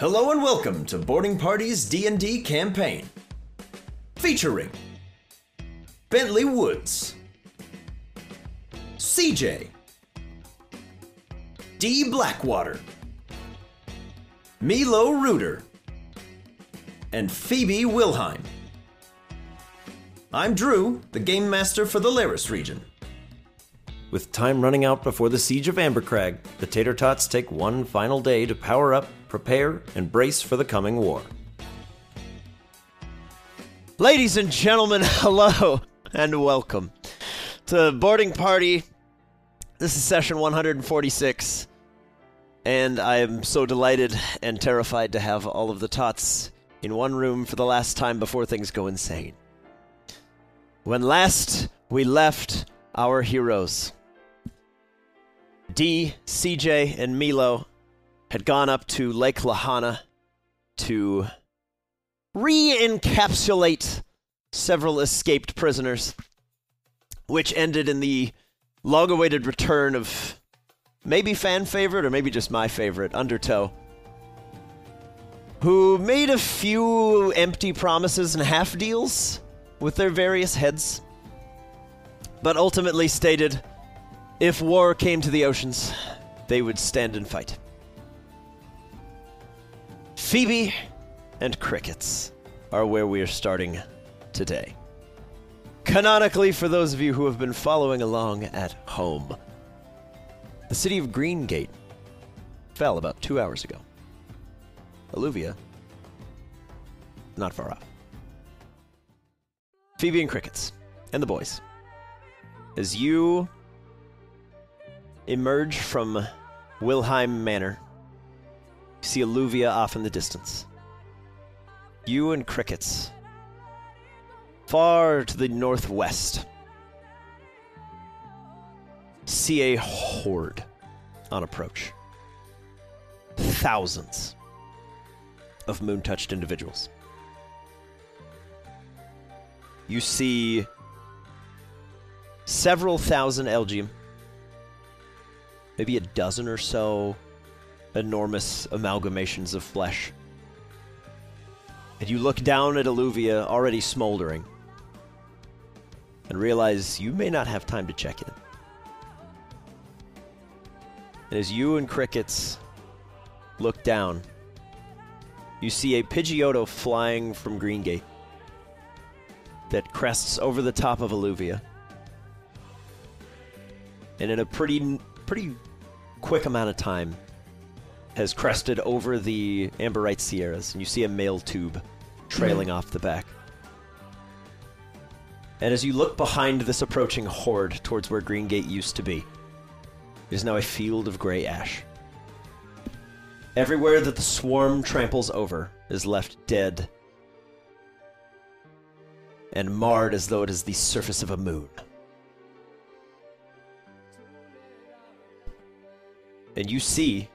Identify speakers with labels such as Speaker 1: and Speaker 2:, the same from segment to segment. Speaker 1: Hello and welcome to Boarding Party's D&D campaign. Featuring Bentley Woods, CJ, D Blackwater, Milo Reuter, and Phoebe Wilheim. I'm Drew, the game master for the Laris region. With time running out before the siege of Ambercrag, the Tater Tots take one final day to power up, prepare, and brace for the coming war.
Speaker 2: Ladies and gentlemen, hello and welcome to Boarding Party. This is session 146, and I am so delighted and terrified to have all of the tots in one room for the last time before things go insane. When last we left our heroes, D, CJ, and Milo had gone up to Lake Lahana to re-encapsulate several escaped prisoners, which ended in the long-awaited return of maybe fan favorite or maybe just my favorite, Undertow, who made a few empty promises and half deals with their various heads, but ultimately stated if war came to the oceans, they would stand and fight. Phoebe and crickets are where we are starting today. Canonically, for those of you who have been following along at home, the city of Greengate fell about two hours ago. Alluvia, not far off. Phoebe and crickets, and the boys, as you emerge from Wilhelm Manor, you see Alluvia off in the distance you and crickets far to the northwest see a horde on approach thousands of moon-touched individuals you see several thousand elgium maybe a dozen or so enormous amalgamations of flesh and you look down at Alluvia already smoldering and realize you may not have time to check in. And as you and Crickets look down, you see a Pidgeotto flying from Greengate that crests over the top of Alluvia. And in a pretty pretty quick amount of time, has crested over the Amberite Sierras, and you see a mail tube trailing off the back. And as you look behind this approaching horde towards where Greengate used to be, it is now a field of gray ash. Everywhere that the swarm tramples over is left dead and marred as though it is the surface of a moon. And you see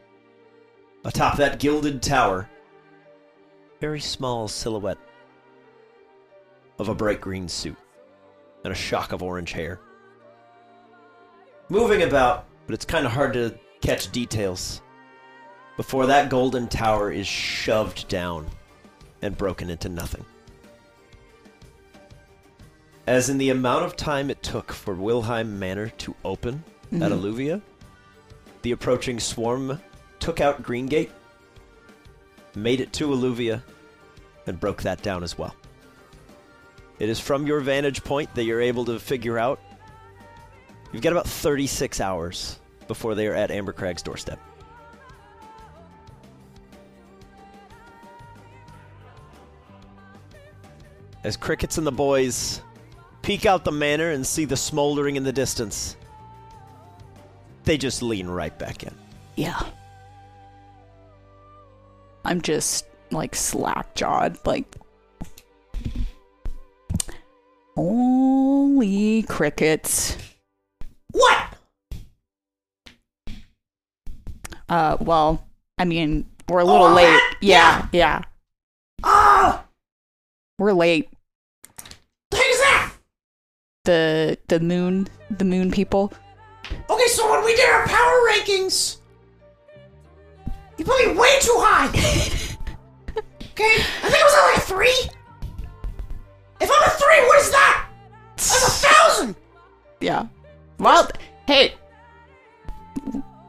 Speaker 2: atop that gilded tower. Very small silhouette of a bright green suit and a shock of orange hair. Moving about, but it's kind of hard to catch details. Before that golden tower is shoved down and broken into nothing. As in the amount of time it took for Wilhelm Manor to open at Alluvia, the approaching swarm took out Greengate, made it to Alluvia, and broke that down as well. It is from your vantage point that you're able to figure out. You've got about 36 hours before they are at Ambercrag's doorstep. As Crickets and the boys peek out the manor and see the smoldering in the distance, they just lean right back in.
Speaker 3: Yeah. I'm just like slack jawed, like holy crickets.
Speaker 2: What?
Speaker 3: Uh well, I mean, we're a little late. Yeah, yeah.
Speaker 2: Ah!
Speaker 3: We're late.
Speaker 2: Who's that?
Speaker 3: The the moon the moon people.
Speaker 2: Okay, so when we did our power rankings, you put me way too high.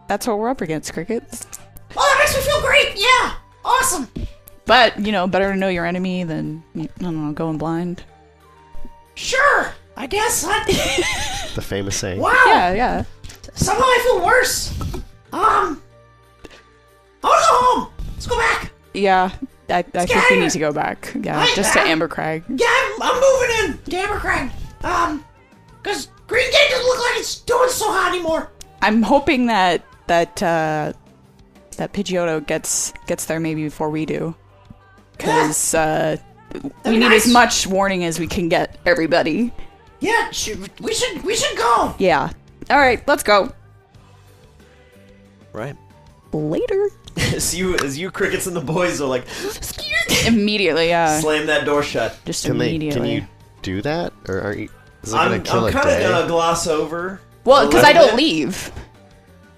Speaker 3: That's what we're up against, crickets.
Speaker 4: Oh, that makes me feel great. Yeah, awesome.
Speaker 3: But you know, better to know your enemy than you- I don't know going blind.
Speaker 4: Sure. I guess. I...
Speaker 2: The famous saying.
Speaker 4: wow.
Speaker 3: Yeah, yeah.
Speaker 4: Somehow I feel worse. Um. I want to go home. Let's go back.
Speaker 3: Yeah, I, I think we
Speaker 4: Skyler!
Speaker 3: need to go back. Yeah,
Speaker 4: Hi,
Speaker 3: just to
Speaker 4: Dad.
Speaker 3: Amber Crag.
Speaker 4: Yeah, I'm, I'm moving in. Damn it, Craig. Um, because Green Gate doesn't look like it's doing so hot anymore.
Speaker 3: I'm hoping that that uh, that Pidgeotto gets gets there maybe before we do, because uh, we
Speaker 4: be
Speaker 3: need as
Speaker 4: nice.
Speaker 3: much warning as we can get everybody.
Speaker 4: Yeah, should, we should we should go.
Speaker 3: Yeah. All right, let's go.
Speaker 2: Right.
Speaker 3: Later.
Speaker 2: as you as you crickets and the boys are like
Speaker 3: Immediately. Yeah.
Speaker 2: slam that door shut.
Speaker 3: Just
Speaker 5: Can they? Can
Speaker 3: immediately.
Speaker 5: you do that, or are you? Is it
Speaker 2: I'm,
Speaker 5: gonna
Speaker 2: I'm
Speaker 5: kill a
Speaker 2: kind of
Speaker 5: day?
Speaker 2: gonna gloss over.
Speaker 3: well,
Speaker 2: a
Speaker 3: because I
Speaker 2: little
Speaker 3: don't
Speaker 2: bit.
Speaker 3: leave.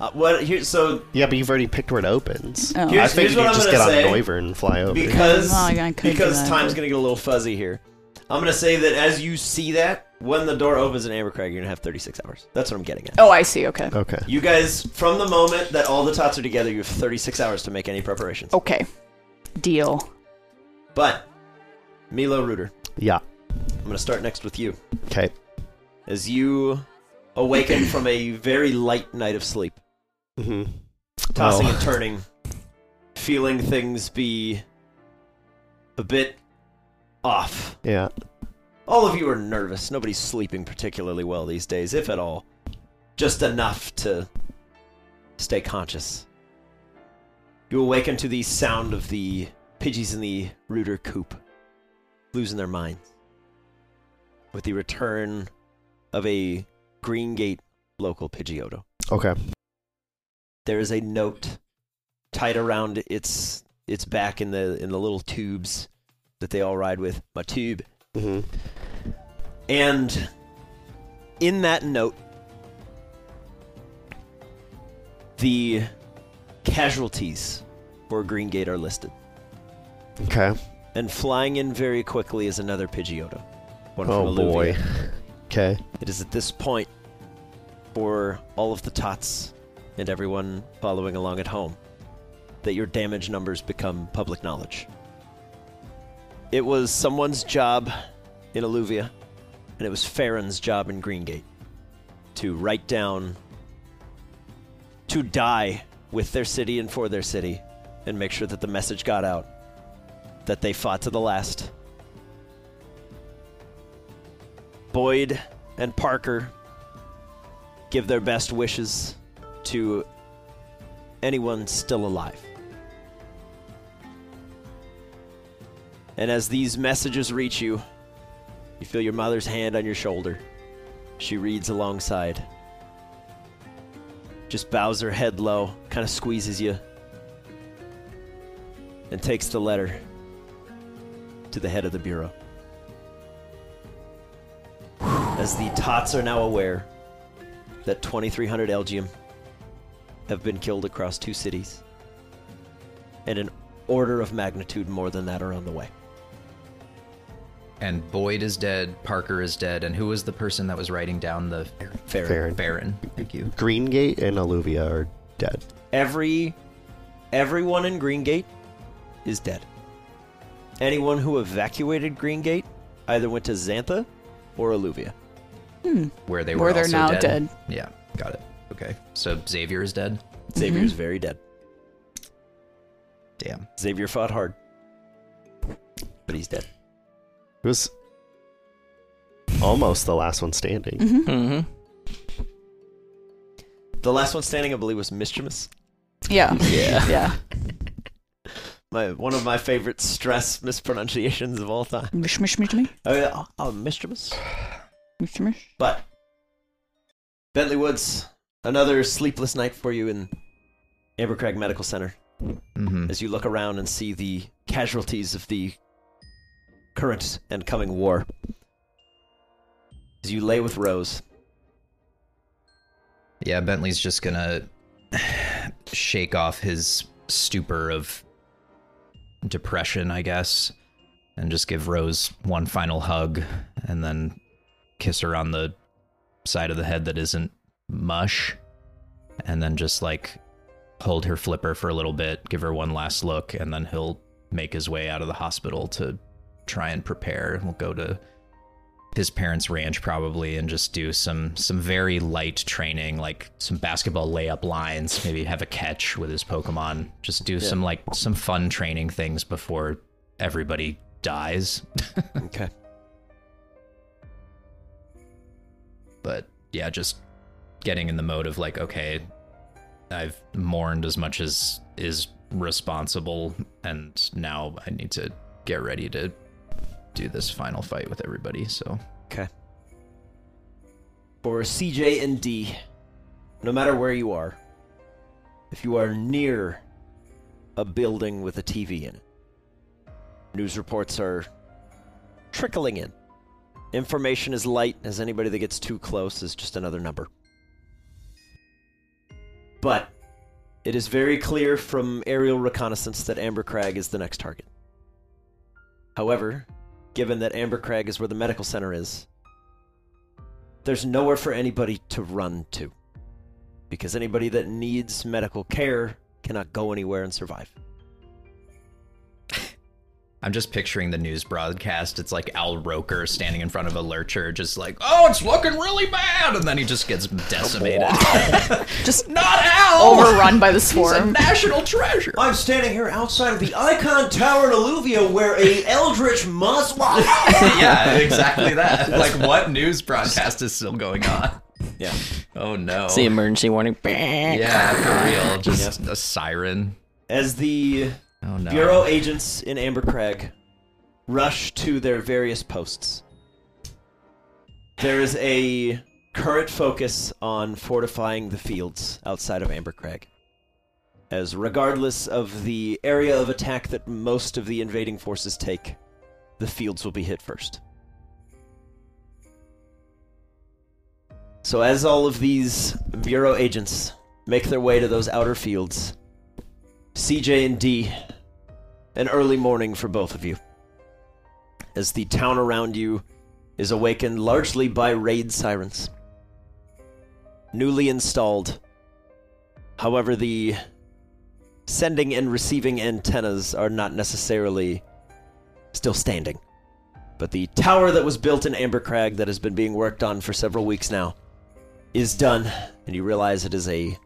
Speaker 2: Uh, what here? So
Speaker 5: Yeah, but you've already picked where it opens.
Speaker 3: Oh.
Speaker 5: I
Speaker 2: Here's-
Speaker 5: think
Speaker 2: here's
Speaker 5: you
Speaker 2: what I'm
Speaker 5: just
Speaker 2: gonna
Speaker 5: get on
Speaker 2: say.
Speaker 5: Noivern and fly over.
Speaker 2: because
Speaker 3: Well, I could do
Speaker 2: because
Speaker 3: that,
Speaker 2: time's
Speaker 3: but-
Speaker 2: gonna get a little fuzzy here. I'm gonna say that as you see that when the door opens in Ambercrag, you're gonna have 36 hours. That's what I'm getting at.
Speaker 3: Oh, I see. Okay.
Speaker 5: okay.
Speaker 2: You guys, from the moment that all the tots are together, you have 36 hours to make any preparations.
Speaker 3: Okay. Deal.
Speaker 2: But Milo Reuter,
Speaker 5: Yeah.
Speaker 2: I'm gonna start next with you
Speaker 5: Okay.
Speaker 2: as you awaken from a very light night of sleep.
Speaker 5: Mm-hmm.
Speaker 2: tossing and turning, feeling things be a bit off.
Speaker 5: Yeah.
Speaker 2: All of you are nervous. Nobody's sleeping particularly well these days, if at all. Just enough to stay conscious. You awaken to the sound of the Pidgeys in the Rooter coop losing their minds with the return of a Green Gate local Pidgeotto
Speaker 5: Okay.
Speaker 2: there is a note tied around its its back in the in the little tubes that they all ride with my tube
Speaker 5: Mm-hmm.
Speaker 2: and in that note the casualties for green gate are listed
Speaker 5: Okay.
Speaker 2: and flying in very quickly is another pidgeotto one from
Speaker 5: Oh
Speaker 2: Alluvia.
Speaker 5: boy. Okay.
Speaker 2: It is at this point for all of the tots and everyone following along at home that your damage numbers become public knowledge. It was someone's job in Alluvia, and it was Farron's job in Greengate to write down, to die with their city and for their city, and make sure that the message got out that they fought to the last. Boyd and Parker give their best wishes to anyone still alive. And as these messages reach you, you feel your mother's hand on your shoulder. She reads alongside. Just bows her head low, kind of squeezes you, and takes the letter to the head of the bureau as the tots are now aware that 2300 Elgium have been killed across two cities and an order of magnitude more than that are on the way.
Speaker 6: And Boyd is dead, Parker is dead, and who was the person that was writing down the
Speaker 2: Fair.
Speaker 5: Farron.
Speaker 6: Baron? Thank you.
Speaker 5: Green Gate and Alluvia are dead.
Speaker 2: Every everyone in Greengate is dead. Anyone who evacuated Greengate either went to Xantha or Alluvia.
Speaker 6: Where they
Speaker 3: Where
Speaker 6: were
Speaker 3: they're
Speaker 6: also
Speaker 3: now
Speaker 6: dead.
Speaker 3: dead.
Speaker 6: Yeah, got it. Okay. So Xavier is dead.
Speaker 2: Xavier's very dead.
Speaker 6: Damn.
Speaker 2: Xavier fought hard. But he's dead.
Speaker 5: It was almost the last one standing.
Speaker 6: Mm-hmm.
Speaker 2: The last one standing, I believe, was Mischievous.
Speaker 3: Yeah.
Speaker 2: Yeah.
Speaker 3: Yeah.
Speaker 2: my one of my favorite stress mispronunciations of all time.
Speaker 3: Mish mish mish mish
Speaker 2: Oh, yeah. oh mischievous.
Speaker 3: mish mish.
Speaker 2: But Bentley Woods, another sleepless night for you in Ambercrag Medical Center.
Speaker 6: Mm-hmm.
Speaker 2: As you look around and see the casualties of the current and coming war, as you lay with Rose,
Speaker 6: Yeah, Bentley's just gonna shake off his stupor of depression, I guess, and just give Rose one final hug and then kiss her on the side of the head that isn't mush. And then just like hold her flipper for a little bit, give her one last look, and then he'll make his way out of the hospital to try and prepare. We'll go to his parents' ranch probably and just do some some very light training, like some basketball layup lines, maybe have a catch with his Pokemon. Just do some like some fun training things before everybody dies.
Speaker 2: Okay.
Speaker 6: but yeah, just getting in the mode of like, okay, I've mourned as much as is responsible, and now I need to get ready to do this final fight with everybody. So
Speaker 2: Okay. For CJ and D, no matter where you are, if you are near a building with a TV in it, news reports are trickling in. Information is light, as anybody that gets too close is just another number. But it is very clear from aerial reconnaissance that Amber Crag is the next target. However, given that Amber Crag is where the medical center is, there's nowhere for anybody to run to. Because anybody that needs medical care cannot go anywhere and survive.
Speaker 6: I'm just picturing the news broadcast. It's like Al Roker standing in front of a lurcher, just like, oh, it's looking really bad, and then he just gets decimated.
Speaker 3: Just
Speaker 6: Not Al.
Speaker 3: overrun by the
Speaker 6: He's a
Speaker 3: swarm.
Speaker 6: national treasure.
Speaker 2: I'm standing here outside of the Icon Tower in Alluvia where a eldritch must
Speaker 6: yeah, exactly that. Like, what news broadcast is still going on?
Speaker 2: Yeah.
Speaker 6: Oh no.
Speaker 7: It's the emergency warning.
Speaker 6: Yeah, for real. Just a siren.
Speaker 2: As the
Speaker 6: Oh no.
Speaker 2: Bureau agents in Amber Crag rush to their various posts. There is a current focus on fortifying the fields outside of Amber Crag. As regardless of the area of attack that most of the invading forces take, the fields will be hit first. So as all of these Bureau agents make their way to those outer fields, CJ and D an early morning for both of you. As the town around you is awakened largely by raid sirens. Newly installed. However, the sending and receiving antennas are not necessarily still standing. But the tower that was built in Ambercrag that has been being worked on for several weeks now is done, and you realize it is a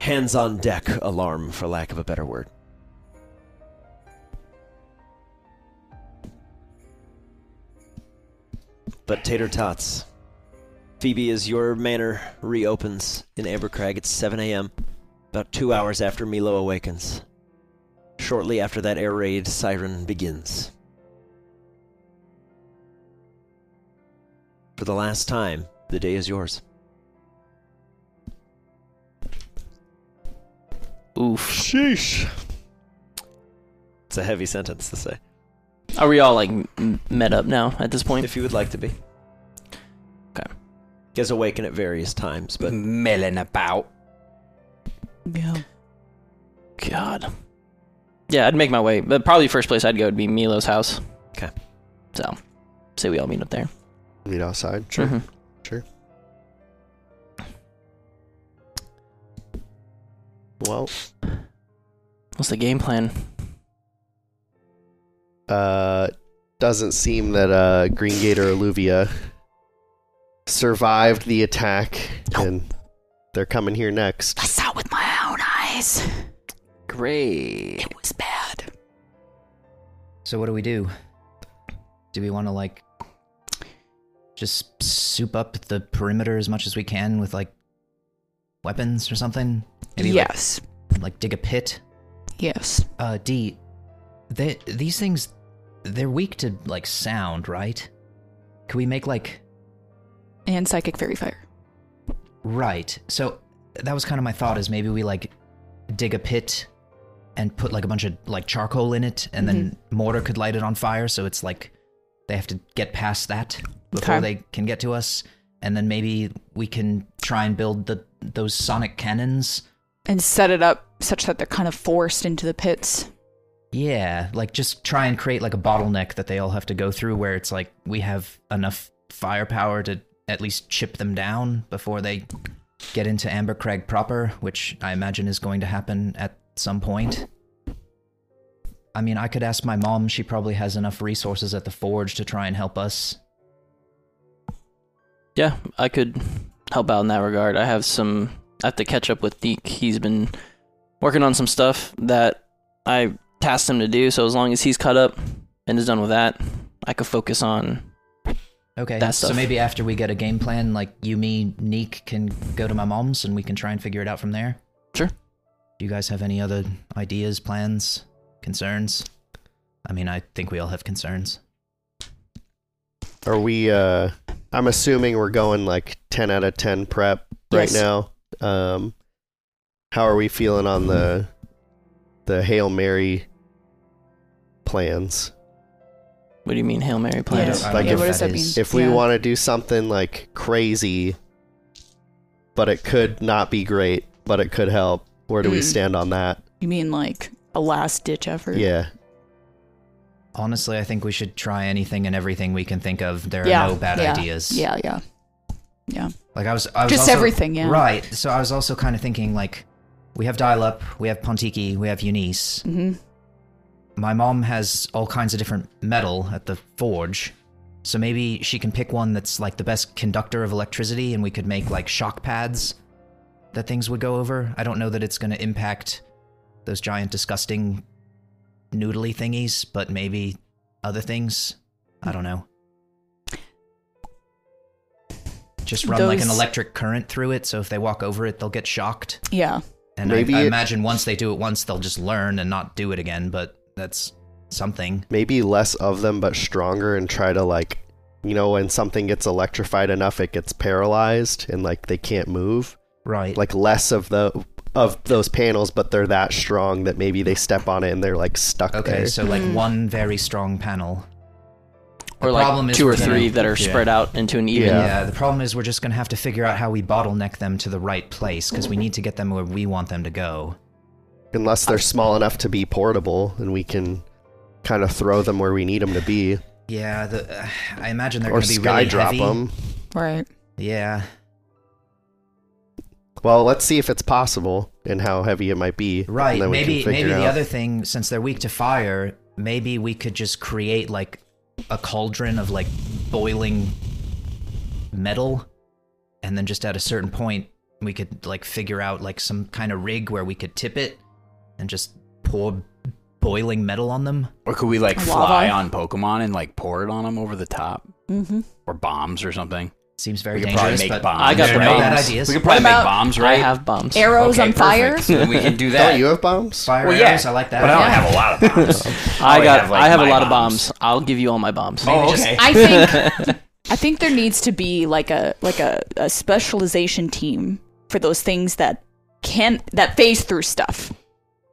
Speaker 2: hands on deck alarm, for lack of a better word. But tater tots. Phoebe, as your manor reopens in Ambercrag at 7 a.m., about two hours after Milo awakens. Shortly after that air raid siren begins. For the last time, the day is yours.
Speaker 7: Oof.
Speaker 5: Sheesh.
Speaker 2: It's a heavy sentence to say.
Speaker 7: Are we all like m- met up now at this point?
Speaker 2: If you would like to be.
Speaker 7: Okay.
Speaker 2: Gets awaken at various times, but
Speaker 6: milling about.
Speaker 3: Yeah.
Speaker 7: God. Yeah, I'd make my way, but probably first place I'd go would be Milo's house.
Speaker 2: 'Kay.
Speaker 7: So, say we all meet up there.
Speaker 5: Meet outside. Sure.
Speaker 7: Mhm.
Speaker 3: Mm-hmm.
Speaker 5: Well,
Speaker 7: What's the game plan?
Speaker 5: uh, doesn't seem that uh, Green Gate or Alluvia survived the attack, and they're coming here next.
Speaker 3: I saw it with my own eyes.
Speaker 7: Great.
Speaker 3: It was bad.
Speaker 6: So what do we do? Do we want to like just soup up the perimeter as much as we can with like weapons or something? Maybe like-
Speaker 3: yes.
Speaker 6: like, dig a pit.
Speaker 3: yes.
Speaker 6: Uh, D, they, these things they're weak to like sound, right? Can we make like
Speaker 3: And psychic fairy fire.
Speaker 6: Right. So that was kind of my thought is maybe we like dig a pit and put like a bunch of like charcoal in it and then mortar could light it on fire so it's like they have to get past that before
Speaker 3: Okay.
Speaker 6: they can get to us and then maybe we can try and build the those sonic cannons.
Speaker 3: And set it up such that they're kind of forced into the pits.
Speaker 6: Yeah, like just try and create like a bottleneck that they all have to go through where it's like we have enough firepower to at least chip them down before they get into Ambercrag proper, which I imagine is going to happen at some point. I mean, I could ask my mom. She probably has enough resources at the forge to try and help us.
Speaker 7: Yeah, I could help out in that regard. I have some. I have to catch up with Deke. He's been working on some stuff that I tasked him to do. So as long as he's caught up and is done with that, I could focus on.
Speaker 6: Okay.
Speaker 7: That
Speaker 6: so
Speaker 7: stuff.
Speaker 6: maybe after we get a game plan, like you, me, Neek can go to my mom's and we can try and figure it out from there.
Speaker 7: Sure.
Speaker 6: Do you guys have any other ideas, plans, concerns? I mean, I think we all have concerns.
Speaker 5: Are we? Uh, I'm assuming we're going like 10 out of 10 prep right
Speaker 3: Yes.
Speaker 5: now. Um, how are we feeling on the the hail mary plans?
Speaker 7: What do you mean, Hail Mary
Speaker 3: Yeah.
Speaker 7: plan?
Speaker 6: I
Speaker 5: Like
Speaker 6: know
Speaker 5: if-
Speaker 6: what
Speaker 3: what does
Speaker 6: that
Speaker 3: that
Speaker 6: is.
Speaker 3: mean?
Speaker 5: If we
Speaker 3: Yeah.
Speaker 5: want to do something like crazy, but it could not be great, but it could help. Where do we
Speaker 3: Mm.
Speaker 5: stand on that?
Speaker 3: You mean like a last ditch effort?
Speaker 5: Yeah.
Speaker 6: Honestly, I think we should try anything and everything we can think of. There are
Speaker 3: Yeah,
Speaker 6: no bad
Speaker 3: yeah,
Speaker 6: ideas.
Speaker 3: Yeah, yeah.
Speaker 6: Like I was, I was
Speaker 3: Just
Speaker 6: also-
Speaker 3: everything, yeah.
Speaker 6: Right. So I was also kind of thinking like, we have dial up, we have Pontiki, we have Eunice.
Speaker 3: hmm
Speaker 6: My mom has all kinds of different metal at the forge, so maybe she can pick one that's like the best conductor of electricity, and we could make like shock pads that things would go over. I don't know that it's going to impact those giant, disgusting, noodly thingies, but maybe other things. I don't know. Just run like an
Speaker 3: Those-
Speaker 6: electric current through it, so if they walk over it, they'll get shocked.
Speaker 3: Yeah.
Speaker 6: And
Speaker 5: Maybe
Speaker 6: I, I
Speaker 5: it-
Speaker 6: imagine once they do it once, they'll just learn and not do it again. But that's something.
Speaker 5: maybe less of them but stronger and try to like you know when something gets electrified enough it gets paralyzed and like they can't move
Speaker 6: Right.
Speaker 5: like less of the of those panels but they're that strong that maybe they step on it and they're like stuck
Speaker 6: okay,
Speaker 5: there
Speaker 6: so like one very strong panel.
Speaker 7: Or
Speaker 6: The problem
Speaker 7: like
Speaker 6: is
Speaker 7: two or
Speaker 6: with-
Speaker 7: three
Speaker 6: yeah.
Speaker 7: that are
Speaker 6: Yeah.
Speaker 7: spread out into an even.
Speaker 5: Yeah.
Speaker 6: Yeah. the problem is we're just going to have to figure out how we bottleneck them to the right place because we need to get them where we want them to go.
Speaker 5: unless they're small enough to be portable and we can kind of throw them where we need them to be
Speaker 6: Yeah, the, uh, I imagine they're
Speaker 5: or
Speaker 6: going to be
Speaker 5: sky
Speaker 6: really
Speaker 5: drop
Speaker 6: heavy.
Speaker 5: them
Speaker 3: Right.
Speaker 6: Yeah.
Speaker 5: well let's see if it's possible and how heavy it might be and
Speaker 6: Right.
Speaker 5: then we
Speaker 6: Maybe
Speaker 5: can
Speaker 6: maybe
Speaker 5: figure
Speaker 6: the
Speaker 5: out.
Speaker 6: other thing, since they're weak to fire, maybe we could just create like a cauldron of like boiling metal, and then just at a certain point we could like figure out like some kind of rig where we could tip it and just pour boiling metal on them.
Speaker 8: Or could we like
Speaker 3: Lava.
Speaker 8: fly on Pokemon and like pour it on them over the top,
Speaker 3: Mm-hmm.
Speaker 8: or bombs or something?
Speaker 6: Seems very
Speaker 8: We could probably
Speaker 6: dangerous.
Speaker 8: make
Speaker 6: but
Speaker 8: bombs.
Speaker 7: I got
Speaker 6: there are
Speaker 7: the
Speaker 6: no bad
Speaker 7: bombs.
Speaker 6: ideas.
Speaker 8: We could probably make
Speaker 3: about-
Speaker 8: bombs,
Speaker 7: I
Speaker 8: right?
Speaker 7: have bombs.
Speaker 3: Arrows
Speaker 8: Okay,
Speaker 3: on fire.
Speaker 8: perfect. So we can do that.
Speaker 5: don't you have bombs
Speaker 6: Fire
Speaker 8: Well,
Speaker 6: arrows,
Speaker 8: yeah,
Speaker 6: I like that.
Speaker 8: But I don't have a lot of bombs.
Speaker 5: Oh,
Speaker 7: I
Speaker 8: only
Speaker 7: got.
Speaker 8: have, like,
Speaker 7: I have a
Speaker 8: my
Speaker 7: lot of
Speaker 8: bombs.
Speaker 7: bombs. I'll give you all my bombs.
Speaker 8: oh,
Speaker 6: just-
Speaker 8: okay.
Speaker 3: I think I think there needs to be like a like a, a specialization team for those things that can that phase through stuff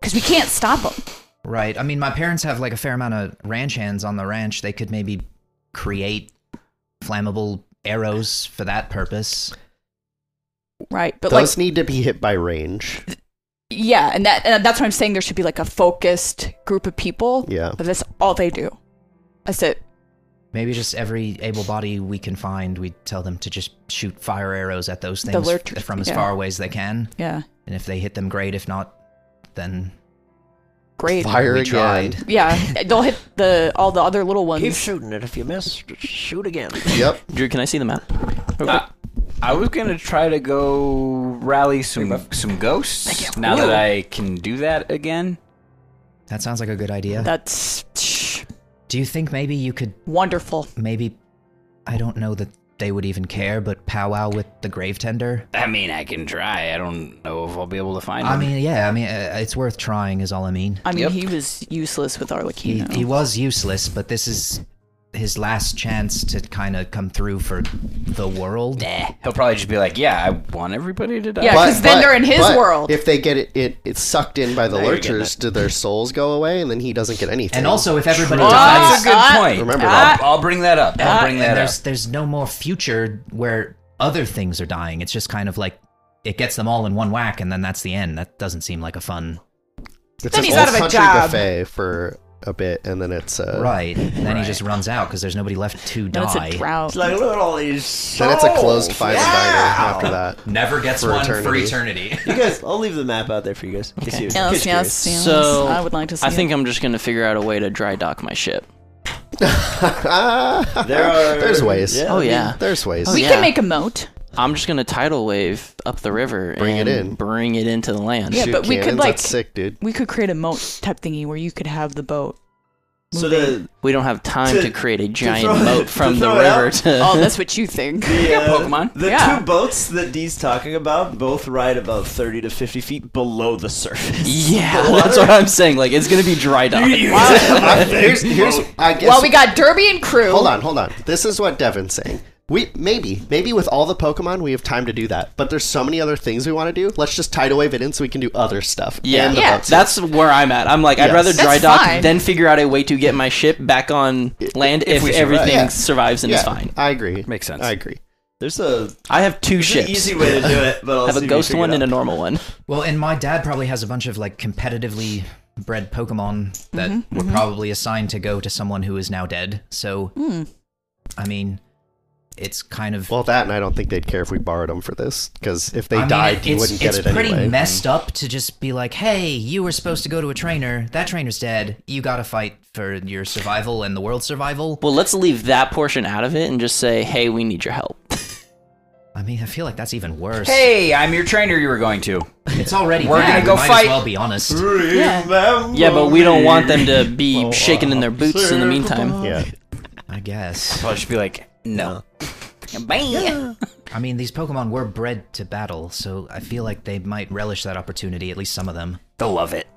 Speaker 3: because we can't stop them.
Speaker 6: Right. I mean, my parents have like a fair amount of ranch hands on the ranch. They could maybe create flammable arrows for that purpose.
Speaker 3: Right, but like
Speaker 5: those need to be hit by range
Speaker 3: yeah, and that and that's what I'm saying. There should be like a focused group of people.
Speaker 5: Yeah.
Speaker 3: but that's all they do. That's it.
Speaker 6: Maybe just every able body we can find, we tell them to just shoot fire arrows at those things
Speaker 3: lurch-
Speaker 6: f- from as
Speaker 3: yeah.
Speaker 6: far away as they can.
Speaker 3: Yeah,
Speaker 6: And if they hit them, great. If not, then
Speaker 3: great.
Speaker 5: fire
Speaker 6: we
Speaker 5: again
Speaker 6: tried.
Speaker 3: Yeah, they'll hit the all the other little ones.
Speaker 2: Keep shooting it. If you miss, sh- shoot again.
Speaker 5: yep
Speaker 7: Drew, can I see the map?
Speaker 8: Uh, I was gonna try to go rally some some ghosts. Now that I can do that again,
Speaker 6: That sounds like a good idea.
Speaker 3: That's psh,
Speaker 6: Do you think maybe you could
Speaker 3: wonderful.
Speaker 6: maybe? I don't know that they would even care, but powwow with the grave tender.
Speaker 8: I mean, I can try. I don't know if I'll be able to find.
Speaker 6: I
Speaker 8: them.
Speaker 6: mean, yeah. I mean, uh, it's worth trying. Is all I mean.
Speaker 3: I mean,
Speaker 8: Yep.
Speaker 3: he was useless with
Speaker 6: He,
Speaker 3: Arlecchino.
Speaker 6: he was useless, but this is his last chance to kind of come through for the world.
Speaker 8: Eh, he'll probably just be like, "Yeah, I want everybody to die."
Speaker 3: Yeah,
Speaker 5: But-
Speaker 3: 'cause then
Speaker 5: but-
Speaker 3: they're in his
Speaker 5: but
Speaker 3: world.
Speaker 5: If they get it, it it's sucked in by the
Speaker 2: Now you're getting
Speaker 5: lurchers. Do their souls go away, and then he doesn't get anything?
Speaker 6: And also, if everybody
Speaker 8: Well,
Speaker 6: dies,
Speaker 8: that's a good point.
Speaker 5: remember
Speaker 8: I'll,
Speaker 5: that.
Speaker 8: I'll bring that up. I'll bring
Speaker 6: and
Speaker 8: that up.
Speaker 6: there's there's no more future where other things are dying. It's just kind of like it gets them all in one whack, and then that's the end. That doesn't seem like a fun.
Speaker 5: it's
Speaker 3: Then
Speaker 5: an
Speaker 3: he's out
Speaker 5: old
Speaker 3: of a
Speaker 5: country
Speaker 3: job.
Speaker 5: buffet for a bit, and then it's uh,
Speaker 6: right. And then he just runs out because there's nobody left to
Speaker 3: No, it's
Speaker 6: die.
Speaker 3: a drought.
Speaker 2: Like, look at all these.
Speaker 5: Then it's a closed
Speaker 2: souls.
Speaker 5: five and diner after that.
Speaker 6: Never gets
Speaker 5: For
Speaker 6: one for
Speaker 5: eternity.
Speaker 6: eternity.
Speaker 2: You guys, I'll leave the map out there for you guys. in case you- in
Speaker 3: Yes,
Speaker 2: case you're
Speaker 3: yes, yes.
Speaker 7: So
Speaker 3: I would like to see.
Speaker 7: I
Speaker 3: it.
Speaker 7: think I'm just gonna figure out a way to dry dock my ship.
Speaker 2: curious. There are.
Speaker 5: There's ways.
Speaker 2: Yeah.
Speaker 7: Oh yeah,
Speaker 5: There's ways.
Speaker 7: Oh,
Speaker 3: we
Speaker 7: yeah.
Speaker 3: can make a moat.
Speaker 7: I'm just gonna tidal wave up the river
Speaker 5: Bring it
Speaker 7: and
Speaker 5: in.
Speaker 7: bring it into the land.
Speaker 3: Yeah,
Speaker 5: Shoot
Speaker 3: but we could
Speaker 5: cannons,
Speaker 3: like
Speaker 5: that's sick, dude.
Speaker 3: we could create a moat type thingy where you could have the boat.
Speaker 2: So the
Speaker 7: We don't have time
Speaker 2: To-
Speaker 7: to, create a giant
Speaker 2: throw it-
Speaker 7: moat
Speaker 2: to
Speaker 7: from the
Speaker 2: throw it
Speaker 7: river
Speaker 2: out?
Speaker 7: to.
Speaker 3: Oh, that's what you think.
Speaker 2: the, uh,
Speaker 8: Pokemon.
Speaker 2: the
Speaker 3: Yeah.
Speaker 2: two boats that Dee's talking about both ride about thirty to fifty feet below the surface.
Speaker 7: yeah, that's what I'm saying. Like it's gonna be dry dock.
Speaker 8: Uh,
Speaker 5: here's, here's, I guess.
Speaker 3: well, we got Derby and crew.
Speaker 5: hold on, hold on. This is what Devin's saying. We maybe, maybe with all the Pokemon, we have time to do that. But there's so many other things we want to do. Let's just tidal wave it in so we can do other stuff.
Speaker 7: Yeah,
Speaker 5: and the
Speaker 3: Yeah.
Speaker 5: boats.
Speaker 7: that's where I'm at. I'm like, I'd
Speaker 5: Yes.
Speaker 7: rather
Speaker 5: That's
Speaker 7: dry dock
Speaker 3: fine.
Speaker 7: than figure out a way to get my ship back on land if, everything
Speaker 5: Yeah.
Speaker 7: survives and
Speaker 5: yeah,
Speaker 7: is fine.
Speaker 5: I agree.
Speaker 8: Makes sense.
Speaker 5: I agree.
Speaker 2: There's a
Speaker 7: I have two
Speaker 2: there's an
Speaker 7: ships.
Speaker 2: easy way to do it, but I'll
Speaker 7: I have
Speaker 2: see
Speaker 7: a
Speaker 2: if
Speaker 7: ghost
Speaker 2: you
Speaker 7: one and a normal one.
Speaker 6: Well, and my dad probably has a bunch of like competitively bred Pokemon that
Speaker 8: Mm-hmm.
Speaker 6: were probably assigned to go to someone who is now dead. So,
Speaker 8: Hmm.
Speaker 6: I mean, it's kind of.
Speaker 5: Well, that and I don't think they'd care if we borrowed them for this because if they
Speaker 6: I mean,
Speaker 5: died,
Speaker 6: it-
Speaker 5: you
Speaker 6: it's-
Speaker 5: wouldn't get
Speaker 6: It's
Speaker 5: it
Speaker 6: pretty
Speaker 5: anyway.
Speaker 6: messed up to just be like, "Hey, you were supposed to go to a trainer. That trainer's dead. You got to fight for your survival and the world's survival."
Speaker 7: Well, let's leave that portion out of it and just say, hey, we need your help.
Speaker 6: I mean, I feel like that's even worse.
Speaker 8: Hey, I'm your trainer you were going to.
Speaker 6: it's already
Speaker 8: we're
Speaker 6: bad.
Speaker 8: gonna go
Speaker 6: we might
Speaker 8: fight.
Speaker 6: As well, be honest.
Speaker 2: Remember
Speaker 7: Yeah, but we don't
Speaker 2: me.
Speaker 7: want them to be
Speaker 2: Oh,
Speaker 7: shaking in their boots in the meantime.
Speaker 5: Yeah.
Speaker 6: I guess.
Speaker 8: I'll just be like, no.
Speaker 6: I mean, these Pokemon were bred to battle, so I feel like they might relish that opportunity. At least some of them.
Speaker 8: They'll love it.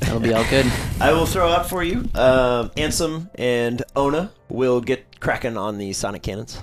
Speaker 7: That'll be all good.
Speaker 2: I will throw out for you. Um, Ansem and Ona will get cracking on the sonic cannons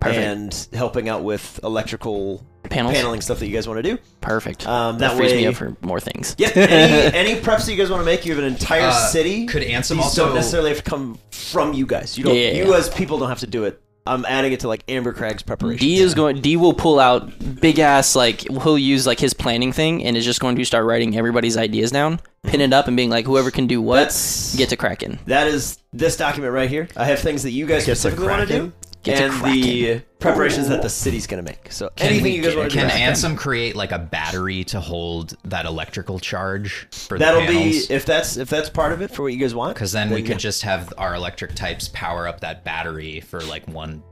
Speaker 7: Perfect.
Speaker 2: and helping out with electrical
Speaker 7: Panels?
Speaker 2: paneling stuff that you guys want to do.
Speaker 7: Perfect.
Speaker 2: Um,
Speaker 7: that
Speaker 2: that
Speaker 7: frees
Speaker 2: way-
Speaker 7: me up for more things.
Speaker 2: Yep. Any, any preps that you guys want to make, you have an entire
Speaker 6: Uh,
Speaker 2: city.
Speaker 6: could Ansem
Speaker 2: These
Speaker 6: also-
Speaker 2: don't necessarily have to come from you guys. You don't.
Speaker 7: Yeah, yeah,
Speaker 2: you
Speaker 7: yeah.
Speaker 2: as people don't have to do it. I'm adding it to like Amber Crag's preparation.
Speaker 7: D is going. D will pull out big ass like he'll use like his planning thing and is just going to start writing everybody's ideas down, pin it up, and being like, whoever can do what,
Speaker 2: That's-
Speaker 7: get to cracking.
Speaker 2: That is this document right here. I have things that you guys
Speaker 5: Gets a
Speaker 2: specifically want to do,
Speaker 5: Kraken.
Speaker 7: Gets a
Speaker 2: and the preparations that the city's going to make. So anything
Speaker 6: we-
Speaker 2: you guys want to do,
Speaker 6: Can Ansem create like a battery to hold that electrical charge for
Speaker 2: that'll
Speaker 6: the
Speaker 2: be
Speaker 6: panels?
Speaker 2: if that's if that's part of it for what you guys want.
Speaker 6: Because then we
Speaker 2: yeah.
Speaker 6: could just have our electric types power up that battery for like one,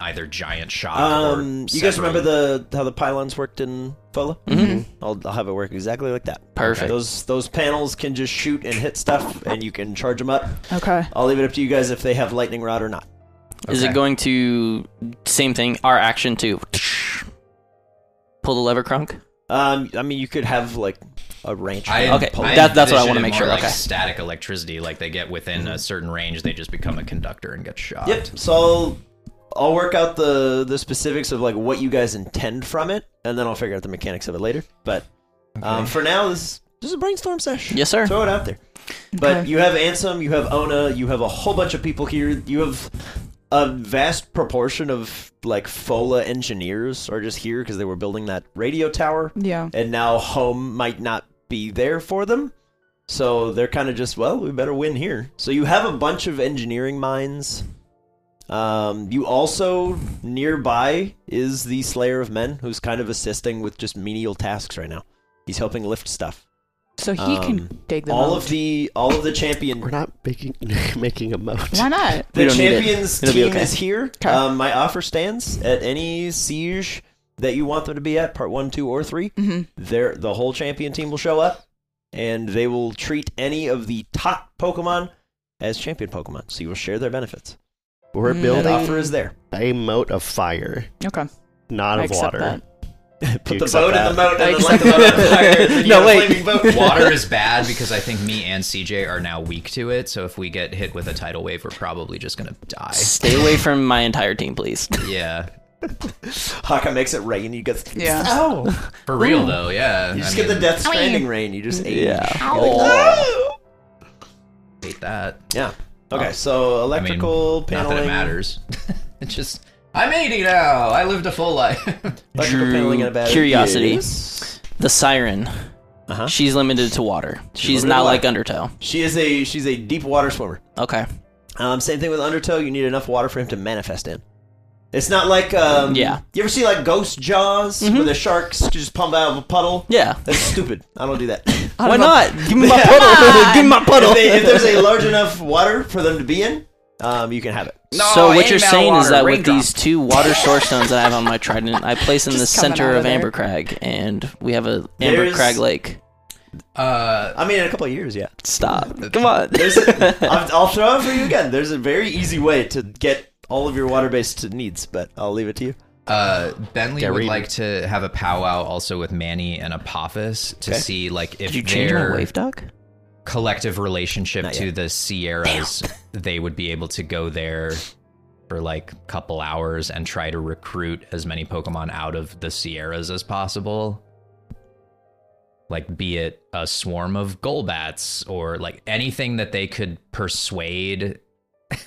Speaker 6: either giant shock.
Speaker 2: Um,
Speaker 6: or
Speaker 2: you guys
Speaker 6: several.
Speaker 2: remember the how the pylons worked in Fola? Mm-hmm. I'll, I'll have it work exactly like that.
Speaker 7: Perfect.
Speaker 2: Those those panels can just shoot and hit stuff, and you can charge them up.
Speaker 3: Okay.
Speaker 2: I'll leave it up to you guys if they have lightning rod or not.
Speaker 7: Is it
Speaker 6: Okay.
Speaker 7: going to same thing? Our action to pull the lever, crunk.
Speaker 2: Um, I mean, you could have like a ranch.
Speaker 6: I,
Speaker 7: Okay,
Speaker 6: I
Speaker 7: that- that's what I
Speaker 6: envision
Speaker 7: wanna
Speaker 6: it
Speaker 7: make
Speaker 6: more
Speaker 7: sure,
Speaker 6: Like
Speaker 7: okay.
Speaker 6: static electricity, like they get within a certain range, they just become a conductor and get shot.
Speaker 2: Mm-hmm. Yep. So I'll, I'll work out the the specifics of like what you guys intend from it, and then I'll figure out the mechanics of it later. But um, for now, this this is a brainstorm session.
Speaker 7: Yes, sir.
Speaker 2: Throw it out there. But
Speaker 3: Okay.
Speaker 2: you have Ansem, you have Ona, you have a whole bunch of people here. You have a vast proportion of like Fola engineers are just here because they were building that radio tower,
Speaker 3: Yeah.
Speaker 2: and now home might not be there for them. So they're kind of just, well, we better win here. So you have a bunch of engineering minds. Um, you also nearby is the Slayer of Men, who's kind of assisting with just menial tasks right now. He's helping lift stuff.
Speaker 3: So he
Speaker 2: Um,
Speaker 3: can dig them
Speaker 2: all
Speaker 3: out.
Speaker 2: of the all of the champion
Speaker 5: We're not making making a moat.
Speaker 3: Why not?
Speaker 7: We
Speaker 2: the
Speaker 7: don't need it.
Speaker 2: champions
Speaker 7: It'll be
Speaker 2: team
Speaker 7: okay.
Speaker 2: is here.
Speaker 3: Okay.
Speaker 2: Um, my offer stands at any siege that you want them to be at, part one, two, or 3
Speaker 3: Mhm.
Speaker 2: There, the whole champion team will show up, and they will treat any of the top Pokemon as champion Pokemon. So you will share their benefits.
Speaker 3: Mm.
Speaker 5: We're
Speaker 2: That
Speaker 5: building
Speaker 2: offer is there.
Speaker 5: a mote of fire,
Speaker 3: Mm-hmm. Okay.
Speaker 5: not
Speaker 3: I
Speaker 5: of
Speaker 3: accept
Speaker 5: water.
Speaker 3: that.
Speaker 2: Put the
Speaker 5: accept
Speaker 2: boat
Speaker 5: that?
Speaker 2: in the moat and then
Speaker 3: Like-
Speaker 2: light the boat on fire. then you
Speaker 7: No,
Speaker 2: have a
Speaker 7: wait.
Speaker 2: flaming boat.
Speaker 6: Water is bad because I think me and CJ are now weak to it. So if we get hit with a tidal wave, we're probably just gonna die.
Speaker 7: Stay away from my entire team, please.
Speaker 6: Yeah,
Speaker 2: Haka makes it rain. You get
Speaker 3: Yeah.
Speaker 2: Oh,
Speaker 6: for real though. Yeah,
Speaker 2: you just
Speaker 6: I
Speaker 2: get the
Speaker 6: mean,
Speaker 2: Death Stranding rain. You just age.
Speaker 7: Yeah.
Speaker 2: You're like, "Ah!"
Speaker 6: hate that.
Speaker 2: Yeah. Okay. So
Speaker 6: Oh. I mean,
Speaker 2: electrical
Speaker 6: not that
Speaker 2: paneling.
Speaker 6: it matters. it's just I'm 80 now. I lived a full life.
Speaker 2: Electrical
Speaker 7: Drew
Speaker 2: paneling and a battery.
Speaker 7: curiosity.
Speaker 2: Yes.
Speaker 7: The siren.
Speaker 1: Uh-huh.
Speaker 7: She's limited to water. She's
Speaker 1: limited
Speaker 7: not
Speaker 1: to
Speaker 7: like Undertale.
Speaker 2: She is a she's a deep water swimmer.
Speaker 7: Okay.
Speaker 2: Um, same thing with Undertow. You need enough water for him to manifest in. It's not like um,
Speaker 7: Yeah. Mm-hmm.
Speaker 2: You ever see like Ghost Jaws where the sharks just pump out of a puddle?
Speaker 7: Yeah.
Speaker 2: That's stupid. I don't do that.
Speaker 7: Why not? Give me my
Speaker 2: Yeah.
Speaker 7: puddle. Give me my puddle.
Speaker 2: if, they, if there's a large enough water for them to be in, um, you can have it.
Speaker 7: so what
Speaker 8: ain't
Speaker 7: you're
Speaker 8: no
Speaker 7: saying is
Speaker 8: water,
Speaker 7: that with
Speaker 8: raindrop.
Speaker 7: these two water source stones that I have on my trident, I place in the
Speaker 3: Just coming
Speaker 7: center
Speaker 3: out
Speaker 7: of
Speaker 3: of there.
Speaker 7: Ambercrag, and we have a Ambercrag
Speaker 2: There's-
Speaker 7: Lake.
Speaker 6: Uh,
Speaker 2: I mean, in a couple of years, yeah.
Speaker 7: Stop. Come on.
Speaker 2: There's a, I'll, I'll throw it for you again. There's a very easy way to get all of your water-based needs, but I'll leave it to you.
Speaker 6: Uh, Bentley would like to have a powwow also with Manny and Apophis to see like if
Speaker 7: Did you change my
Speaker 6: their
Speaker 7: wave duck?
Speaker 6: collective relationship to the Sierras, they would be able to go there for like a couple hours and try to recruit as many Pokemon out of the Sierras as possible. Like be it a swarm of Golbats or like anything that they could persuade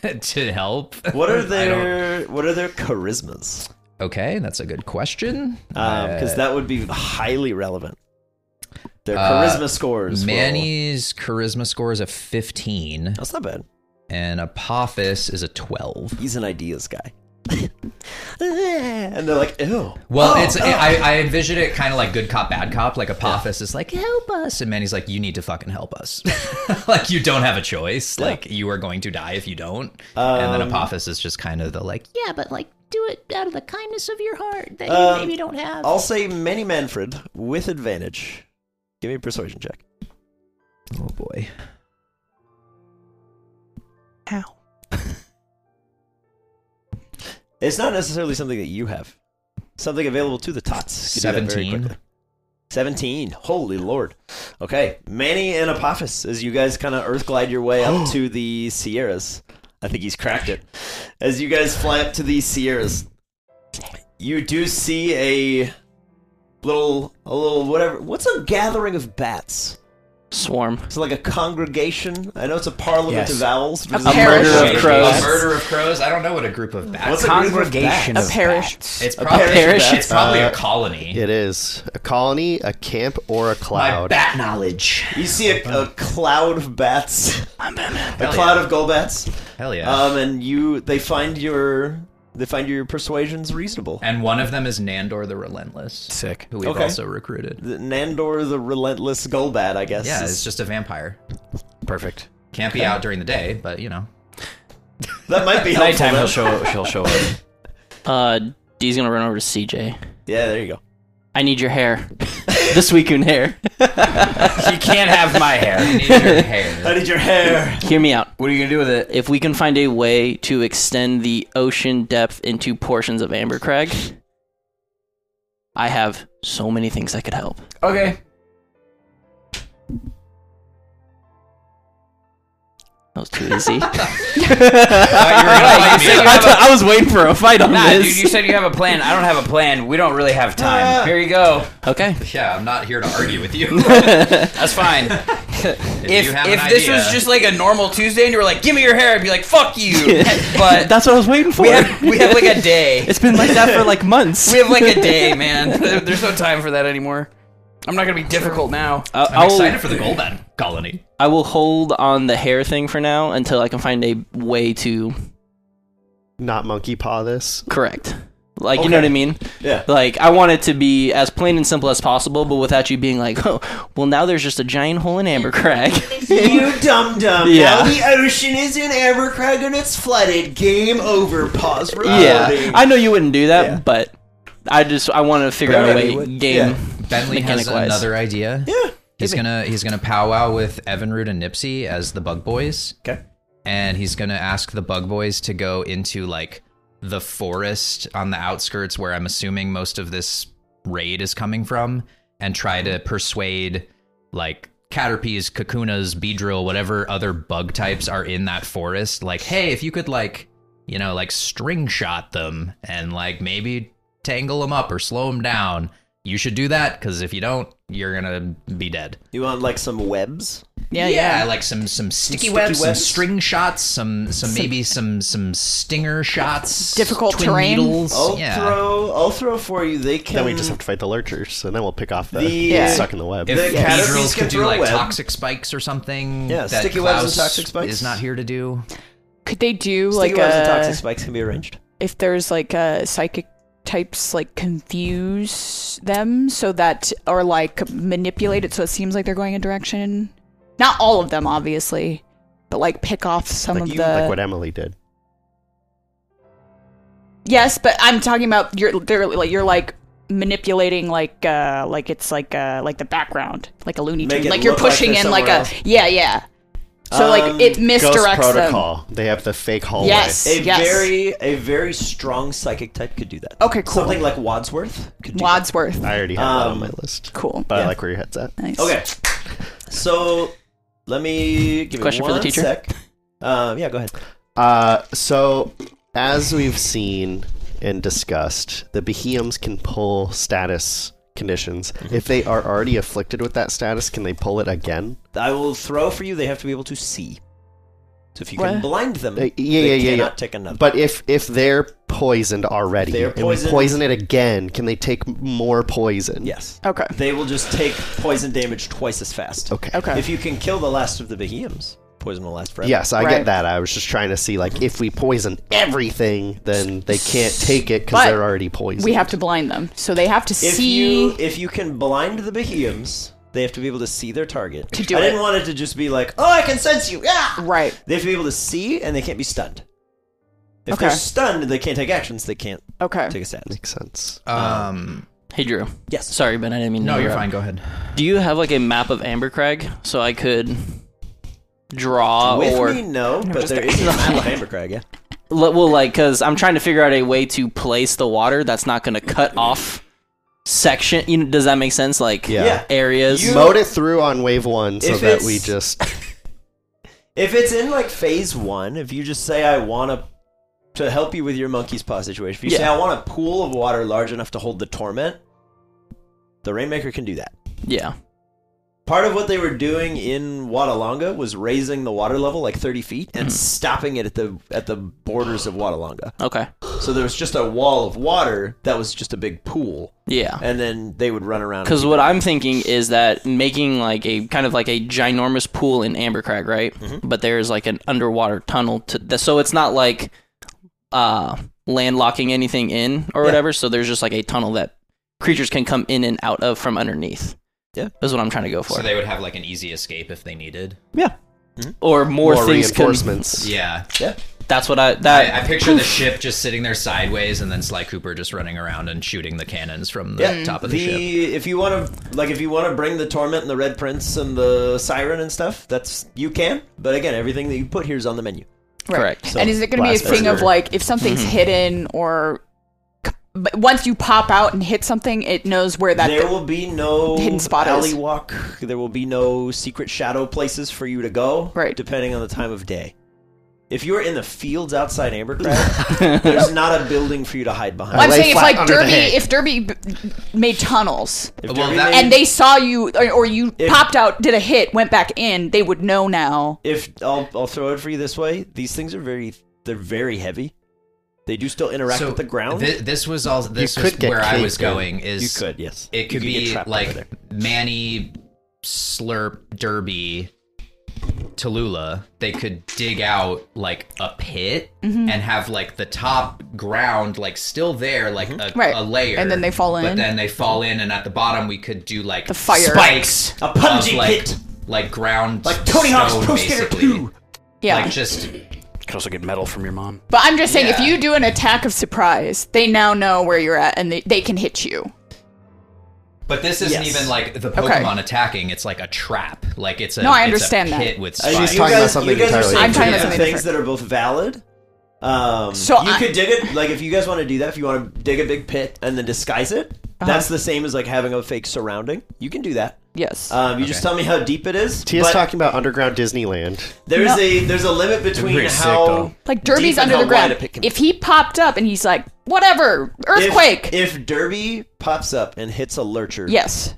Speaker 6: to help.
Speaker 2: What are
Speaker 6: I don't-
Speaker 2: their What are their charismas?
Speaker 6: Okay, that's a good question.
Speaker 2: Because Um, that would be highly relevant. Their
Speaker 6: Uh,
Speaker 2: charisma scores. will-
Speaker 6: Manny's charisma score is a 15,
Speaker 2: That's not bad.
Speaker 6: and Apophis is a 12.
Speaker 2: He's an ideas guy. and they're like, ew.
Speaker 6: Well, it's I, I envision it kind of like good cop, bad cop. Like Apophis is like, help us, and Manny's like, you need to fucking help us. like you don't have a choice. Like you are going to die if you don't. and then Apophis is just kind of the like, yeah, but like do it out of the kindness of your heart that you maybe don't have.
Speaker 2: Um, I'll say Manny Manfred with advantage. Give me a persuasion check.
Speaker 6: Oh boy.
Speaker 2: Oh.
Speaker 7: Ow.
Speaker 2: It's not necessarily something that you have. Something available to the tots. You do that very
Speaker 6: 17.
Speaker 2: quickly. Seventeen. Holy lord. Okay, Manny and Apophis, as you guys kind of earth glide your way up to the Sierras. I think he's cracked it. As you guys fly up to the Sierras, you do see a little, a little whatever. What's a gathering of bats?
Speaker 7: Swarm.
Speaker 2: It's like a congregation. I know it's a parliament of owls. but
Speaker 3: A
Speaker 2: it's like-
Speaker 3: parish.
Speaker 7: murder of
Speaker 6: A
Speaker 7: crows.
Speaker 6: murder of crows. I don't know what a group of bats.
Speaker 2: What's a group of
Speaker 8: Congregation
Speaker 2: bats?
Speaker 8: of
Speaker 3: A parish.
Speaker 8: bats.
Speaker 6: It's probably
Speaker 7: parish?
Speaker 6: It's probably a
Speaker 5: Uh,
Speaker 6: colony.
Speaker 5: It is a colony, a camp, or a
Speaker 6: My
Speaker 5: cloud.
Speaker 6: bat knowledge.
Speaker 2: You see a, a cloud of bats, a
Speaker 6: Hell
Speaker 2: cloud of golbats,
Speaker 6: Hell yeah.
Speaker 2: um, and you. They find your. They find your persuasions reasonable.
Speaker 6: and one of them is Nandor the Relentless,
Speaker 8: Sick.
Speaker 6: who we've
Speaker 2: Okay.
Speaker 6: also recruited.
Speaker 2: The Nandor the relentless Golbat, I guess.
Speaker 6: Yeah,
Speaker 2: is-
Speaker 6: it's just a vampire.
Speaker 8: Perfect.
Speaker 6: Can't be out during the day, but you know.
Speaker 2: that might be helpful.
Speaker 8: Nighttime,
Speaker 2: then.
Speaker 8: he'll show. She'll show up.
Speaker 7: Uh, D's gonna run over to CJ.
Speaker 2: Yeah, there you go.
Speaker 7: I need your hair. this weekend hair.
Speaker 8: she can't have my hair.
Speaker 6: Need your hair.
Speaker 2: I need your hair.
Speaker 7: Hear me out.
Speaker 8: What are you gonna do with it?
Speaker 7: If we can find a way to extend the ocean depth into portions of Ambercrag, I have so many things that could help.
Speaker 8: Okay.
Speaker 7: That was too easy. I,
Speaker 8: Alright, you said you have a-
Speaker 7: thought- I was waiting for a fight on
Speaker 8: Nah, dude,
Speaker 7: this.
Speaker 8: you said you have a plan. I don't have a plan. We don't really have
Speaker 7: Uh.
Speaker 8: time. Here you go.
Speaker 7: okay.
Speaker 6: Yeah, I'm not here to argue with you.
Speaker 8: That's fine. if
Speaker 6: you have
Speaker 8: if
Speaker 6: an
Speaker 8: this
Speaker 6: idea-
Speaker 8: was just like a normal Tuesday and you were like, give me your hair, I'd be like, fuck you. but
Speaker 7: That's what I was waiting for.
Speaker 8: we have we have like a day.
Speaker 7: it's been like that for like months.
Speaker 8: We have like a day, man. There- There's no time for that anymore. I'm not gonna be difficult now.
Speaker 7: I-
Speaker 6: I'm
Speaker 7: I'll-
Speaker 6: excited for the Golden colony.
Speaker 7: I will hold on the hair thing for now until I can find a way to
Speaker 5: Not monkey paw. This
Speaker 7: correct. Like you know what I mean?
Speaker 2: Yeah.
Speaker 7: Like I want it to be as plain and simple as possible, but without you being like, oh, well now there's just a giant hole in amber crag.
Speaker 2: You dum dum.
Speaker 7: Yeah.
Speaker 2: Now the ocean is in Evercrag and it's flooded. Game over. Pause recording.
Speaker 7: yeah, I know you wouldn't do that,
Speaker 2: Yeah.
Speaker 7: but I just I want to figure out a
Speaker 2: Bentley
Speaker 7: way
Speaker 2: would.
Speaker 7: game.
Speaker 2: Yeah.
Speaker 6: Bentley has
Speaker 7: Mechanic-wise.
Speaker 6: another idea.
Speaker 2: Yeah.
Speaker 6: He's gonna he's gonna powwow with Evanroot and Nipsey as the Bug Boys.
Speaker 2: Okay.
Speaker 6: and he's gonna ask the bug boys to go into like the forest on the outskirts where I'm assuming most of this raid is coming from, and try to persuade like caterpies, kakunas, beedrill, whatever other bug types are in that forest. Like, hey, if you could like you know like string shot them and like maybe tangle them up or slow them down. you should do that because if you don't, you're gonna be dead.
Speaker 2: You want like some webs?
Speaker 3: Yeah, yeah.
Speaker 6: like some some sticky,
Speaker 2: sticky
Speaker 6: webs, some
Speaker 2: webs.
Speaker 6: string shots, some some maybe some some stinger shots,
Speaker 3: Difficult
Speaker 6: twin
Speaker 3: terrain.
Speaker 6: needles.
Speaker 2: I'll
Speaker 6: yeah.
Speaker 2: Oh, throw. I'll throw for you. They can.
Speaker 5: Then we
Speaker 3: Mm.
Speaker 5: just have to fight the lurchers, and then we'll pick off the,
Speaker 2: The- Yeah.
Speaker 5: suck in the web.
Speaker 6: if
Speaker 2: The
Speaker 6: cathedrals
Speaker 2: canopies
Speaker 6: could
Speaker 2: can
Speaker 6: do
Speaker 2: throw
Speaker 6: like
Speaker 2: web.
Speaker 6: toxic spikes or something,
Speaker 2: Yeah,
Speaker 6: that
Speaker 2: sticky webs and
Speaker 6: Klaus
Speaker 2: toxic spikes.
Speaker 6: is not here to do.
Speaker 3: Could they do
Speaker 2: Sticky
Speaker 3: like uh,
Speaker 2: webs
Speaker 3: a
Speaker 2: and toxic spikes can be arranged.
Speaker 3: if there's like a psychic types like confuse them so that or like manipulate it so it seems like they're going a direction. Not all of them, obviously, but like pick off some
Speaker 5: like,
Speaker 3: of
Speaker 5: you,
Speaker 3: the.
Speaker 5: like what Emily did.
Speaker 3: Yes, but I'm talking about you're they're like you're like manipulating like uh like it's like uh like the background like a Looney
Speaker 2: Make
Speaker 3: Tune
Speaker 2: it
Speaker 3: like you're
Speaker 2: look like
Speaker 3: pushing
Speaker 2: they're
Speaker 3: in like
Speaker 2: somewhere
Speaker 3: a yeah yeah. So
Speaker 2: Um,
Speaker 3: like it misdirects
Speaker 5: Ghost
Speaker 3: them.
Speaker 5: protocol. They have the fake hallway.
Speaker 3: Yes.
Speaker 2: A
Speaker 3: yes.
Speaker 2: very, a very strong psychic type could do that.
Speaker 3: Okay, cool.
Speaker 2: Something like Wadsworth could do.
Speaker 3: Wadsworth.
Speaker 5: I already have that on
Speaker 2: Um,
Speaker 5: my list.
Speaker 3: Cool.
Speaker 5: But
Speaker 2: yeah.
Speaker 5: I like where your head's at.
Speaker 3: Nice.
Speaker 2: that. Okay. So let me give
Speaker 7: Question
Speaker 2: me
Speaker 7: for
Speaker 2: one
Speaker 7: the teacher?
Speaker 2: Sec. Um, yeah, go ahead.
Speaker 5: Uh, so, as we've seen and discussed, the Behemoths can pull status conditions.
Speaker 6: Mm-hmm.
Speaker 5: If they are already afflicted with that status, can they pull it again?
Speaker 2: I will throw for you. They have to be able to see. So if you can
Speaker 3: What?
Speaker 2: blind them,
Speaker 5: Uh, yeah, yeah,
Speaker 2: they
Speaker 5: yeah, yeah.
Speaker 2: cannot take another.
Speaker 5: But if if they're poisoned already
Speaker 2: They're
Speaker 5: and we
Speaker 2: poisoned.
Speaker 5: poison it again, can they take more poison?
Speaker 2: yes,
Speaker 3: Okay.
Speaker 2: they will just take poison damage twice as fast.
Speaker 5: Okay.
Speaker 3: Okay.
Speaker 2: If you can kill the last of the behemoths, poison will last forever.
Speaker 5: Yes, I
Speaker 3: Right.
Speaker 5: get that. I was just trying to see like if we poison everything, then they can't take it because
Speaker 3: But
Speaker 5: they're already poisoned.
Speaker 3: We have to blind them, so they have to
Speaker 2: If
Speaker 3: see.
Speaker 2: you if you can blind the behemoths, they have to be able to see their target.
Speaker 3: To do
Speaker 2: I
Speaker 3: it.
Speaker 2: didn't want it to just be like, oh, I can sense you. Yeah.
Speaker 3: Right.
Speaker 2: They have to be able to see, and they can't be stunned. If
Speaker 3: Okay.
Speaker 2: they're stunned, they can't take actions. They can't
Speaker 3: Okay.
Speaker 2: take a stat.
Speaker 5: Makes sense.
Speaker 2: Oh.
Speaker 6: Um,
Speaker 7: Hey Drew.
Speaker 2: Yes.
Speaker 7: Sorry, Ben. I didn't mean. to
Speaker 6: no, you're
Speaker 7: interrupt.
Speaker 6: fine. Go ahead.
Speaker 7: Do you have like a map of Ambercrag so I could draw
Speaker 2: With
Speaker 7: or
Speaker 2: me, no, but there is a map of Ambercrag, yeah.
Speaker 7: L- well, like, because I'm trying to figure out a way to place the water that's not going to cut off section. You know, does that make sense? Like,
Speaker 5: Yeah. Yeah.
Speaker 7: areas.
Speaker 2: You-
Speaker 5: Mowed it through on wave one so
Speaker 2: If
Speaker 5: that we
Speaker 2: it's-
Speaker 5: just
Speaker 2: If it's in like phase one, if you just say I want to to help you with your monkey's paw situation, if you say
Speaker 7: Yeah.
Speaker 2: I want a pool of water large enough to hold the torment, the Rainmaker can do that.
Speaker 7: yeah.
Speaker 2: Part of what they were doing in Watalonga was raising the water level like 30 feet and stopping it at the at the borders of Watalonga.
Speaker 7: Okay.
Speaker 2: So there was just a wall of water that was just a big pool,
Speaker 7: Yeah.
Speaker 2: and then they would run around.
Speaker 7: Because what I'm thinking is that making like a kind of like a ginormous pool in Ambercrag, right?
Speaker 2: Mm-hmm.
Speaker 7: But there's like an underwater tunnel to th- so it's not like uh landlocking anything in or whatever. So there's just like a tunnel that creatures can come in and out of from underneath.
Speaker 2: Yeah.
Speaker 7: that's what I'm trying to go for.
Speaker 6: So they would have like an easy escape if they needed.
Speaker 7: or more,
Speaker 5: more,
Speaker 7: things can-
Speaker 5: reinforcements.
Speaker 6: Yeah,
Speaker 7: that's what I that
Speaker 6: I, I picture the ship just sitting there sideways, and then Sly Cooper just running around and shooting the cannons from the top of the, ship.
Speaker 2: The if you want to like if you want to bring the torment and the red prince and the siren and stuff, that's you can. But again, everything that you put here is on the menu.
Speaker 7: Correct.
Speaker 2: So-
Speaker 3: and is it going to be a
Speaker 5: Blast
Speaker 3: thing of
Speaker 5: Burger. Mm-hmm.
Speaker 3: like if something's hidden or c- but once you pop out and hit something, it knows where that.
Speaker 2: there
Speaker 3: thi-
Speaker 2: will be no
Speaker 3: Hidden spot is.
Speaker 2: alley walk. There will be no secret shadow places for you to go.
Speaker 3: Right.
Speaker 2: depending on the time of day. If you're in the fields outside Ambercrag, there's not a building for you to hide behind.
Speaker 3: Well, I'm
Speaker 5: lay
Speaker 3: saying if
Speaker 5: flat
Speaker 3: like
Speaker 5: under the
Speaker 3: Derby,
Speaker 5: hay.
Speaker 3: if Derby b- made tunnels
Speaker 2: If
Speaker 6: Well,
Speaker 2: Derby
Speaker 6: that-
Speaker 2: made-
Speaker 3: and they saw you or, or you
Speaker 2: If-
Speaker 3: popped out, did a hit, went back in, they would know now.
Speaker 2: if I'll, I'll throw it for you this way, these things are very they're very heavy. They do still interact with the ground.
Speaker 6: thi- this was all. This
Speaker 5: could
Speaker 6: was
Speaker 5: get
Speaker 6: where I was
Speaker 5: caked in.
Speaker 6: going. Is
Speaker 2: you could, yes.
Speaker 6: It could
Speaker 2: You get
Speaker 6: be
Speaker 2: trapped over
Speaker 6: like
Speaker 2: there.
Speaker 6: Manny, Slurp, Derby, Tallulah. They could dig out like a pit
Speaker 3: Mm-hmm.
Speaker 6: and have like the top ground like still there, like a,
Speaker 2: Mm-hmm.
Speaker 3: Right.
Speaker 6: a layer,
Speaker 3: And then they fall in.
Speaker 6: But then they fall in, and at the bottom we could do like
Speaker 3: The fire.
Speaker 6: spikes,
Speaker 2: A punji
Speaker 6: of, like,
Speaker 2: pit.
Speaker 6: like ground,
Speaker 2: Like Tony Hawk's
Speaker 6: stone,
Speaker 2: Pro Skater
Speaker 6: basically.
Speaker 2: 2.
Speaker 3: Yeah,
Speaker 6: Like just
Speaker 8: You can also get metal from your mom.
Speaker 3: but I'm just saying if
Speaker 6: yeah.
Speaker 3: you do an attack of surprise, they now know where you're at and they, they can hit you.
Speaker 6: But this isn't
Speaker 2: Yes.
Speaker 6: even like the Pokemon attacking. It's like a trap. Like it's a
Speaker 3: No, I
Speaker 6: it's a
Speaker 3: understand that.
Speaker 6: pit with
Speaker 2: I mean,
Speaker 6: spikes.
Speaker 5: She's talking about something
Speaker 2: you guys
Speaker 5: entirely
Speaker 2: Are
Speaker 3: I'm talking about
Speaker 2: saying
Speaker 3: something
Speaker 2: things that are both valid. Um,
Speaker 3: So
Speaker 2: you
Speaker 3: I-
Speaker 2: could dig it like if you guys want to do that. If you want to dig a big pit and then disguise it,
Speaker 3: Uh-huh.
Speaker 2: that's the same as like having a fake surrounding. You can do that.
Speaker 3: Yes.
Speaker 2: Um, you just tell me how deep it is.
Speaker 5: Tia's
Speaker 2: but
Speaker 5: talking about underground Disneyland.
Speaker 2: There's
Speaker 3: No.
Speaker 2: a there's a limit between
Speaker 8: pretty sick,
Speaker 2: how
Speaker 8: though.
Speaker 3: Like
Speaker 2: deep
Speaker 3: Derby's
Speaker 2: and
Speaker 3: under
Speaker 2: how
Speaker 3: the
Speaker 2: wide
Speaker 3: ground.
Speaker 2: a pit can be.
Speaker 3: If he popped up and he's like, whatever earthquake.
Speaker 2: If, if Derby pops up and hits a lurcher,
Speaker 3: yes,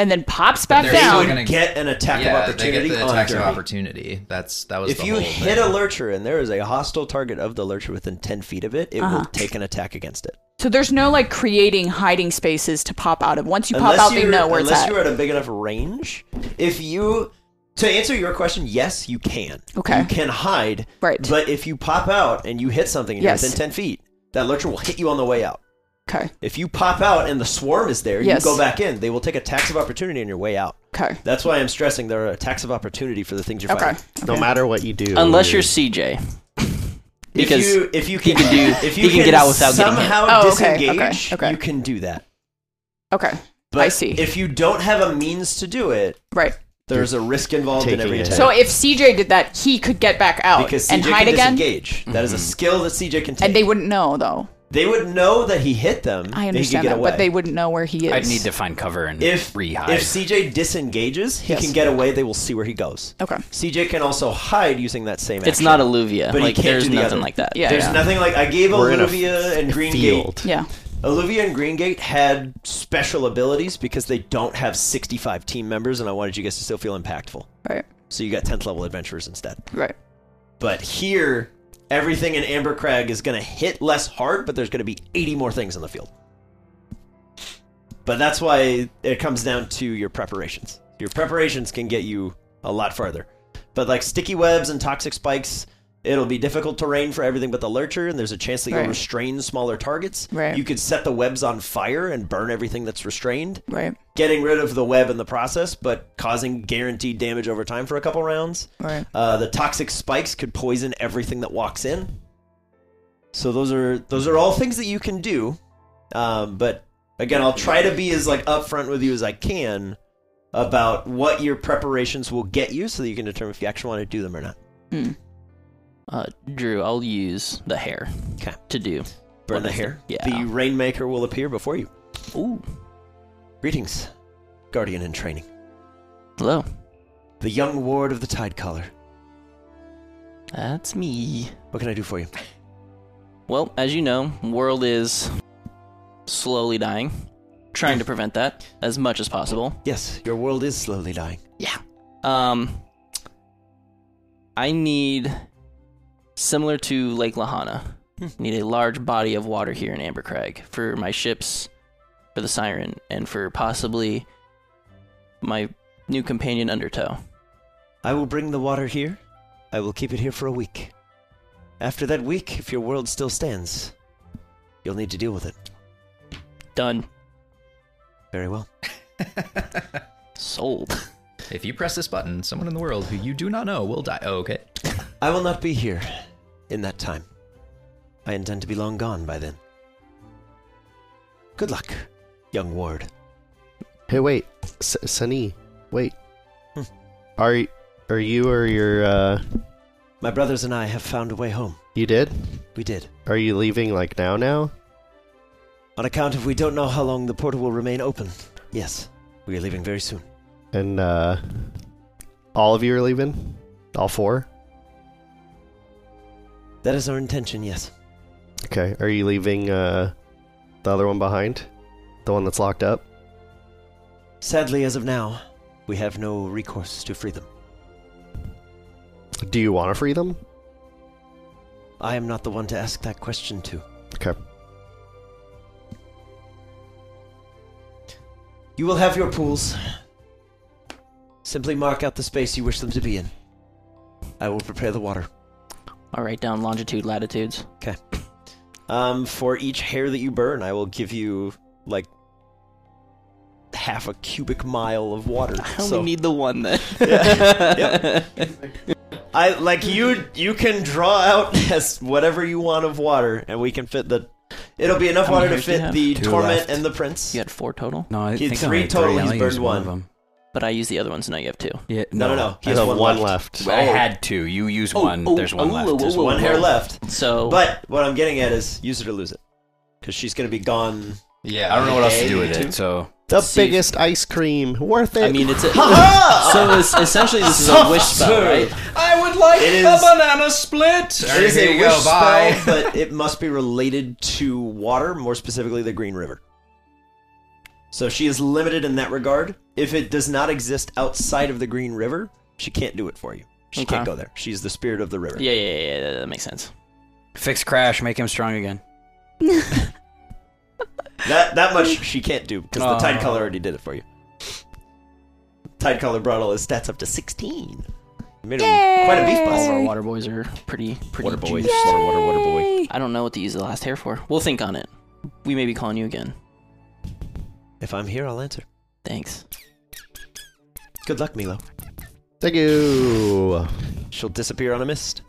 Speaker 3: and then pops back
Speaker 6: they're
Speaker 3: down.
Speaker 6: still gonna-
Speaker 2: get an attack
Speaker 6: yeah,
Speaker 2: of opportunity
Speaker 6: They get the
Speaker 2: on
Speaker 6: attacks
Speaker 2: Derby.
Speaker 6: of opportunity. That's that was.
Speaker 2: If
Speaker 6: the
Speaker 2: you
Speaker 6: whole
Speaker 2: hit
Speaker 6: thing.
Speaker 2: a lurcher and there is a hostile target of the lurcher within 10 feet of it, it will
Speaker 3: Uh-huh.
Speaker 2: take an attack against it.
Speaker 3: So there's no like creating hiding spaces to pop out of. Once you pop out, they
Speaker 2: you're-
Speaker 3: know where it's
Speaker 2: unless
Speaker 3: at.
Speaker 2: you're at a big enough range, if you to answer your question, yes, you can.
Speaker 3: Okay.
Speaker 2: you can hide.
Speaker 3: Right.
Speaker 2: But if you pop out and you hit something and
Speaker 3: Yes.
Speaker 2: you're within ten feet, that lurcher will hit you on the way out.
Speaker 3: Okay.
Speaker 2: If you pop out and the swarm is there,
Speaker 3: Yes.
Speaker 2: you go back in. They will take a tax of opportunity on your way out.
Speaker 3: Okay.
Speaker 2: That's why I'm stressing there are attacks of opportunity for the things you're
Speaker 3: Okay.
Speaker 2: fighting.
Speaker 5: No matter what you do,
Speaker 7: Unless you're CJ. Because
Speaker 2: if you if you can,
Speaker 7: can do-
Speaker 2: if
Speaker 7: he
Speaker 2: you
Speaker 7: can get out without getting hit.
Speaker 2: somehow
Speaker 3: Oh, okay, okay,
Speaker 2: disengage,
Speaker 3: okay.
Speaker 2: you can do that.
Speaker 3: Okay.
Speaker 2: But
Speaker 3: I see.
Speaker 2: If you don't have a means to do it,
Speaker 3: Right.
Speaker 2: there's a risk involved in
Speaker 5: Taking
Speaker 2: every
Speaker 5: it.
Speaker 2: attack.
Speaker 3: So if CJ did that, he could get back out
Speaker 2: because CJ
Speaker 3: and
Speaker 2: can
Speaker 3: hide again,
Speaker 2: disengage. That
Speaker 7: Mm-hmm.
Speaker 2: is a skill that CJ can take.
Speaker 3: and they wouldn't know though.
Speaker 2: They would know that he hit them. and he
Speaker 3: I
Speaker 2: could
Speaker 3: understand
Speaker 2: get
Speaker 3: that,
Speaker 2: away.
Speaker 3: but they wouldn't know where he is.
Speaker 8: I'd need to find cover and
Speaker 2: If
Speaker 8: rehide.
Speaker 2: if CJ disengages, he
Speaker 3: Yes.
Speaker 2: can get away. They will see where he goes.
Speaker 3: Okay.
Speaker 2: CJ can also hide using that same.
Speaker 7: it's
Speaker 2: action.
Speaker 7: not alluvia.
Speaker 2: But he
Speaker 7: like
Speaker 2: can't
Speaker 7: there's
Speaker 2: do the
Speaker 7: nothing
Speaker 2: other.
Speaker 7: like that.
Speaker 3: Yeah.
Speaker 2: There's
Speaker 3: yeah.
Speaker 2: nothing like I gave
Speaker 5: We're in a
Speaker 2: Olivia and Green Gate.
Speaker 5: field.
Speaker 3: yeah.
Speaker 2: Olivia and Green Gate had special abilities because they don't have 65 team members, and I wanted you guys to still feel impactful.
Speaker 3: Right.
Speaker 2: So you got 10th level adventurers instead.
Speaker 3: Right.
Speaker 2: But here, everything in Amber Crag is going to hit less hard, but there's going to be 80 more things on the field. But that's why it comes down to your preparations. Your preparations can get you a lot farther. But like sticky webs and toxic spikes, it'll be difficult terrain for everything but the lurcher, and there's a chance that you'll
Speaker 3: Right.
Speaker 2: restrain smaller targets.
Speaker 3: Right.
Speaker 2: You could set the webs on fire and burn everything that's restrained,
Speaker 3: Right.
Speaker 2: getting rid of the web in the process, but causing guaranteed damage over time for a couple rounds.
Speaker 3: Right.
Speaker 2: Uh, the toxic spikes could poison everything that walks in. So those are those are all things that you can do. Um, but again, I'll try to be as like upfront with you as I can about what your preparations will get you, so that you can determine if you actually want to do them or not.
Speaker 7: Uh, Drew, I'll use the hair
Speaker 2: 'Kay.
Speaker 7: to do.
Speaker 2: Burn
Speaker 7: What
Speaker 2: the
Speaker 7: is
Speaker 2: hair.
Speaker 7: it?
Speaker 2: The
Speaker 7: Yeah.
Speaker 2: rainmaker will appear before you.
Speaker 7: Ooh,
Speaker 2: Greetings, guardian in training,
Speaker 7: hello.
Speaker 2: the young ward of the Tide Collar.
Speaker 7: That's me.
Speaker 2: What can I do for you?
Speaker 7: Well, as you know, world is slowly dying. Trying to prevent that as much as possible.
Speaker 2: Yes, your world is slowly dying.
Speaker 7: Um, I need similar to Lake Lahana. Need a large body of water here in Ambercrag for my ships, for the Siren, and for possibly my new companion Undertow.
Speaker 2: I will bring the water here. I will keep it here for a week. After that week, if your world still stands, you'll need to deal with it.
Speaker 7: Done.
Speaker 2: Very well.
Speaker 7: Sold.
Speaker 6: If you press this button, someone in the world who you do not know will die. Oh, okay.
Speaker 2: I will not be here in that time. I intend to be long gone by then. Good luck, young ward.
Speaker 5: Hey, wait, S- Sunny, wait.
Speaker 2: Hmm.
Speaker 5: Are y- are you or your uh
Speaker 2: My brothers and I have found a way home.
Speaker 5: you did?
Speaker 2: We did.
Speaker 5: Are you leaving like now now?
Speaker 2: On account of we don't know how long the portal will remain open. Yes, we are leaving very soon.
Speaker 5: And uh all of you are leaving? All four?
Speaker 2: That is our intention, yes.
Speaker 5: Okay. Are you leaving uh the other one behind? The one that's locked up?
Speaker 2: Sadly, as of now, we have no recourse to free them.
Speaker 5: Do you want to free them?
Speaker 2: I am not the one to ask that question to.
Speaker 5: Okay.
Speaker 2: You will have your pools. Simply mark out the space you wish them to be in. I will prepare the water.
Speaker 7: I'll write down longitude, latitudes.
Speaker 2: Um, for each hair that you burn, I will give you like half a cubic mile of water.
Speaker 7: I only
Speaker 2: So
Speaker 7: need the one then.
Speaker 2: I like you. You can draw out as whatever you want of water, and we can fit the. It'll be enough
Speaker 7: How many
Speaker 2: water to
Speaker 7: hairs do you
Speaker 2: fit
Speaker 7: have?
Speaker 2: the
Speaker 8: Two
Speaker 2: torment
Speaker 8: left.
Speaker 2: and the prince.
Speaker 7: you had four total,
Speaker 8: no, I
Speaker 2: He had
Speaker 8: think
Speaker 2: three
Speaker 8: I had
Speaker 2: total,
Speaker 8: three. I
Speaker 2: he's
Speaker 8: only
Speaker 2: burned
Speaker 8: used
Speaker 2: one.
Speaker 8: of them.
Speaker 7: but I used the other one, so now you have two.
Speaker 8: Yeah,
Speaker 2: No, no, no. He
Speaker 5: I
Speaker 2: has
Speaker 5: have
Speaker 2: one, left.
Speaker 8: I had two. You used
Speaker 7: Oh,
Speaker 8: one.
Speaker 7: oh,
Speaker 8: There's one
Speaker 7: oh,
Speaker 8: left.
Speaker 7: oh,
Speaker 8: There's
Speaker 7: oh,
Speaker 8: one
Speaker 2: One hair left.
Speaker 7: So
Speaker 2: But what I'm getting at is use it or lose it, because she's gonna be gone.
Speaker 6: Yeah,
Speaker 8: I don't know what else to
Speaker 2: Hey,
Speaker 8: do with
Speaker 2: two.
Speaker 8: it. So
Speaker 5: The
Speaker 7: See-
Speaker 5: biggest ice cream. Worth it.
Speaker 7: I mean, it's a,
Speaker 2: Ah!
Speaker 7: so it's, essentially this is a wish spell, right?
Speaker 2: I
Speaker 6: I would like
Speaker 1: It
Speaker 6: a
Speaker 1: is-
Speaker 6: banana split.
Speaker 1: It is
Speaker 6: Here
Speaker 1: a
Speaker 6: you
Speaker 1: wish
Speaker 6: go, bye.
Speaker 1: spell,
Speaker 2: but it must be related to water, more specifically the Green River. So she is limited in that regard. If it does not exist outside of the Green River, she can't do it for you. She
Speaker 7: Okay.
Speaker 2: can't go there. She's the spirit of the river.
Speaker 7: Yeah, yeah, yeah, yeah, that makes sense.
Speaker 8: Fix Crash, make him strong again.
Speaker 2: That that much she can't do because the Tide
Speaker 8: Oh.
Speaker 2: Color already did it for you. Tide Color brought all his stats up to 16. Made him quite a beef
Speaker 7: All of our
Speaker 2: boss.
Speaker 7: water boys are pretty, pretty
Speaker 2: Water boy,
Speaker 7: juiced.
Speaker 2: water, water, water boy.
Speaker 7: I don't know what to use the last hair for. We'll think on it. We may be calling you again.
Speaker 2: If I'm here, I'll answer.
Speaker 7: Thanks.
Speaker 2: Good luck, Milo.
Speaker 5: Thank you.
Speaker 2: She'll disappear on a mist.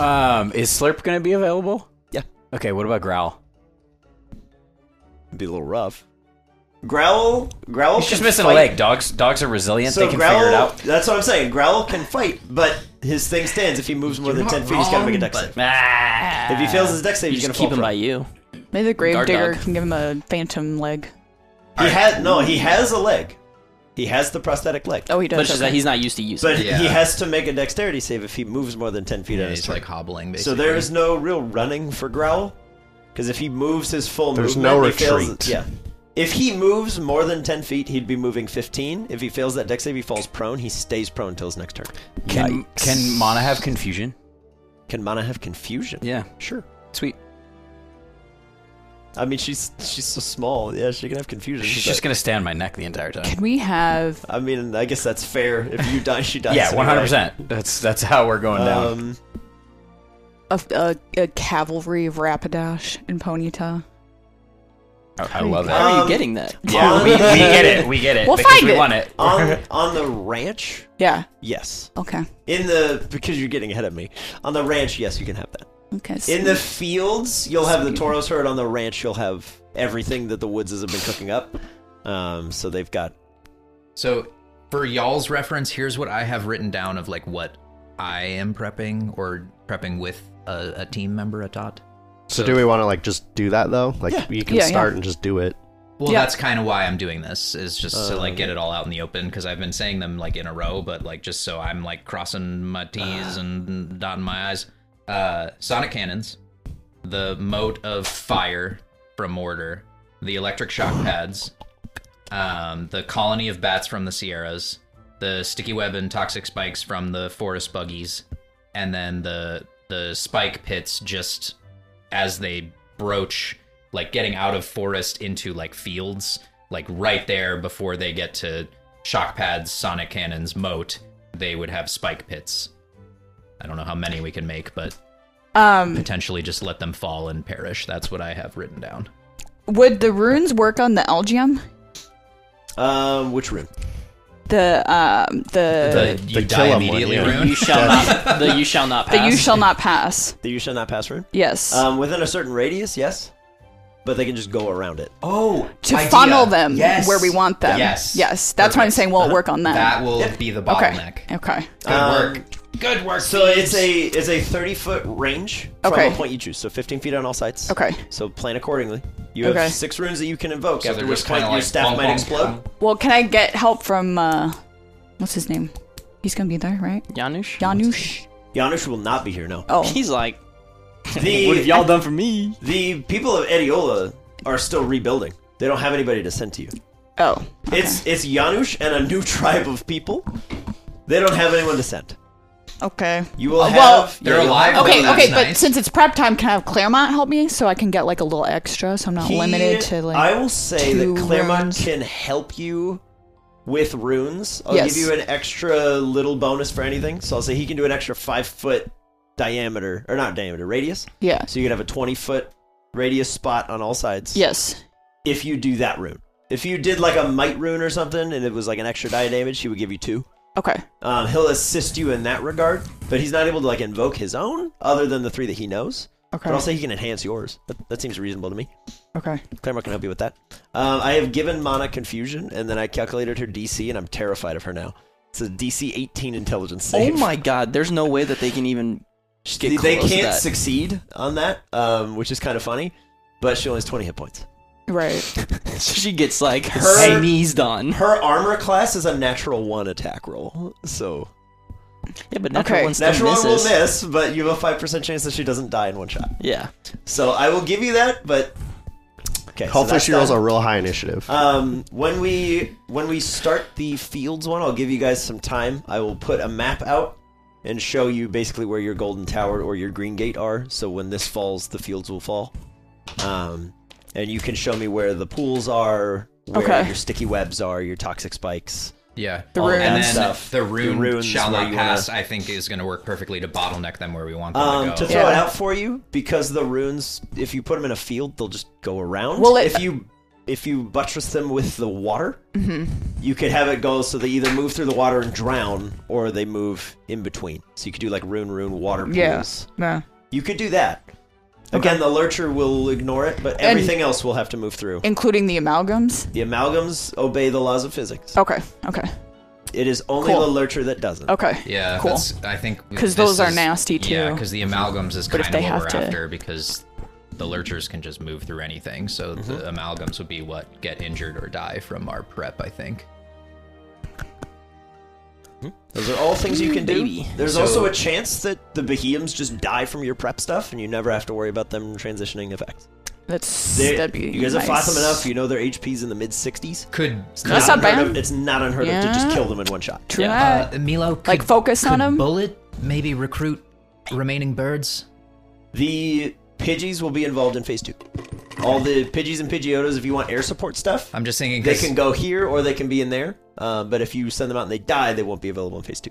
Speaker 8: Um, is Slurp gonna be available?
Speaker 2: Yeah.
Speaker 8: Okay, what about Growl?
Speaker 2: Be a little rough. Growl, Growl.
Speaker 6: He's just
Speaker 2: can
Speaker 6: missing a
Speaker 2: fight.
Speaker 6: leg. Dogs, dogs are resilient.
Speaker 2: So
Speaker 6: they can
Speaker 2: Growl,
Speaker 6: figure it out.
Speaker 2: that's what I'm saying. Growl can fight, but his thing stands. If he moves more than ten feet, he's gotta make a dex save.
Speaker 6: Ah.
Speaker 2: If he fails his dex save,
Speaker 7: You
Speaker 2: he's
Speaker 7: just
Speaker 2: gonna
Speaker 7: keep
Speaker 2: fall
Speaker 7: him by
Speaker 2: prone.
Speaker 7: you.
Speaker 3: Maybe the grave
Speaker 7: Guard
Speaker 3: digger
Speaker 7: dog.
Speaker 3: can give him a phantom leg.
Speaker 2: He has no. He has a leg. He has the prosthetic leg.
Speaker 3: Oh, he does.
Speaker 7: But it's just
Speaker 3: okay.
Speaker 7: that he's not used to using
Speaker 2: But
Speaker 7: it.
Speaker 2: he
Speaker 6: Yeah.
Speaker 2: has to make a dexterity save if he moves more than 10 feet
Speaker 6: Yeah,
Speaker 2: on his
Speaker 6: he's
Speaker 2: turn.
Speaker 6: like hobbling.
Speaker 2: so
Speaker 6: Basically.
Speaker 2: there is no real running for Growl. Because if he moves his full
Speaker 5: There's
Speaker 2: movement,
Speaker 5: no
Speaker 2: he fails-
Speaker 5: retreat.
Speaker 2: yeah. If he moves more than 10 feet, he'd be moving 15. If he fails that dex save, he falls prone. He stays prone until his next turn.
Speaker 8: Can can Mana have confusion?
Speaker 2: Can Mana have confusion?
Speaker 8: Yeah.
Speaker 2: Sure.
Speaker 8: Sweet.
Speaker 2: I mean, she's she's so small. Yeah, she can have confusion.
Speaker 6: She's
Speaker 2: but-
Speaker 6: just gonna stay on my neck the entire time.
Speaker 3: Can we have
Speaker 2: I mean, I guess that's fair. If you die, she dies.
Speaker 6: Yeah,
Speaker 2: anyway.
Speaker 6: one hundred percent. That's that's how we're going down.
Speaker 2: Um,
Speaker 3: a, a, a cavalry of Rapidash and Ponyta?
Speaker 6: Uh, I, I love
Speaker 7: How
Speaker 6: it.
Speaker 7: are
Speaker 2: Um,
Speaker 7: you getting that?
Speaker 6: Yeah, we, we get it. We get it.
Speaker 3: We'll
Speaker 6: because
Speaker 3: find
Speaker 6: we
Speaker 3: it.
Speaker 6: want it.
Speaker 2: on, on the ranch,
Speaker 3: Yeah.
Speaker 2: yes.
Speaker 3: Okay.
Speaker 2: In the because you're getting ahead of me. On the ranch, yes, you can have that.
Speaker 3: Okay. so-
Speaker 2: In the fields, you'll have the Toros herd. On the ranch, you'll have everything that the Woodses have been cooking up. Um, so they've got
Speaker 6: So, for y'all's reference, here's what I have written down of like what I am prepping or prepping with a, a team member, a dot.
Speaker 5: So do we want to like just do that though? Like
Speaker 2: Yeah.
Speaker 5: you can
Speaker 3: Yeah,
Speaker 5: start
Speaker 3: yeah.
Speaker 5: and just do it.
Speaker 6: Well,
Speaker 3: Yeah.
Speaker 6: that's kind of why I'm doing this is just to like get it all out in the open because I've been saying them like in a row, but like just so I'm like crossing my T's and dotting my I's. Uh, sonic cannons, the moat of fire from mortar, the electric shock pads, um, the colony of bats from the Sierras, the sticky web and toxic spikes from the forest buggies, and then the the spike pits just as they broach like getting out of forest into like fields like right there before they get to shock pads sonic cannons moat they would have spike pits i don't know how many we can make but
Speaker 3: um,
Speaker 6: potentially just let them fall and perish that's what i have written down
Speaker 3: would the runes work on the Elgium?
Speaker 2: um, which room?
Speaker 3: The um, the
Speaker 6: the,
Speaker 5: the
Speaker 6: you die
Speaker 5: kill 'em one,
Speaker 6: immediately
Speaker 5: yeah.
Speaker 6: rune
Speaker 7: You shall not. The you shall not
Speaker 3: the
Speaker 7: pass.
Speaker 3: you shall not pass.
Speaker 2: The you shall not pass room.
Speaker 3: Yes.
Speaker 2: Um, within a certain radius, yes, but they can just go around it.
Speaker 6: oh
Speaker 3: to
Speaker 6: idea.
Speaker 3: funnel them
Speaker 6: Yes.
Speaker 3: where we want them.
Speaker 6: yes
Speaker 3: Yes. That's why I'm
Speaker 6: Perfect. Uh-huh.
Speaker 3: saying we'll work on that.
Speaker 6: that will be the bottleneck Um,
Speaker 3: okay. Okay.
Speaker 6: good work good work
Speaker 2: So it's
Speaker 6: thieves.
Speaker 2: a it's a 30 foot range from
Speaker 3: Okay.
Speaker 2: the point you choose. So 15 feet on all sides.
Speaker 3: Okay.
Speaker 2: So plan accordingly. You have
Speaker 3: Okay.
Speaker 2: six runes that you can invoke.
Speaker 6: So
Speaker 2: after
Speaker 6: they're
Speaker 2: which
Speaker 6: just
Speaker 2: point
Speaker 6: kinda
Speaker 2: your
Speaker 6: like
Speaker 2: staff
Speaker 6: bonk,
Speaker 2: might
Speaker 6: bonk,
Speaker 2: explode.
Speaker 6: bonk.
Speaker 3: Well, can I get help from uh, what's his name? He's gonna be there, right?
Speaker 7: Janusz.
Speaker 3: Janusz.
Speaker 2: Janusz will not be here. No.
Speaker 3: Oh,
Speaker 7: He's like
Speaker 2: The
Speaker 8: y'all done for me?
Speaker 2: the people of Ediola are still rebuilding. They don't have anybody to send to you.
Speaker 3: oh. Okay.
Speaker 2: It's it's Janusz and a new tribe of people. They don't have anyone to send.
Speaker 3: okay.
Speaker 2: You will
Speaker 3: Uh,
Speaker 2: have.
Speaker 3: well-
Speaker 2: yeah,
Speaker 6: They're
Speaker 2: you'll
Speaker 6: alive,
Speaker 2: have-
Speaker 3: Okay,
Speaker 6: Well, that's
Speaker 3: okay, but
Speaker 6: nice.
Speaker 3: since it's prep time, can I have Claremont help me so I can get like a little extra so I'm not
Speaker 2: He-
Speaker 3: limited to like
Speaker 2: I will say
Speaker 3: two
Speaker 2: that Claremont
Speaker 3: runes.
Speaker 2: can help you with runes. I'll
Speaker 3: Yes.
Speaker 2: give you an extra little bonus for anything. So I'll say he can do an extra five foot diameter, or not diameter, radius.
Speaker 3: Yeah.
Speaker 2: So you could have a twenty foot radius spot on all sides.
Speaker 3: Yes.
Speaker 2: If you do that rune, if you did like a might rune or something, and it was like an extra die damage, he would give you two.
Speaker 3: Okay.
Speaker 2: Um, he'll assist you in that regard, but he's not able to like invoke his own other than the three that he knows.
Speaker 3: Okay.
Speaker 2: But I'll say he can enhance yours. That, that seems reasonable to me.
Speaker 3: okay.
Speaker 2: Claremont can help you with that. Um, I have given Mana confusion, and then I calculated her DC, and I'm terrified of her now. It's a DC 18 intelligence
Speaker 7: Oh
Speaker 2: save.
Speaker 7: my god, there's no way that they can even just
Speaker 2: They,
Speaker 7: get
Speaker 2: they
Speaker 7: close to
Speaker 2: can't
Speaker 7: that.
Speaker 2: succeed on that, um, which is kind of funny. But she only has 20 hit points.
Speaker 3: Right.
Speaker 7: she gets like
Speaker 2: Her-
Speaker 7: sneezed on.
Speaker 2: Her armor class is a natural one attack roll, so
Speaker 7: Yeah, but natural
Speaker 3: Okay.
Speaker 7: one still
Speaker 2: Natural one will miss,
Speaker 7: misses.
Speaker 2: but you have a five percent chance that she doesn't die in one shot.
Speaker 7: Yeah.
Speaker 2: So I will give you that, but okay. so
Speaker 5: Hopefully
Speaker 2: that's
Speaker 5: she rolls
Speaker 2: done.
Speaker 5: a real high initiative.
Speaker 2: Um, when we when we start the fields one, I'll give you guys some time. I will put a map out and show you basically where your golden tower or your green gate are. So when this falls, the fields will fall. Um, and you can show me where the pools are, where
Speaker 3: Okay.
Speaker 2: your sticky webs are, your toxic spikes.
Speaker 6: Yeah.
Speaker 3: The
Speaker 2: All
Speaker 3: runes.
Speaker 2: that
Speaker 6: Oh, And then
Speaker 2: stuff.
Speaker 6: the rune
Speaker 2: runes
Speaker 6: shall
Speaker 2: where
Speaker 6: not
Speaker 2: you wanna-
Speaker 6: pass, I think, is going to work perfectly to bottleneck them where we want them
Speaker 2: Um,
Speaker 6: to
Speaker 2: to
Speaker 6: go.
Speaker 2: throw it
Speaker 3: Yeah.
Speaker 2: out for you, because the runes, if you put them in a field, they'll just go around.
Speaker 3: Well, it-
Speaker 2: if you if you buttress them with the water,
Speaker 3: Mm-hmm.
Speaker 2: you could have it go so they either move through the water and drown, or they move in between. So you could do like rune, rune, water pools.
Speaker 3: Yeah. Nah.
Speaker 2: You could do that. Again, the lurcher will ignore it, but
Speaker 3: And-
Speaker 2: everything else will have to move through.
Speaker 3: Including the amalgams?
Speaker 2: The amalgams obey the laws of physics.
Speaker 3: Okay, okay,
Speaker 2: It is only
Speaker 3: Cool.
Speaker 2: the lurcher that doesn't.
Speaker 3: okay.
Speaker 6: Yeah,
Speaker 3: Cool.
Speaker 6: that's, I think
Speaker 3: 'Cause
Speaker 6: this
Speaker 3: those are
Speaker 6: is-
Speaker 3: nasty, too.
Speaker 6: Yeah, because the amalgams is
Speaker 3: But
Speaker 6: kind
Speaker 3: if
Speaker 6: of
Speaker 3: they
Speaker 6: what
Speaker 3: have
Speaker 6: we're
Speaker 3: to-
Speaker 6: after because the lurchers can just move through anything. So
Speaker 2: Mm-hmm.
Speaker 6: the amalgams would be what get injured or die from our prep. I think.
Speaker 2: Those are all things you can do.
Speaker 7: Baby.
Speaker 2: There's
Speaker 6: So-
Speaker 2: also a chance that the Behemoths just die from your prep stuff, and you never have to worry about them transitioning effects.
Speaker 3: That's
Speaker 2: They-
Speaker 3: that'd be
Speaker 2: you guys have fought
Speaker 3: nice.
Speaker 2: them enough. You know their HP's in the mid 60s.
Speaker 6: Could
Speaker 3: That's not
Speaker 2: unheard of-
Speaker 3: bad.
Speaker 2: It's not unheard of to just
Speaker 3: Yeah.
Speaker 2: kill them in one shot.
Speaker 3: True that.
Speaker 6: uh, Milo could,
Speaker 3: Like, focus
Speaker 6: could
Speaker 3: on 'em?
Speaker 6: Bullet maybe recruit remaining birds.
Speaker 2: The Pidgeys will be involved in phase two. All the Pidgeys and Pidgeotos, if you want air support stuff,
Speaker 6: I'm just thinking
Speaker 2: they
Speaker 6: 'cause-
Speaker 2: can go here or they can be in there. Uh, but if you send them out and they die, they won't be available in phase two.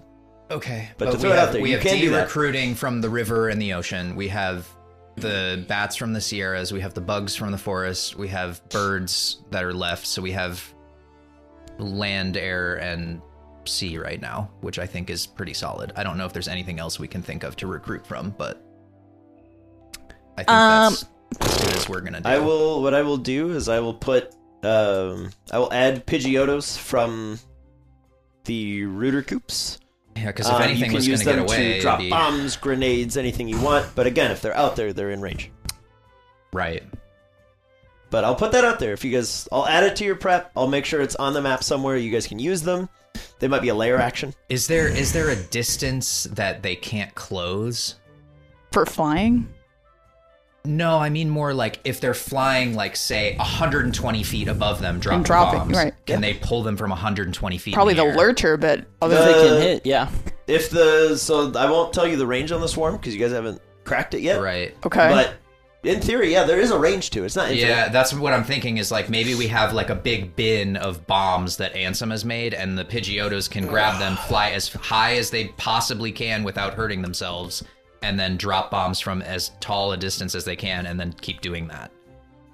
Speaker 6: Okay,
Speaker 2: But
Speaker 6: but,
Speaker 2: to
Speaker 6: we
Speaker 2: throw it
Speaker 6: have,
Speaker 2: out there,
Speaker 6: we
Speaker 2: you
Speaker 6: have
Speaker 2: can do that.
Speaker 6: recruiting from the river and the ocean. We have the bats from the Sierras. We have the bugs from the forest. We have birds that are left. So we have land, air, and sea right now, which I think is pretty solid. I don't know if there's anything else we can think of to recruit from, but I think
Speaker 3: Um,
Speaker 6: that's as good as we're gonna do.
Speaker 2: I will. What I will do is I will put. Um, I will add Pidgeotos from the Rooter Coops.
Speaker 6: yeah, because if
Speaker 2: Um,
Speaker 6: anything was gonna get away,
Speaker 2: to
Speaker 6: it'd
Speaker 2: drop
Speaker 6: be-
Speaker 2: bombs, grenades, anything you want. But again, if they're out there, they're in range.
Speaker 6: right?
Speaker 2: But I'll put that out there. If you guys, I'll add it to your prep. I'll make sure it's on the map somewhere. You guys can use them. They might be a layer action.
Speaker 6: Is there is there a distance that they can't close?
Speaker 3: For flying?
Speaker 6: No, I mean more like if they're flying, like say 120 feet above them, drop
Speaker 3: And dropping,
Speaker 6: bombs.
Speaker 3: right.
Speaker 6: Can they pull them from 120 feet?
Speaker 3: Probably
Speaker 6: in the,
Speaker 3: the
Speaker 6: air?
Speaker 3: lurcher, but other
Speaker 2: The-
Speaker 3: than
Speaker 7: They can hit, yeah.
Speaker 2: If the so, I won't tell you the range on the swarm because you guys haven't cracked it yet.
Speaker 6: Right.
Speaker 3: okay.
Speaker 2: But in theory, yeah, there is a range to it. It's not infinite.
Speaker 6: Yeah, that's what I'm thinking. Is like maybe we have like a big bin of bombs that Ansem has made, and the Pidgeotos can grab them, fly as high as they possibly can without hurting themselves, and then drop bombs from as tall a distance as they can, and then keep doing that,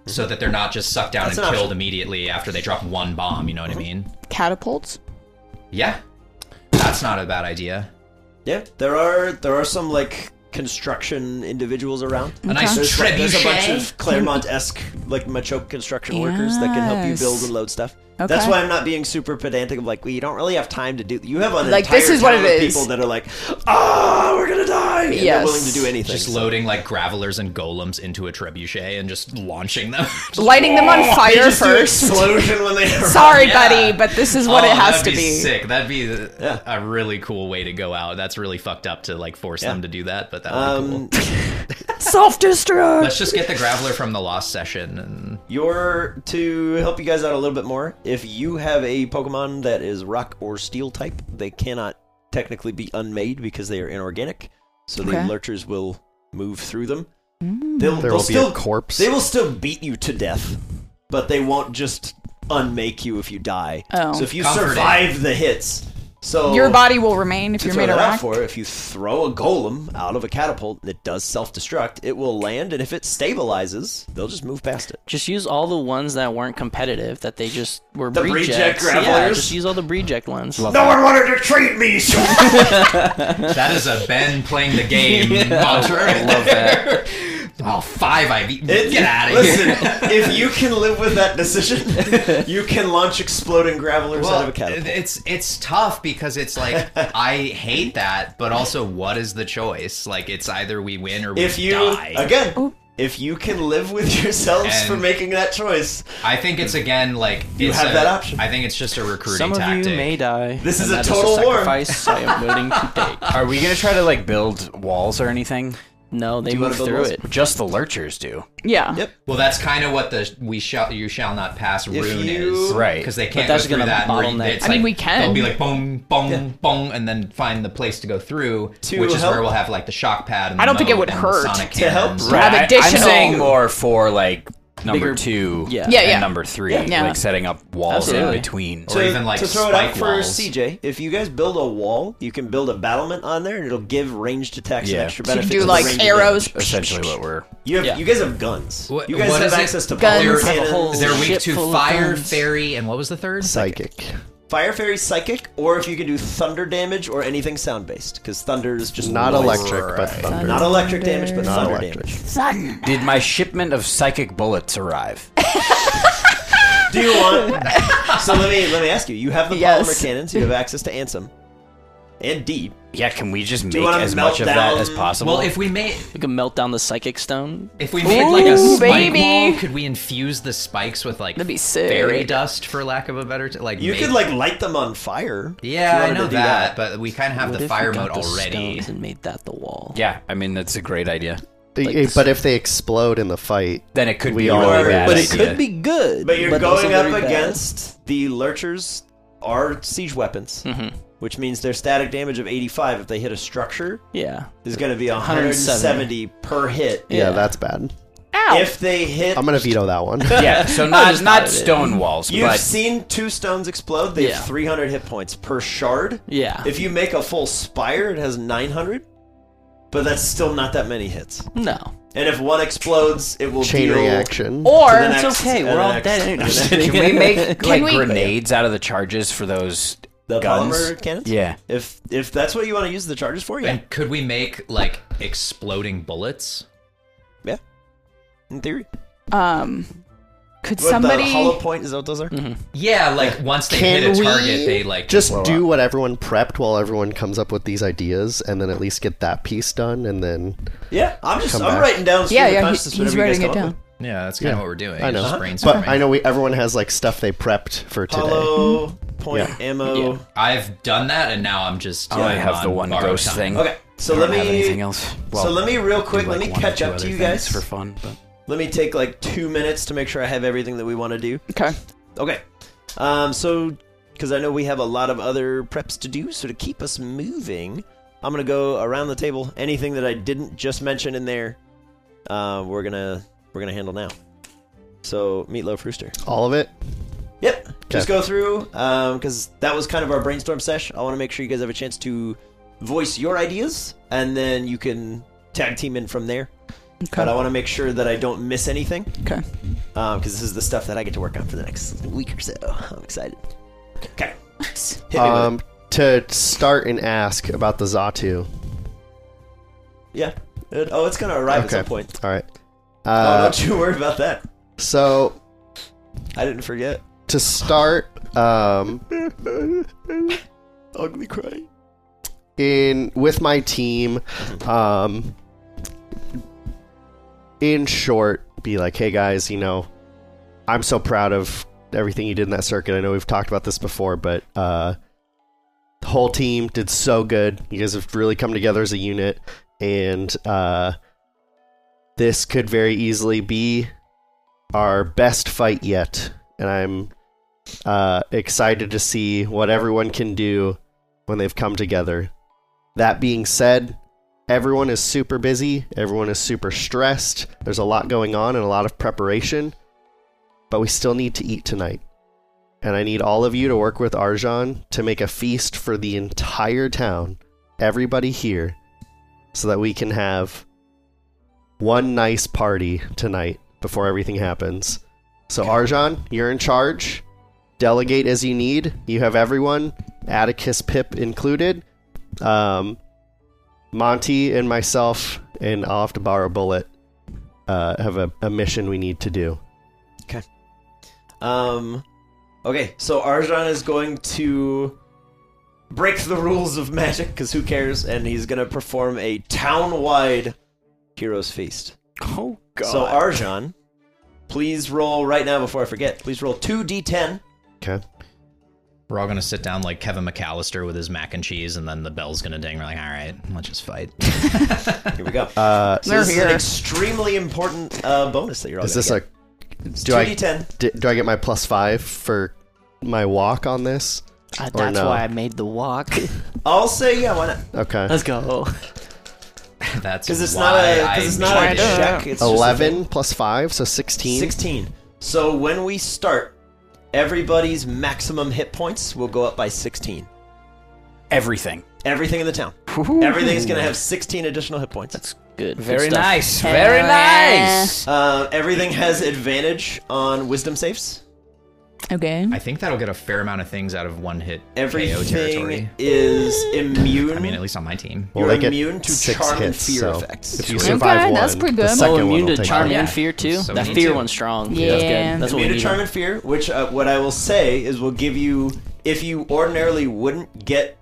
Speaker 6: so that they're not just sucked down
Speaker 2: Mhm. That's
Speaker 6: and
Speaker 2: an
Speaker 6: killed
Speaker 2: option.
Speaker 6: immediately after they drop one bomb. You know what I mean?
Speaker 3: catapults.
Speaker 6: Yeah, that's not a bad idea.
Speaker 2: Yeah, there are there are some like construction individuals around.
Speaker 6: A nice
Speaker 3: Okay.
Speaker 2: There's, like, there's a bunch
Speaker 6: trebuchet.
Speaker 2: of Claremont-esque like Machoke construction workers that can help you build
Speaker 3: Yes.
Speaker 2: and load stuff.
Speaker 3: Okay.
Speaker 2: That's why I'm not being super pedantic. of like, well, you don't really have time to do. You have an
Speaker 3: Like,
Speaker 2: entire
Speaker 3: this is what
Speaker 2: town
Speaker 3: it
Speaker 2: of
Speaker 3: is.
Speaker 2: people that are like, ah, we're gonna die. And they're
Speaker 3: Yes.
Speaker 2: willing to do anything.
Speaker 6: Just loading like gravelers and golems into a trebuchet and just launching them. Just-
Speaker 3: Lighting them on
Speaker 2: They
Speaker 3: fire
Speaker 2: Oh, just do
Speaker 3: first.
Speaker 2: explosion when they. arrive.
Speaker 3: Sorry,
Speaker 6: Yeah.
Speaker 3: buddy, but this is what
Speaker 6: Oh,
Speaker 3: it has
Speaker 6: that'd
Speaker 3: to
Speaker 6: be
Speaker 3: be.
Speaker 6: sick. That'd be uh,
Speaker 2: Yeah.
Speaker 6: a really cool way to go out. That's really fucked up to like force them to do that, but that would be cool.
Speaker 2: Um,
Speaker 3: Self destruct.
Speaker 6: Let's just get the graveler from the lost session and
Speaker 2: your to help you guys out a little bit more. If you have a Pokemon that is Rock or Steel type, they cannot technically be unmade because they are inorganic. So the
Speaker 3: Okay. Mm.
Speaker 2: Lurchers will move through them. They'll,
Speaker 5: There
Speaker 2: they'll
Speaker 5: will be
Speaker 2: still
Speaker 5: a corpse.
Speaker 2: They will still beat you to death, but they won't just unmake you if you die.
Speaker 3: Oh.
Speaker 2: So if you
Speaker 6: Comforting.
Speaker 2: survive the hits, so
Speaker 3: Your body will remain if
Speaker 2: to
Speaker 3: you're
Speaker 2: throw
Speaker 3: made of
Speaker 2: that out
Speaker 3: rock.
Speaker 2: for, if you throw a golem out of a catapult that does self-destruct, it will land, and if it stabilizes, they'll just move past it.
Speaker 7: Just use all the ones that weren't competitive that they just were
Speaker 2: The
Speaker 7: rejects.
Speaker 2: reject
Speaker 7: Yeah,
Speaker 2: grapplers?
Speaker 7: just use all the reject ones.
Speaker 4: No one wanted to treat me, so
Speaker 6: that is a Ben playing the game mantra. I love that. Oh, five I've eaten.
Speaker 2: It-
Speaker 6: get out of
Speaker 2: listen,
Speaker 6: here.
Speaker 2: if you can live with that decision, you can launch exploding gravelers out of a catapult.
Speaker 6: It's it's tough because it's like I hate that, but also what is the choice? Like it's either we win or we
Speaker 2: if you
Speaker 6: die.
Speaker 2: again, If you can live with yourselves for
Speaker 6: And-
Speaker 2: making that choice,
Speaker 6: I think it's again like
Speaker 2: You
Speaker 6: it's
Speaker 2: have
Speaker 6: a-
Speaker 2: that option.
Speaker 6: I think it's just a recruiting
Speaker 7: Some
Speaker 6: tactic.
Speaker 7: of you may die.
Speaker 2: This is
Speaker 7: and
Speaker 2: a
Speaker 7: that
Speaker 2: total war.
Speaker 7: sacrifice I am willing to take.
Speaker 8: Are we gonna try to like build walls or anything?
Speaker 7: No, they
Speaker 2: you wanna
Speaker 7: move
Speaker 2: build
Speaker 7: through
Speaker 2: walls?
Speaker 7: it.
Speaker 8: Just the lurchers do.
Speaker 3: Yeah.
Speaker 2: Yep.
Speaker 6: Well, that's kind of what the we shall you shall not pass rune
Speaker 2: you-
Speaker 6: is,
Speaker 8: Right.
Speaker 6: Because they can't
Speaker 7: that's
Speaker 6: go through
Speaker 7: gonna
Speaker 6: that. and
Speaker 7: bottleneck.
Speaker 6: it's
Speaker 3: I mean,
Speaker 6: like-
Speaker 3: we can.
Speaker 6: They'll be like boom, boom, boom, and then find the place to go through,
Speaker 2: To
Speaker 6: which is
Speaker 2: help-
Speaker 6: where we'll have like the shock pad. And the
Speaker 3: I don't think it
Speaker 6: moat
Speaker 3: would
Speaker 6: and the
Speaker 3: hurt
Speaker 6: sonic
Speaker 2: to help
Speaker 6: cannons.
Speaker 2: Right.
Speaker 3: Have
Speaker 8: I'm
Speaker 3: additional-
Speaker 8: saying more for like number
Speaker 7: Bigger-
Speaker 8: two,
Speaker 7: yeah.
Speaker 3: Yeah,
Speaker 8: and
Speaker 3: yeah.
Speaker 8: number three,
Speaker 3: Yeah.
Speaker 8: like setting up walls
Speaker 7: Absolutely.
Speaker 8: in between.
Speaker 6: Or even, like,
Speaker 2: to throw it out
Speaker 6: spike
Speaker 2: for
Speaker 6: walls.
Speaker 2: CJ, if you guys build a wall, you can build a battlement on there, and it'll give ranged attacks
Speaker 8: Yeah.
Speaker 2: an extra
Speaker 3: You
Speaker 2: benefit.
Speaker 3: can
Speaker 2: to
Speaker 3: do
Speaker 2: the
Speaker 3: like
Speaker 2: range
Speaker 3: arrows.
Speaker 8: essentially, what we're
Speaker 2: advantage. You have,
Speaker 7: Yeah.
Speaker 2: you guys have guns.
Speaker 6: What-
Speaker 2: you guys
Speaker 6: what
Speaker 2: have
Speaker 6: is it?
Speaker 2: access to
Speaker 3: Guns.
Speaker 2: power
Speaker 3: Have a
Speaker 2: cannons.
Speaker 7: whole-
Speaker 6: They're weak
Speaker 7: Ship
Speaker 6: to
Speaker 7: full of
Speaker 6: fire,
Speaker 7: guns.
Speaker 6: fairy, and what was the third?
Speaker 5: Psychic.
Speaker 2: Fire Fairy Psychic, or if you can do thunder damage or anything sound based, because thunder is just
Speaker 5: Not
Speaker 2: noise.
Speaker 5: electric, but thunder.
Speaker 2: Not electric damage, but
Speaker 5: Not
Speaker 2: thunder
Speaker 5: electric.
Speaker 2: damage.
Speaker 3: Son.
Speaker 8: Did my shipment of psychic bullets arrive?
Speaker 2: Do you want? so let me let me ask you. You have the
Speaker 3: Yes.
Speaker 2: polymer cannons. You have access to Ansem and Deed.
Speaker 8: Yeah, can we just
Speaker 2: you
Speaker 8: make
Speaker 2: wanna
Speaker 8: as
Speaker 2: melt
Speaker 8: much of that as
Speaker 2: down-
Speaker 8: possible?
Speaker 6: Well, if we made
Speaker 7: We can melt down the psychic stone.
Speaker 6: if we made like a spike
Speaker 3: baby.
Speaker 6: wall, could we infuse the spikes with like
Speaker 3: That'd be sick.
Speaker 6: fairy dust, for lack of a better t- like
Speaker 2: You
Speaker 6: make-
Speaker 2: could like light them on fire. if you
Speaker 6: yeah, I
Speaker 2: wanted to
Speaker 6: know
Speaker 2: do
Speaker 6: that, but we kind of have
Speaker 7: What
Speaker 6: the
Speaker 7: if
Speaker 6: fire
Speaker 7: we
Speaker 6: mode
Speaker 7: got the
Speaker 6: already.
Speaker 7: stones and made that the wall.
Speaker 8: yeah, I mean that's a great idea.
Speaker 5: They- but if they explode in the fight,
Speaker 8: Then it could
Speaker 5: We
Speaker 8: be a
Speaker 5: are-
Speaker 8: really bad
Speaker 2: but
Speaker 8: idea.
Speaker 2: it could
Speaker 7: be good.
Speaker 2: But you're
Speaker 7: also
Speaker 2: going up
Speaker 7: very bad.
Speaker 2: against the Lurchers are siege weapons,
Speaker 6: Mm-hmm.
Speaker 7: Mhm.
Speaker 2: which means their static damage of 85 if they hit a structure
Speaker 7: Yeah.
Speaker 2: is going to be 170
Speaker 7: 170.
Speaker 2: per hit.
Speaker 5: yeah,
Speaker 7: Yeah.
Speaker 5: that's bad.
Speaker 3: Ow.
Speaker 2: If they hit,
Speaker 5: I'm gonna veto that one.
Speaker 8: yeah, so not
Speaker 7: just
Speaker 8: not
Speaker 7: thought of it.
Speaker 8: stone walls,
Speaker 2: you've
Speaker 8: but
Speaker 2: seen two stones explode. They
Speaker 7: Yeah.
Speaker 2: have 300 hit points per shard.
Speaker 7: Yeah.
Speaker 2: If you make a full spire, it has 900, but that's still not that many hits.
Speaker 7: no.
Speaker 2: And if one explodes, it will
Speaker 5: Chain
Speaker 2: deal
Speaker 5: reaction.
Speaker 2: to
Speaker 7: Or
Speaker 2: the
Speaker 7: it's
Speaker 2: next-
Speaker 7: okay.
Speaker 2: and
Speaker 7: We're
Speaker 2: the
Speaker 7: all
Speaker 2: next-
Speaker 7: dead.
Speaker 2: and the
Speaker 7: anyway.
Speaker 2: next-
Speaker 8: can we make like
Speaker 3: we-
Speaker 8: grenades out of the charges for those
Speaker 2: the
Speaker 8: guns?
Speaker 2: polymer cannons.
Speaker 8: Yeah.
Speaker 2: If if that's what you want to use the charges for, yeah,
Speaker 6: And could we make like exploding bullets?
Speaker 2: yeah. In theory,
Speaker 3: um, could
Speaker 2: What,
Speaker 3: somebody?
Speaker 2: the hollow point is that what those are.
Speaker 6: Yeah, like once they
Speaker 5: Can
Speaker 6: hit a
Speaker 5: we
Speaker 6: target, they like
Speaker 5: just
Speaker 6: blow
Speaker 5: do
Speaker 6: up.
Speaker 5: what everyone prepped while everyone comes up with these ideas, and then at least get that piece done, and then
Speaker 2: Yeah, I'm just
Speaker 5: Come
Speaker 2: I'm
Speaker 5: back.
Speaker 2: writing down.
Speaker 3: yeah,
Speaker 2: stream of
Speaker 3: yeah.
Speaker 2: consciousness,
Speaker 3: He, he's
Speaker 2: whatever you guys
Speaker 3: writing it
Speaker 2: come up
Speaker 3: down.
Speaker 6: Yeah, that's kind of
Speaker 5: Yeah.
Speaker 6: what we're doing.
Speaker 5: I
Speaker 6: is
Speaker 5: know.
Speaker 2: Uh-huh.
Speaker 6: Just brainstorming.
Speaker 5: But I know we everyone has like stuff they prepped for
Speaker 2: with.
Speaker 5: today.
Speaker 2: Hollow point
Speaker 5: Yeah.
Speaker 2: ammo.
Speaker 6: I've done that, and now I'm just.
Speaker 2: Oh,
Speaker 8: I
Speaker 6: I'm
Speaker 8: have the
Speaker 6: on
Speaker 8: one
Speaker 6: borrowed
Speaker 8: ghost
Speaker 6: time.
Speaker 8: thing.
Speaker 2: Okay, so
Speaker 8: I
Speaker 2: let
Speaker 8: don't
Speaker 2: me.
Speaker 8: have anything else. Well,
Speaker 2: so let me real quick.
Speaker 8: do,
Speaker 2: let
Speaker 8: like,
Speaker 2: me
Speaker 8: one or
Speaker 2: catch
Speaker 8: two
Speaker 2: up to
Speaker 8: other
Speaker 2: you
Speaker 8: things
Speaker 2: guys.
Speaker 8: for fun. But
Speaker 2: Let me take like two minutes to make sure I have everything that we want to do.
Speaker 3: Okay.
Speaker 2: Okay. Um, so, because I know we have a lot of other preps to do, so to keep us moving, I'm gonna go around the table. Anything that I didn't just mention in there, uh, we're gonna we're gonna handle now. So, meatloaf rooster.
Speaker 5: All of it.
Speaker 2: Yep. Just
Speaker 5: Okay.
Speaker 2: go through, because that was kind of our brainstorm sesh. I want to make sure you guys have a chance to voice your ideas, and then you can tag team in from there. But I
Speaker 3: Okay.
Speaker 2: want to make sure that I don't miss anything,
Speaker 3: Okay.
Speaker 2: because this is the stuff that I get to work on for the next week or so. I'm excited. Okay. Hit me with it.
Speaker 5: Um, to start and ask about the Zatu.
Speaker 2: Yeah. It- oh, it's gonna arrive
Speaker 5: okay.
Speaker 2: at some point.
Speaker 5: All right.
Speaker 2: oh,
Speaker 5: Uh,
Speaker 2: don't you worry about that.
Speaker 5: so
Speaker 2: I didn't forget.
Speaker 5: to start, um,
Speaker 2: Ugly crying.
Speaker 5: in with my team um in short be like hey guys you know i'm so proud of everything you did in that circuit i know we've talked about this before but uh the whole team did so good you guys have really come together as a unit and uh this could very easily be our best fight yet and i'm uh excited to see what everyone can do when they've come together. That being said, everyone is super busy, everyone is super stressed, there's a lot going on and a lot of preparation, but we still need to eat tonight. And I need all of you to work with Arjan to make a feast for the entire town, everybody here, so that we can have one nice party tonight before everything happens. So, Arjan, you're in charge. Delegate as you need. You have everyone. Atticus Pip included. Um, Monty and myself, and I'll have to borrow a bullet, uh, have a, a mission we need to do.
Speaker 2: Um, okay, so Arjan is going to break the rules of magic, because who cares? And he's going to perform a town wide hero's feast.
Speaker 7: Oh,
Speaker 2: So Arjan, please roll right now before I forget. Please roll two d10.
Speaker 5: Okay.
Speaker 6: We're all gonna sit down like Kevin McAllister with his mac and cheese, and then the bell's gonna ding. We're like, all right, let's just fight.
Speaker 2: Here we go.
Speaker 5: Uh,
Speaker 2: so this
Speaker 3: They're
Speaker 2: is an
Speaker 3: here.
Speaker 2: extremely important uh, bonus that
Speaker 7: Oh,
Speaker 2: you're all.
Speaker 5: is this
Speaker 2: gonna
Speaker 5: a? Do I
Speaker 2: get. two d10?
Speaker 5: d- do I get my plus five for my walk on this?
Speaker 7: Uh,
Speaker 5: Or
Speaker 7: that's
Speaker 5: no.
Speaker 7: why I made the walk.
Speaker 2: I'll say yeah. Why not?
Speaker 5: Okay.
Speaker 7: Let's go.
Speaker 6: That's
Speaker 2: Because it's
Speaker 6: why
Speaker 2: not a
Speaker 6: I
Speaker 2: because it's not
Speaker 6: made
Speaker 2: a
Speaker 6: it.
Speaker 3: Why
Speaker 2: check. It's just a
Speaker 5: Eleven plus five, so sixteen.
Speaker 2: 16. So when we start, everybody's maximum hit points will go up by 16.
Speaker 8: Everything.
Speaker 2: Everything in the town. Everything's going to have 16 additional hit points.
Speaker 7: That's good. good
Speaker 8: Very
Speaker 7: stuff.
Speaker 8: nice.
Speaker 3: Uh,
Speaker 8: Very nice.
Speaker 2: Uh, everything has advantage on wisdom saves.
Speaker 3: Okay.
Speaker 6: I think that'll get a fair amount of things out of one hit KO
Speaker 2: Everything
Speaker 6: territory.
Speaker 2: is immune.
Speaker 6: I mean, at least on my team.
Speaker 5: Well,
Speaker 2: You're
Speaker 5: they get
Speaker 2: immune to
Speaker 5: six
Speaker 2: charm and
Speaker 5: hits,
Speaker 2: fear
Speaker 5: so
Speaker 2: effects.
Speaker 5: If you
Speaker 2: Okay,
Speaker 5: survive one,
Speaker 3: that's pretty
Speaker 5: The
Speaker 3: good.
Speaker 5: second
Speaker 7: oh,
Speaker 5: one
Speaker 7: immune
Speaker 5: will
Speaker 7: to
Speaker 5: take
Speaker 7: charm
Speaker 5: it.
Speaker 7: and
Speaker 6: Yeah.
Speaker 7: fear too.
Speaker 6: So
Speaker 7: that
Speaker 6: we need
Speaker 7: fear
Speaker 6: to.
Speaker 7: one's strong.
Speaker 3: Yeah.
Speaker 7: That's good. That's what we
Speaker 2: immune to
Speaker 7: need.
Speaker 2: charm and fear, which uh, what I will say is will give you if you ordinarily wouldn't get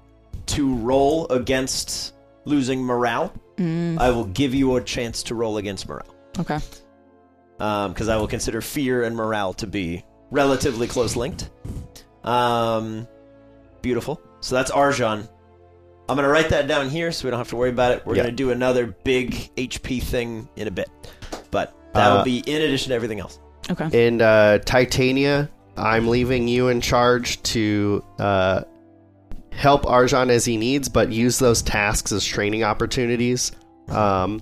Speaker 2: to roll against losing morale, I will give you a chance to roll against morale
Speaker 3: Mm, Okay.
Speaker 2: because um, I will consider fear and morale to be relatively close linked. Um, beautiful. So that's Arjan. I'm gonna write that down here so we don't have to worry about it. We're
Speaker 5: Yeah.
Speaker 2: gonna do another big HP thing in a bit, but that'll
Speaker 5: Uh,
Speaker 2: be in addition to everything else.
Speaker 3: Okay.
Speaker 5: And uh, Titania, I'm leaving you in charge to uh, help Arjan as he needs, but use those tasks as training opportunities. Um,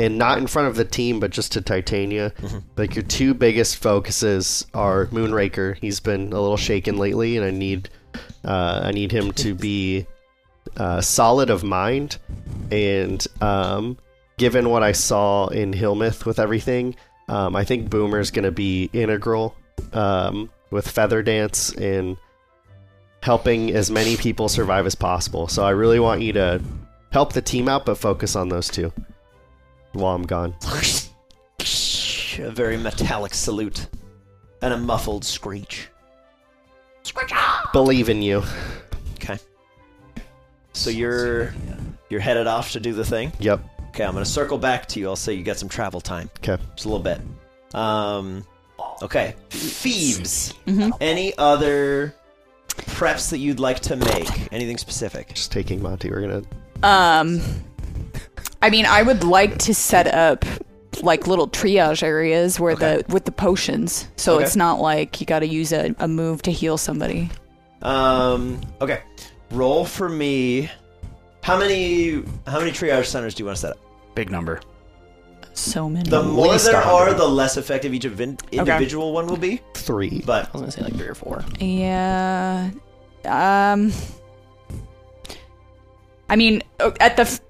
Speaker 5: and not in front of the team, but just to Titania. Like your two biggest focuses are Moonraker. He's been a little shaken lately, and I need uh, I need him to be uh, solid of mind. And um, given what I saw in Hillmouth with everything, um, I think Boomer's going to be integral um, with Feather Dance in helping as many people survive as possible. So I really want you to help the team out, but focus on those two while I'm gone.
Speaker 2: a very metallic salute and a muffled screech.
Speaker 5: Believe in you.
Speaker 2: Okay. So you're you're headed off to do the thing.
Speaker 5: Yep.
Speaker 2: Okay, I'm gonna circle back to you. I'll say you got some travel time,
Speaker 5: Okay.
Speaker 2: just a little bit. Um, okay, Phoebes.
Speaker 3: Mm-hmm.
Speaker 2: Any other preps that you'd like to make? Anything specific?
Speaker 5: Just taking Monty. We're going to.
Speaker 3: Um, I mean, I would like to set up like little triage areas where the with the potions, so
Speaker 2: Okay.
Speaker 3: it's not like you got to use a, a move to heal somebody.
Speaker 2: Um, okay, roll for me. How many how many triage centers do you want to set up?
Speaker 8: Big number.
Speaker 3: So many.
Speaker 2: The more
Speaker 5: least
Speaker 2: there
Speaker 5: a
Speaker 2: are,
Speaker 5: hundred.
Speaker 2: the less effective each evin- individual one will be.
Speaker 5: Three.
Speaker 2: But
Speaker 7: I was gonna say like three or four.
Speaker 3: Yeah. Um. I mean, uh, at the f-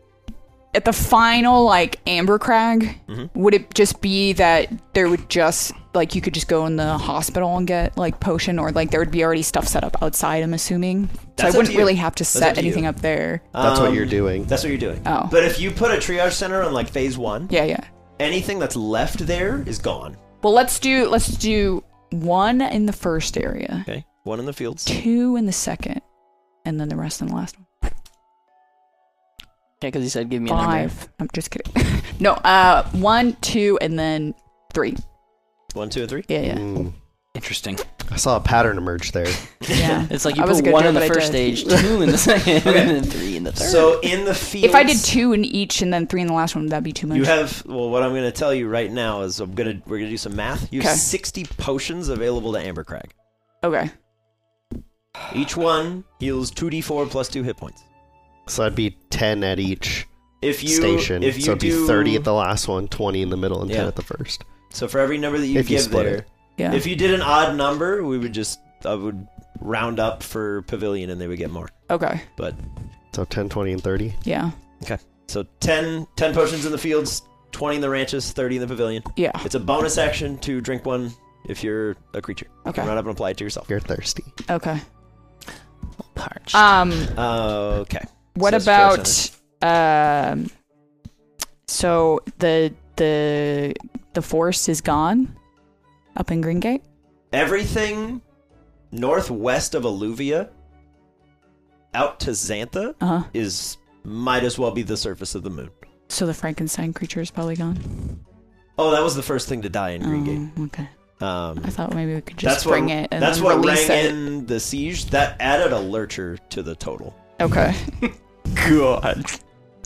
Speaker 3: at the final like Amber Crag,
Speaker 2: Mm-hmm.
Speaker 3: would it just be that there would just like you could just go in the hospital and get like potion, or like there would be already stuff set up outside? I'm assuming,
Speaker 2: That's up to
Speaker 3: so I wouldn't
Speaker 2: you.
Speaker 3: really have to
Speaker 2: up
Speaker 3: set
Speaker 2: to you.
Speaker 3: anything up there.
Speaker 5: That's what
Speaker 2: um,
Speaker 5: you're doing.
Speaker 2: That's what you're doing.
Speaker 3: Oh.
Speaker 2: But if you put a triage center on like phase one,
Speaker 3: Yeah, yeah.
Speaker 2: anything that's left there is gone.
Speaker 3: Well, let's do let's do one in the first area,
Speaker 2: Okay. One in the fields.
Speaker 3: two in the second, and then the rest in the last one.
Speaker 7: Yeah, because he said give me a number.
Speaker 3: Five. I'm just kidding. no, uh, one, two, and then three.
Speaker 2: One, two, and three.
Speaker 3: Yeah, yeah.
Speaker 5: Mm.
Speaker 8: Interesting.
Speaker 5: I saw a pattern emerge there.
Speaker 3: Yeah.
Speaker 7: It's like you
Speaker 3: I was
Speaker 7: put
Speaker 3: good
Speaker 7: one
Speaker 3: job,
Speaker 7: in the
Speaker 3: but I
Speaker 7: first
Speaker 3: did.
Speaker 7: stage, two in the second, and then three in the third.
Speaker 2: So in the fields.
Speaker 3: If I did two in each and then three in the last one, that'd be too much.
Speaker 2: You have well. What I'm going to tell you right now is I'm going to we're going to do some math. You have
Speaker 3: Okay.
Speaker 2: 60 potions available to Ambercrag.
Speaker 3: okay.
Speaker 2: Each one heals 2d4 plus two hit points.
Speaker 5: So that'd be 10 at each
Speaker 2: If you
Speaker 5: station.
Speaker 2: if you
Speaker 5: so it'd
Speaker 2: do,
Speaker 5: be 30 at the last one, 20 in the middle, and 10
Speaker 2: Yeah.
Speaker 5: at the first.
Speaker 2: so for every number that you
Speaker 5: if you
Speaker 2: give
Speaker 5: split
Speaker 2: there,
Speaker 5: it.
Speaker 3: Yeah.
Speaker 2: if you did an odd number, we would just I would round up for Pavilion and they would get more.
Speaker 3: okay.
Speaker 2: But
Speaker 5: So 10, 20, and 30.
Speaker 3: Yeah.
Speaker 2: So 10, 10 potions in the fields, 20 in the ranches, 30 in the pavilion.
Speaker 3: Yeah.
Speaker 2: It's a bonus action to drink one if you're a creature.
Speaker 3: Okay.
Speaker 2: Run up and apply it to yourself.
Speaker 5: You're thirsty.
Speaker 3: Okay.
Speaker 7: Parched.
Speaker 3: Um.
Speaker 2: Uh, Okay.
Speaker 3: What
Speaker 2: So it's
Speaker 3: about um? So the the the forest is gone, up in Green Gate.
Speaker 2: Everything northwest of Alluvia out to Xantha
Speaker 3: Uh huh.
Speaker 2: is might as well be the surface of the moon.
Speaker 3: So the Frankenstein creature is probably gone.
Speaker 2: Oh, that was the first thing to die in Green Gate.
Speaker 3: Oh, okay. I
Speaker 2: Um,
Speaker 3: thought maybe we could
Speaker 2: that's
Speaker 3: just bring
Speaker 2: what,
Speaker 3: it and
Speaker 2: that's
Speaker 3: then
Speaker 2: what
Speaker 3: release
Speaker 2: rang
Speaker 3: it.
Speaker 2: in the siege. That added a lurcher to the total.
Speaker 3: Okay.
Speaker 2: God.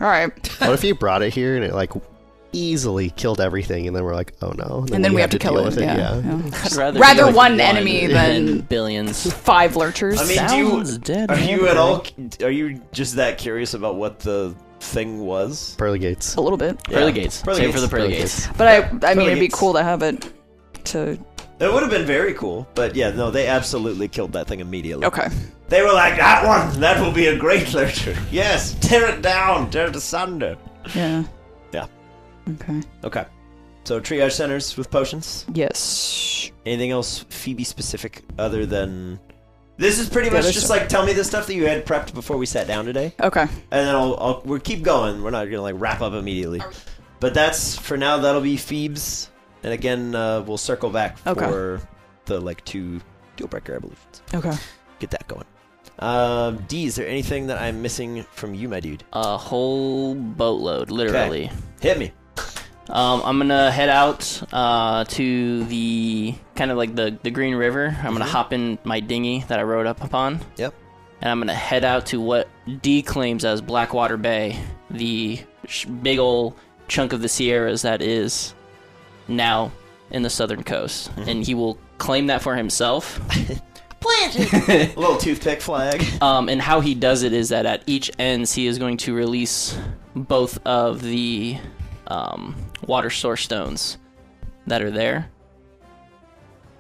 Speaker 3: All right.
Speaker 5: what if you brought it here and it like easily killed everything, and then we're like, oh no,
Speaker 3: And then we have to
Speaker 5: deal
Speaker 3: kill it.
Speaker 5: with
Speaker 3: Yeah. yeah.
Speaker 7: I'd rather,
Speaker 3: Rather
Speaker 7: be like
Speaker 3: one enemy than-
Speaker 7: billions.
Speaker 3: Five lurchers.
Speaker 2: I mean, do you-
Speaker 7: Sounds dead.
Speaker 2: Are you
Speaker 7: hamburger.
Speaker 2: at all? Are you just that curious about what the thing was?
Speaker 5: Pearly gates.
Speaker 3: a little bit.
Speaker 2: Yeah.
Speaker 7: Pearly gates.
Speaker 2: Pearly
Speaker 7: Save
Speaker 2: gates.
Speaker 7: for the pearly
Speaker 5: Pearly
Speaker 7: gates.
Speaker 3: But I, I mean,
Speaker 2: Totally
Speaker 3: it'd be
Speaker 2: gets-
Speaker 3: cool to have it. To
Speaker 2: It would have been very cool, but yeah, no, they absolutely killed that thing immediately.
Speaker 3: okay.
Speaker 2: They were like, that one, that will be a great lurcher. Yes, tear it down, tear it asunder.
Speaker 3: Yeah.
Speaker 2: Yeah.
Speaker 3: Okay.
Speaker 2: Okay. So triage centers with potions.
Speaker 3: Yes.
Speaker 2: Anything else Phoebe specific other than this is pretty
Speaker 3: Yeah,
Speaker 2: much
Speaker 3: there's
Speaker 2: just
Speaker 3: some-
Speaker 2: like tell me the stuff that you had prepped before we sat down today,
Speaker 3: Okay.
Speaker 2: and then I'll, I'll we'll keep going. We're not gonna like wrap up immediately, but that's for now. That'll be Phoebe's, and again uh, we'll circle back
Speaker 3: Okay.
Speaker 2: for the like two deal breaker evolutions.
Speaker 3: Okay.
Speaker 2: Get that going. Um, D, is there anything that I'm missing from you, my dude?
Speaker 7: A whole boatload, literally.
Speaker 2: Hit me.
Speaker 7: Um, I'm gonna head out uh, to the kind of like the, the Green River. I'm gonna hop in my dinghy that I rode up upon.
Speaker 2: Yep.
Speaker 7: And I'm gonna head out to what D claims as Blackwater Bay, the sh- big ol' chunk of the Sierras that is now in the southern coast. And he will claim that for himself.
Speaker 2: A little toothpick flag.
Speaker 7: Um, and how he does it is that at each ends he is going to release both of the um, water source stones that are there,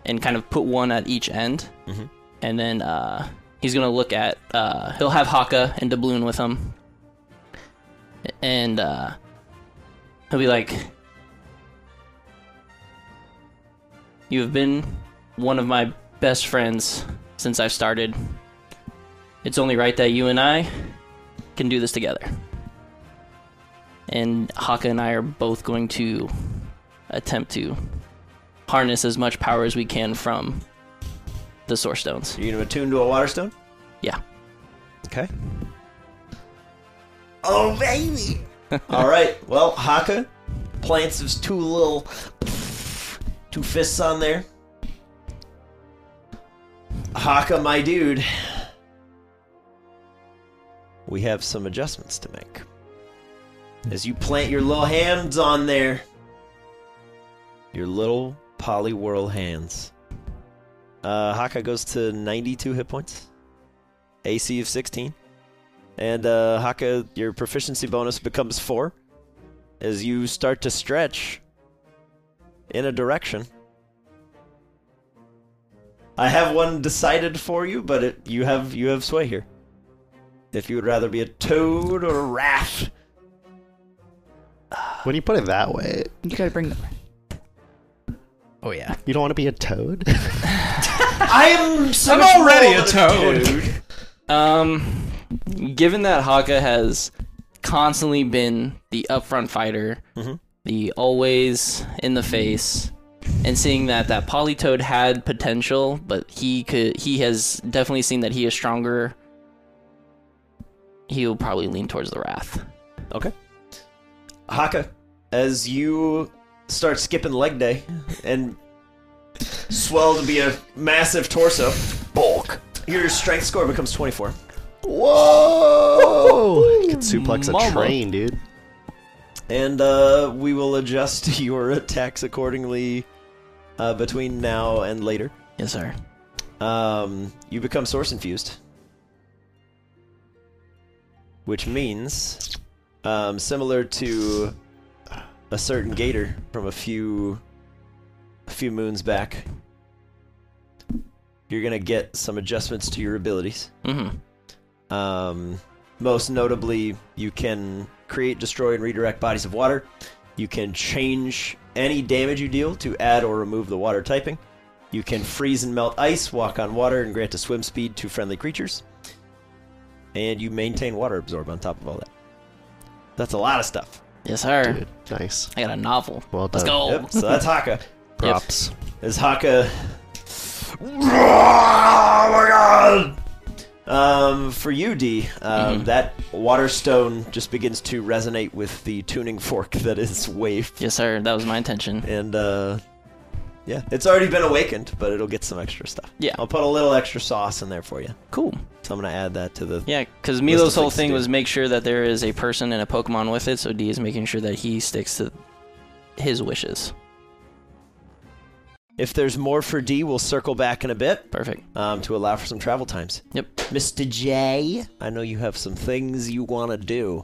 Speaker 7: and kind of put one at each end, and then uh, he's going to look at. Uh, he'll have Haka and Doubloon with him, and uh, he'll be like, "You have been one of my best friends since I've started." It's only right that you and I can do this together. And Haka and I are both going to attempt to harness as much power as we can from the source stones.
Speaker 2: You're gonna attune to a water stone?
Speaker 7: Yeah.
Speaker 2: Okay. Oh baby! Alright, well, Haka plants his two little two fists on there. Haka, my dude. We have some adjustments to make. As you plant your little hands on there, your little polywhirl hands. Uh, Haka goes to 92 hit points, AC of 16. And uh, Haka, your proficiency bonus becomes 4 as you start to stretch in a direction. I have one decided for you, but it, you have you have sway here. If you would rather be a toad or a rat,
Speaker 5: When you put it that way,
Speaker 3: You gotta bring the
Speaker 6: Oh yeah.
Speaker 5: you don't want to be a toad.
Speaker 2: I am. So
Speaker 6: I'm
Speaker 2: much
Speaker 6: already
Speaker 2: more
Speaker 6: a
Speaker 2: than dude.
Speaker 7: Um given that Haka has constantly been the upfront fighter,
Speaker 2: Mhm.
Speaker 7: the always in the face, and seeing that that Polytoad had potential, but he could he has definitely seen that he is stronger. He'll probably lean towards the wrath.
Speaker 2: Okay. Haka, as you start skipping leg day and swell to be a massive torso, bulk. Your strength score becomes 24.
Speaker 5: Whoa! you could suplex
Speaker 7: Mama.
Speaker 5: a train, dude.
Speaker 2: And uh, we will adjust your attacks accordingly uh, between now and later.
Speaker 7: Yes, sir.
Speaker 2: Um, you become source infused. Which means, um, similar to a certain gator from a few, a few moons back, you're gonna get some adjustments to your abilities.
Speaker 7: Mm-hmm.
Speaker 2: Um, most notably, you can create, destroy, and redirect bodies of water. You can change any damage you deal to add or remove the water typing. You can freeze and melt ice, walk on water, and grant a swim speed to friendly creatures. And you maintain water absorb on top of all that. That's a lot of stuff.
Speaker 7: Yes, sir.
Speaker 5: Dude, nice.
Speaker 7: I got a novel.
Speaker 5: Well
Speaker 7: Let's
Speaker 5: done.
Speaker 7: go.
Speaker 2: Yep, so that's Haka.
Speaker 5: Props.
Speaker 2: As Haka. Oh my god! Um, for you, D, um,
Speaker 7: Mm-hmm.
Speaker 2: that water stone just begins to resonate with the tuning fork that is waved.
Speaker 7: Yes, sir. That was my intention.
Speaker 2: And uh, yeah, it's already been awakened, but it'll get some extra stuff.
Speaker 7: Yeah.
Speaker 2: I'll put a little extra sauce in there for you.
Speaker 7: Cool.
Speaker 2: So I'm going to add that to the.
Speaker 7: Yeah, because Milo's whole
Speaker 2: things to
Speaker 7: thing
Speaker 2: do.
Speaker 7: was make sure that there is a person and a Pokemon with it, so D is making sure that he sticks to his wishes.
Speaker 2: If there's more for D, we'll circle back in a bit
Speaker 7: Perfect.
Speaker 2: um, to allow for some travel times.
Speaker 7: Yep.
Speaker 2: Mr. J, I know you have some things you want to do.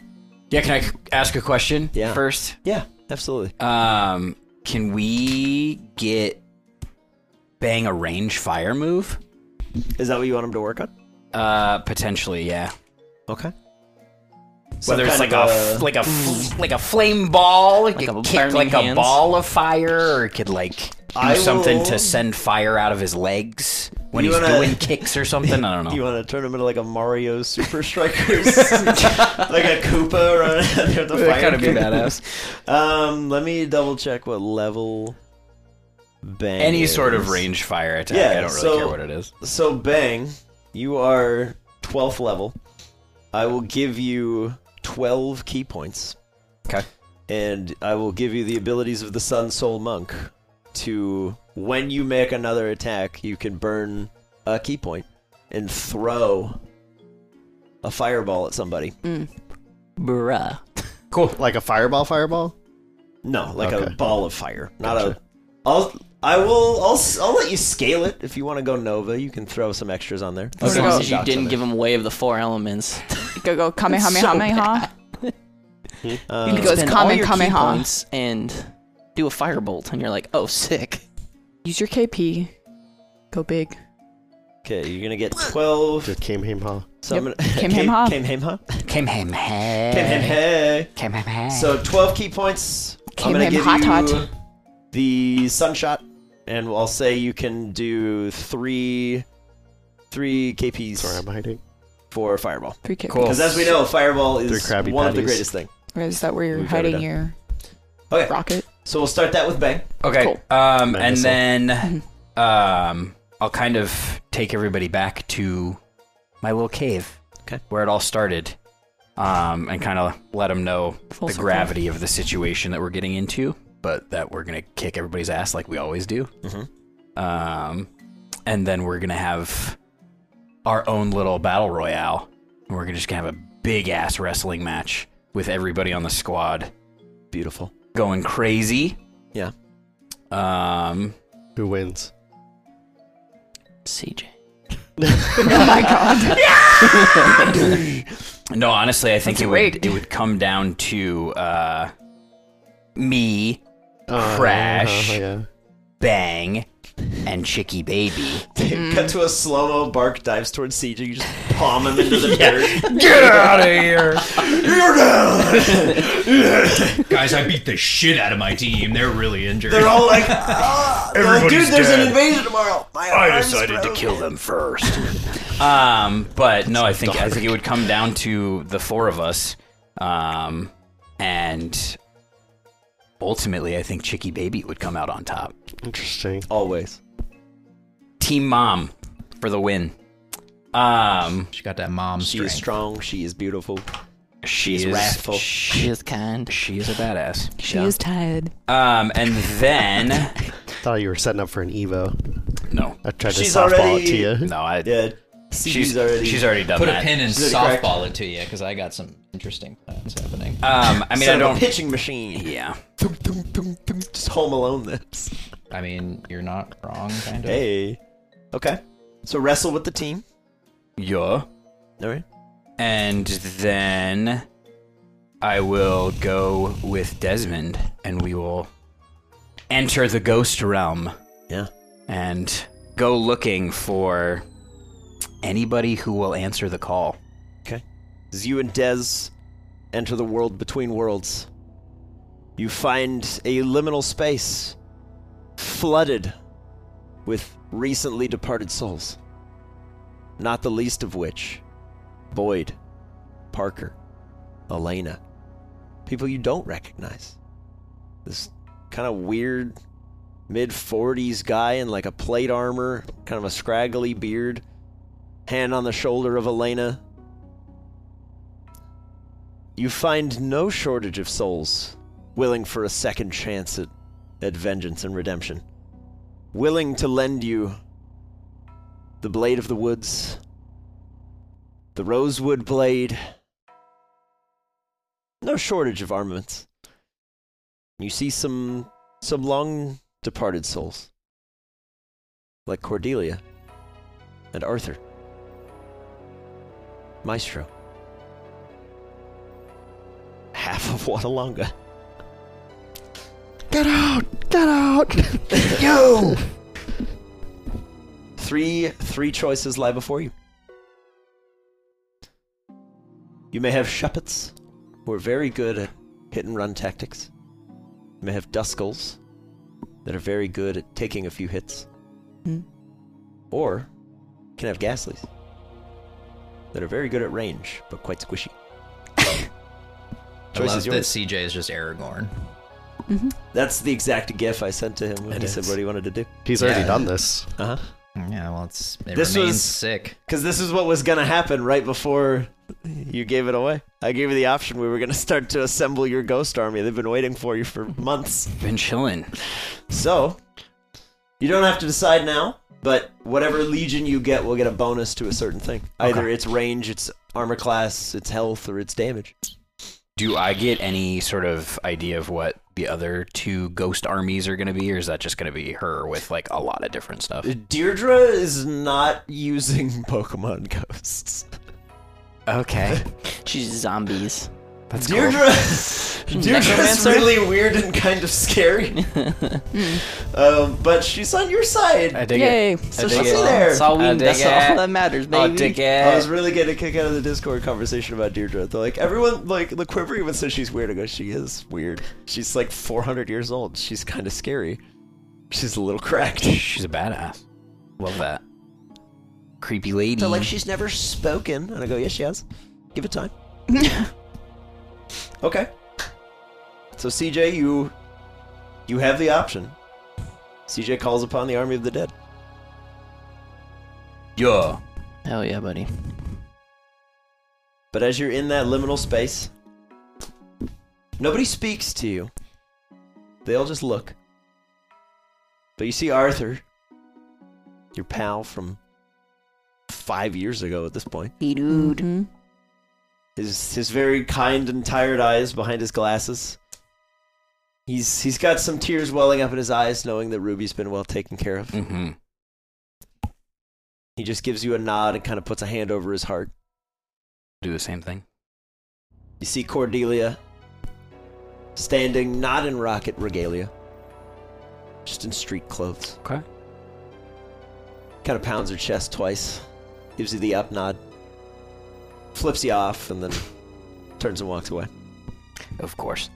Speaker 8: Yeah, can I c- ask a question
Speaker 2: Yeah.
Speaker 8: first?
Speaker 2: Yeah, absolutely.
Speaker 8: Um, can we get bang a range fire move?
Speaker 2: Is that what you want him to work on?
Speaker 8: Uh, potentially, yeah.
Speaker 2: Okay. Some
Speaker 8: Whether it's like
Speaker 2: kind
Speaker 8: a,
Speaker 2: of Mm.
Speaker 8: f- like a f- like a flame ball, it
Speaker 7: Like a
Speaker 8: could kick
Speaker 7: burning
Speaker 8: like a
Speaker 7: hands.
Speaker 8: ball of fire, or it could like do
Speaker 2: I
Speaker 8: something
Speaker 2: will-
Speaker 8: to send fire out of his legs when
Speaker 2: You
Speaker 8: he's
Speaker 2: wanna-
Speaker 8: doing kicks or something. I don't know.
Speaker 2: Do you want to turn him into like a Mario Super Strikers, like a Koopa or a, the fire? king? Um, let me double check what level. Bang.
Speaker 8: Any sort of
Speaker 2: is.
Speaker 8: range fire attack.
Speaker 2: Yeah,
Speaker 8: I don't really
Speaker 2: so-
Speaker 8: care what it is.
Speaker 2: So bang, you are twelfth level. I will give you twelve key points.
Speaker 8: Okay.
Speaker 2: And I will give you the abilities of the Sun Soul Monk to when you make another attack, you can burn a key point and throw a fireball at somebody.
Speaker 7: Bruh.
Speaker 5: Like a fireball, fireball?
Speaker 2: No, like
Speaker 5: Okay.
Speaker 2: a ball of fire, not
Speaker 5: Gotcha.
Speaker 2: a. I'll I will I'll s- I'll let you scale it if you want to go Nova. You can throw some extras on there.
Speaker 7: As
Speaker 3: Okay.
Speaker 7: long as you
Speaker 2: Shots on
Speaker 7: didn't
Speaker 2: there.
Speaker 7: give him way of the four elements.
Speaker 3: Go go kamehameha
Speaker 7: so
Speaker 3: kamehameha.
Speaker 2: Um,
Speaker 3: It goes
Speaker 7: Spend all
Speaker 3: Kame
Speaker 7: your key
Speaker 3: Kameha.
Speaker 7: points and do a firebolt, and you're like, oh, sick.
Speaker 3: Use your KP. Go big.
Speaker 2: Okay, you're gonna get twelve.
Speaker 5: Just came him, huh?
Speaker 2: So I'm
Speaker 3: Yep.
Speaker 2: gonna,
Speaker 3: Came him ha.
Speaker 2: Came him ha. Came
Speaker 8: Came him
Speaker 2: him
Speaker 8: hey.
Speaker 2: hey.
Speaker 8: Came him hey.
Speaker 2: So twelve key points.
Speaker 3: Came
Speaker 2: I'm gonna
Speaker 3: him
Speaker 2: give
Speaker 3: hot,
Speaker 2: you
Speaker 3: hot.
Speaker 2: the sunshot, and I'll say you can do three, three KPs
Speaker 5: Sorry, I'm hiding.
Speaker 2: for fireball.
Speaker 3: Three KP.
Speaker 8: Cool.
Speaker 2: Because as we know, fireball is
Speaker 5: Three Krabby
Speaker 2: one of the
Speaker 5: Patties.
Speaker 2: greatest thing.
Speaker 3: Or Is that where you're
Speaker 2: We've got it
Speaker 3: hiding
Speaker 2: done.
Speaker 3: your
Speaker 2: Okay,
Speaker 3: rocket?
Speaker 2: so we'll start that with bang.
Speaker 8: Okay. Um, and
Speaker 5: Missile.
Speaker 8: then um, I'll kind of take everybody back to my little cave,
Speaker 2: Okay.
Speaker 8: where it all started, um, and kind of let them know
Speaker 3: Full
Speaker 8: the
Speaker 3: circle.
Speaker 8: gravity of the situation that we're getting into, but that we're gonna kick everybody's ass like we always do.
Speaker 2: Mhm.
Speaker 8: Um, and then we're gonna have our own little battle royale, and we're gonna just gonna have a big ass wrestling match with everybody on the squad
Speaker 2: Beautiful.
Speaker 8: going crazy.
Speaker 2: Yeah.
Speaker 8: Um.
Speaker 5: Who wins?
Speaker 7: CJ.
Speaker 3: Oh my god.
Speaker 8: No, honestly, I think
Speaker 3: That's
Speaker 8: it
Speaker 3: rigged.
Speaker 8: would it would come down to uh, me,
Speaker 5: Uh,
Speaker 8: Crash.
Speaker 5: uh, yeah.
Speaker 8: Bang, and Chicky Baby.
Speaker 2: Cut to a slow mo. Bark dives towards CJ. You just palm him into the dirt.
Speaker 8: Get out of here,
Speaker 6: Guys, I beat the shit out of my team. They're really injured.
Speaker 2: They're all like, ah, they're like, dude,
Speaker 6: Everybody's
Speaker 2: there's an
Speaker 6: dead.
Speaker 2: invasion tomorrow. My
Speaker 6: I
Speaker 2: arm's
Speaker 6: decided to
Speaker 2: broke."
Speaker 6: kill them first.
Speaker 8: Um, but no, I think I think it would come down to the four of us, um, and ultimately, I think Chicky Baby would come out on top.
Speaker 5: Interesting.
Speaker 2: Always.
Speaker 8: Team Mom for the win. Um,
Speaker 6: She got that mom
Speaker 2: She
Speaker 6: strength.
Speaker 2: is strong. She is beautiful.
Speaker 8: she
Speaker 2: She's
Speaker 8: is
Speaker 2: wrathful.
Speaker 8: She,
Speaker 7: She is kind.
Speaker 8: she is a badass.
Speaker 3: She is tired.
Speaker 8: Um, and then
Speaker 5: Thought you were setting up for an Evo.
Speaker 8: no,
Speaker 5: I tried
Speaker 2: She's
Speaker 5: to softball
Speaker 2: already-
Speaker 5: it to you.
Speaker 8: no, I
Speaker 2: Yeah.
Speaker 8: she's
Speaker 2: CJ's already.
Speaker 8: she's already done
Speaker 6: Put
Speaker 8: that.
Speaker 6: a pin and
Speaker 2: She's already cracked.
Speaker 6: softball it to you, because I got some interesting plans happening.
Speaker 8: Um, I mean, I
Speaker 2: Son of a
Speaker 8: don't.
Speaker 2: pitching machine.
Speaker 8: Yeah,
Speaker 2: Thum, thum, thum, thum. Just Home Alone this.
Speaker 6: I mean, you're not wrong, kind of.
Speaker 2: Hey. Okay. So wrestle with the team.
Speaker 8: yeah.
Speaker 2: All right.
Speaker 8: And then I will go with Desmond, and we will enter the ghost realm
Speaker 2: Yeah.
Speaker 8: and go looking for anybody who will answer the call.
Speaker 2: As you and Dez enter the world between worlds, you find a liminal space flooded with recently departed souls. Not the least of which, Boyd, Parker, Elena. People you don't recognize. This kind of weird mid 40s guy in like a plate armor, kind of a scraggly beard hand on the shoulder of Elena. You find no shortage of souls willing for a second chance at, at vengeance and redemption, willing to lend you the blade of the woods, the rosewood blade. No shortage of armaments. You see some some long departed souls, like Cordelia and Arthur. Maestro. Half of Watalonga.
Speaker 5: Get out! Get out! you!
Speaker 2: Three three choices lie before you. You may have Shuppets, who are very good at hit and run tactics. You may have Duskulls, that are very good at taking a few hits.
Speaker 3: Hmm.
Speaker 2: Or you can have Ghastlies, that are very good at range, but quite squishy.
Speaker 6: I
Speaker 2: Choice
Speaker 6: love
Speaker 2: is
Speaker 6: that
Speaker 2: yours.
Speaker 6: CJ is just Aragorn.
Speaker 2: That's the exact gif I sent to him when
Speaker 6: It
Speaker 2: he said
Speaker 6: is.
Speaker 2: what he wanted to do.
Speaker 5: He's already
Speaker 6: Yeah.
Speaker 5: done this.
Speaker 2: Uh huh.
Speaker 6: Yeah, well, it's it
Speaker 2: This
Speaker 6: remains
Speaker 2: was-
Speaker 6: sick.
Speaker 2: Because this is what was going to happen right before you gave it away. I gave you the option. We were going to start to assemble your ghost army. They've been waiting for you for months.
Speaker 8: Been chilling.
Speaker 2: So, you don't have to decide now, but whatever legion you get will get a bonus to a certain thing. Either its range, its armor class, its health, or its damage.
Speaker 8: Do I get any sort of idea of what the other two ghost armies are going to be, or is that just going to be her with like a lot of different stuff?
Speaker 2: Uh, Deirdre is not using Pokemon ghosts.
Speaker 8: Okay,
Speaker 7: She's zombies.
Speaker 8: that's
Speaker 2: Deirdre, Deirdre's
Speaker 7: Necromancer?
Speaker 2: really weird and kind of scary. um, but she's on your side.
Speaker 8: I dig it.
Speaker 3: Yay.
Speaker 8: I
Speaker 3: So
Speaker 8: dig
Speaker 2: she's
Speaker 8: it.
Speaker 2: in there.
Speaker 7: That's all, we,
Speaker 8: I dig
Speaker 7: that's all
Speaker 8: it.
Speaker 7: that matters,
Speaker 8: I'll
Speaker 7: baby.
Speaker 8: dig
Speaker 2: I was
Speaker 8: it.
Speaker 2: really getting a kick out of the Discord conversation about Deirdre. They're like, everyone, like, the quiver even says she's weird. I go, she is weird. She's like 400 years old. She's kind of scary. She's a little cracked.
Speaker 8: She's a badass. Love that. Creepy lady.
Speaker 2: So, like, she's never spoken. And I go, yes, she has. Give it time. okay. So, CJ, you you have the option. CJ calls upon the army of the dead.
Speaker 8: yeah.
Speaker 7: Hell yeah, buddy.
Speaker 2: But as you're in that liminal space, nobody speaks to you. They all just look. But you see Arthur, your pal from five years ago at this point.
Speaker 3: Dude.
Speaker 2: His his very kind and tired eyes behind his glasses. He's he's got some tears welling up in his eyes, knowing that Ruby's been well taken care of.
Speaker 8: Mm-hmm.
Speaker 2: He just gives you a nod and kind of puts a hand over his heart.
Speaker 8: Do the same thing.
Speaker 2: You see Cordelia standing not in rocket regalia, just in street clothes.
Speaker 8: Okay.
Speaker 2: Kind of pounds her chest twice, gives you the up nod, flips you off, and then turns and walks away.
Speaker 8: Of course.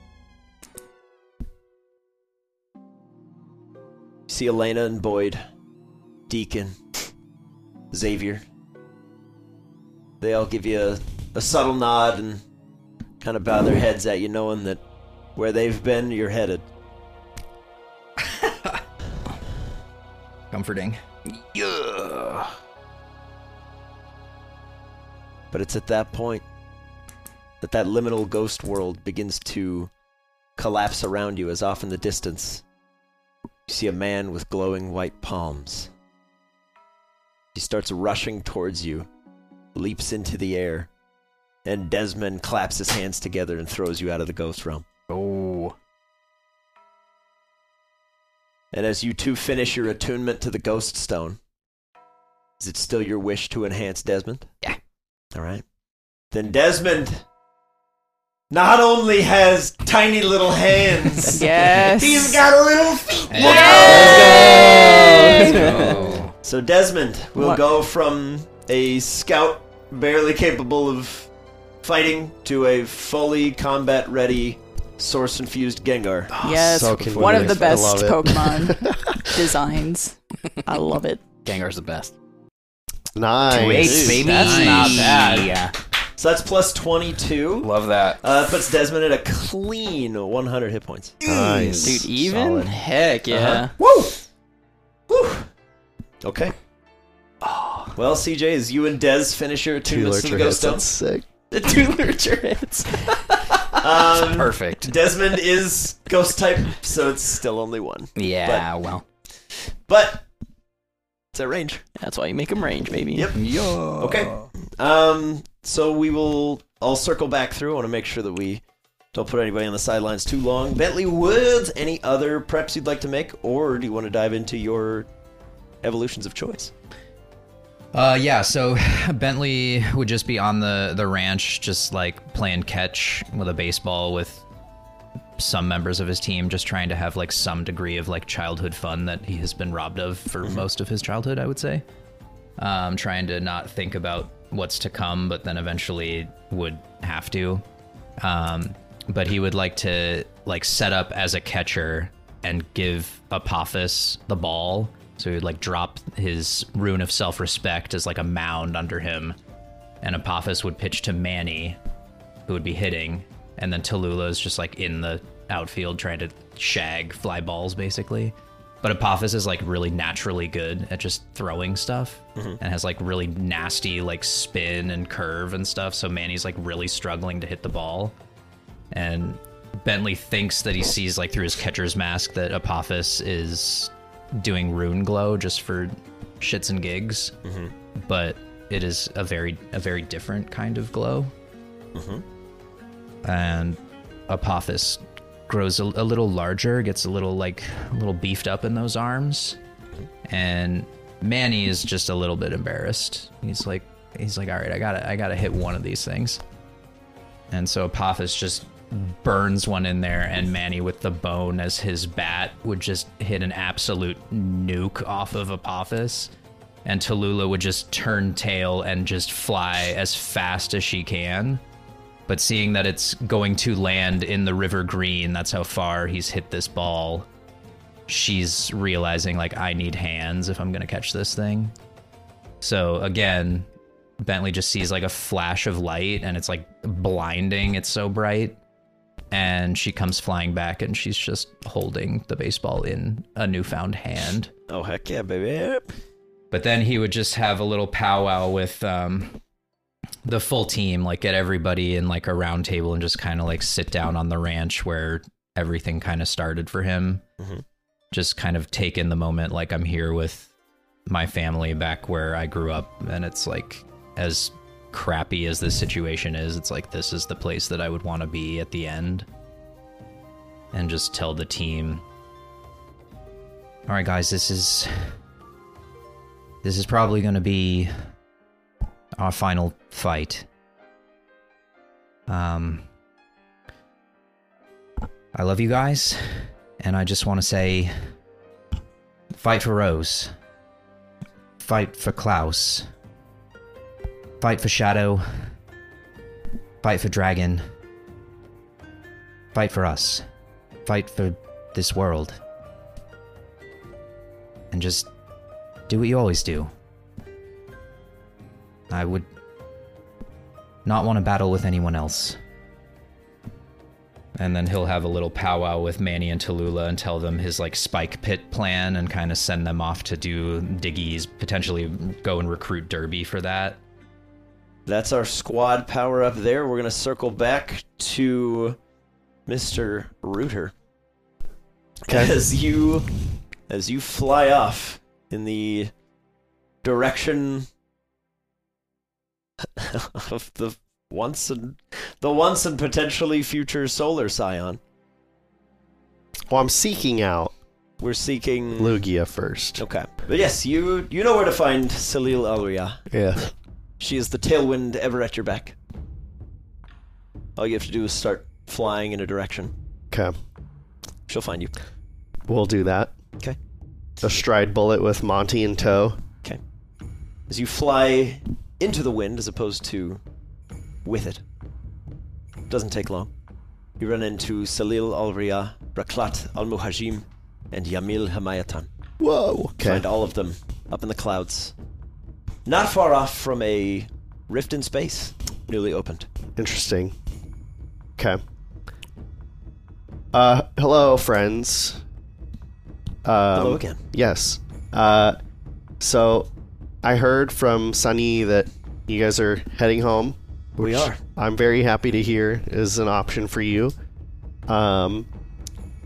Speaker 2: You see Elena and Boyd, Deacon, Xavier. They all give you a, a subtle nod and kind of bow their heads at you, knowing that where they've been, you're headed.
Speaker 6: Comforting.
Speaker 8: Yeah.
Speaker 2: But it's at that point that that liminal ghost world begins to collapse around you as off in the distance you see a man with glowing white palms. He starts rushing towards you, leaps into the air, and Desmond claps his hands together and throws you out of the ghost realm.
Speaker 8: Oh.
Speaker 2: And as you two finish your attunement to the ghost stone, is it still your wish to enhance Desmond?
Speaker 8: Yeah.
Speaker 2: All right. Then Desmond not only has tiny little hands,
Speaker 3: Yes.
Speaker 2: he's got a little feet.
Speaker 3: Yay!
Speaker 6: Oh.
Speaker 2: So Desmond will
Speaker 3: What?
Speaker 2: go from a scout barely capable of fighting to a fully combat ready source infused Gengar.
Speaker 3: Yes.
Speaker 5: So
Speaker 3: One of the
Speaker 5: convenient. I
Speaker 3: best
Speaker 5: love it.
Speaker 3: Pokemon designs. I love it.
Speaker 8: Gengar's the best.
Speaker 5: Nice.
Speaker 8: Two eights, baby.
Speaker 7: That's not bad.
Speaker 8: Yeah.
Speaker 2: So that's plus 22.
Speaker 8: Love that.
Speaker 2: Uh, that puts Desmond at a clean 100 hit points.
Speaker 5: Nice.
Speaker 7: Dude, even?
Speaker 5: Solid.
Speaker 2: Uh-huh.
Speaker 7: Heck yeah.
Speaker 2: Woo! Woo! Okay. Well, CJ, is you and Dez finish your attunements to the ghost stones?
Speaker 5: That's sick.
Speaker 7: The two literature hits.
Speaker 2: Um,
Speaker 8: Perfect.
Speaker 2: Desmond is ghost type, so it's still only one.
Speaker 8: Yeah, well.
Speaker 2: But it's at range.
Speaker 7: That's why you make them range, maybe.
Speaker 2: Yep. Okay. Um, so we will. I'll circle back through. I want to make sure that we don't put anybody on the sidelines too long. Bentley Woods, any other preps you'd like to make, or do you want to dive into your evolutions of choice?
Speaker 6: Uh, yeah, so Bentley would just be on the, the ranch, just like playing catch with a baseball with some members of his team, just trying to have like some degree of like childhood fun that he has been robbed of for most of his childhood, I would say. Um, trying to not think about what's to come, but then eventually would have to. Um, but he would like to like set up as a catcher and give Apophis the ball. So he would like drop his rune of self respect as like a mound under him. And Apophis would pitch to Manny, who would be hitting. And then Tallulah is just like in the outfield trying to shag fly balls basically. But Apophis is like really naturally good at just throwing stuff and has like really nasty like spin and curve and stuff. So Manny's like really struggling to hit the ball and Bentley thinks that he sees like through his catcher's mask that Apophis is doing rune glow just for shits and gigs, but it is a very a very different kind of glow, and Apophis grows a, a little larger, gets a little like a little beefed up in those arms, and Manny is just a little bit embarrassed. He's like he's like all right, I gotta I gotta hit one of these things. And so Apophis just burns one in there, and Manny with the bone as his bat would just hit an absolute nuke off of Apophis. And Tallulah would just turn tail and just fly as fast as she can. But seeing that it's going to land in the river green, that's how far he's hit this ball. She's realizing, like, I need hands if I'm going to catch this thing. So again, Bentley just sees like a flash of light and it's like blinding. It's so bright. And she comes flying back and she's just holding the baseball in a newfound hand.
Speaker 2: Oh heck yeah, baby!
Speaker 6: But then he would just have a little powwow with um, the full team, like get everybody in like a round table and just kind of like sit down on the ranch where everything kind of started for him. Just kind of take in the moment, like I'm here with my family back where I grew up, and it's like as crappy as this situation is, it's like this is the place that I would want to be at the end. And just tell the team, all right, guys, this is this is probably going to be our final fight. Um, I love you guys, and I just want to say fight for Rose, fight for Klaus, fight for Shadow, fight for Dragon, fight for us, fight for this world, and just do what you always do. I would not want to battle with anyone else. And then he'll have a little powwow with Manny and Tallulah and tell them his like spike pit plan and kind of send them off to do diggies, potentially go and recruit Derby for that.
Speaker 2: That's our squad power up there. We're gonna circle back to Mister Rooter. as you as you fly off in the direction of the once and the once and potentially future solar scion
Speaker 5: Well, I'm seeking out
Speaker 2: we're seeking
Speaker 5: Lugia first.
Speaker 2: okay but yes you you know where to find Salil Alria
Speaker 5: Yeah.
Speaker 2: she is the tailwind ever at your back all you have to do is start flying in a direction
Speaker 5: Okay.
Speaker 2: she'll find you
Speaker 5: We'll do that.
Speaker 2: okay
Speaker 5: A stride bullet with Monty in tow.
Speaker 2: Okay. As you fly into the wind as opposed to with it. Doesn't take long. You run into Salil Al Ria, Raklat Al Muhajim, and Yamil Hamayatan.
Speaker 5: Whoa. Okay.
Speaker 2: Find all of them up in the clouds. Not far off from a rift in space, newly opened.
Speaker 5: Interesting. Okay. Uh, hello, friends. Um,
Speaker 2: Hello again.
Speaker 5: Yes. Uh, so I heard from Sunny that you guys are heading home.
Speaker 2: We are.
Speaker 5: I'm very happy to hear is an option for you. Um,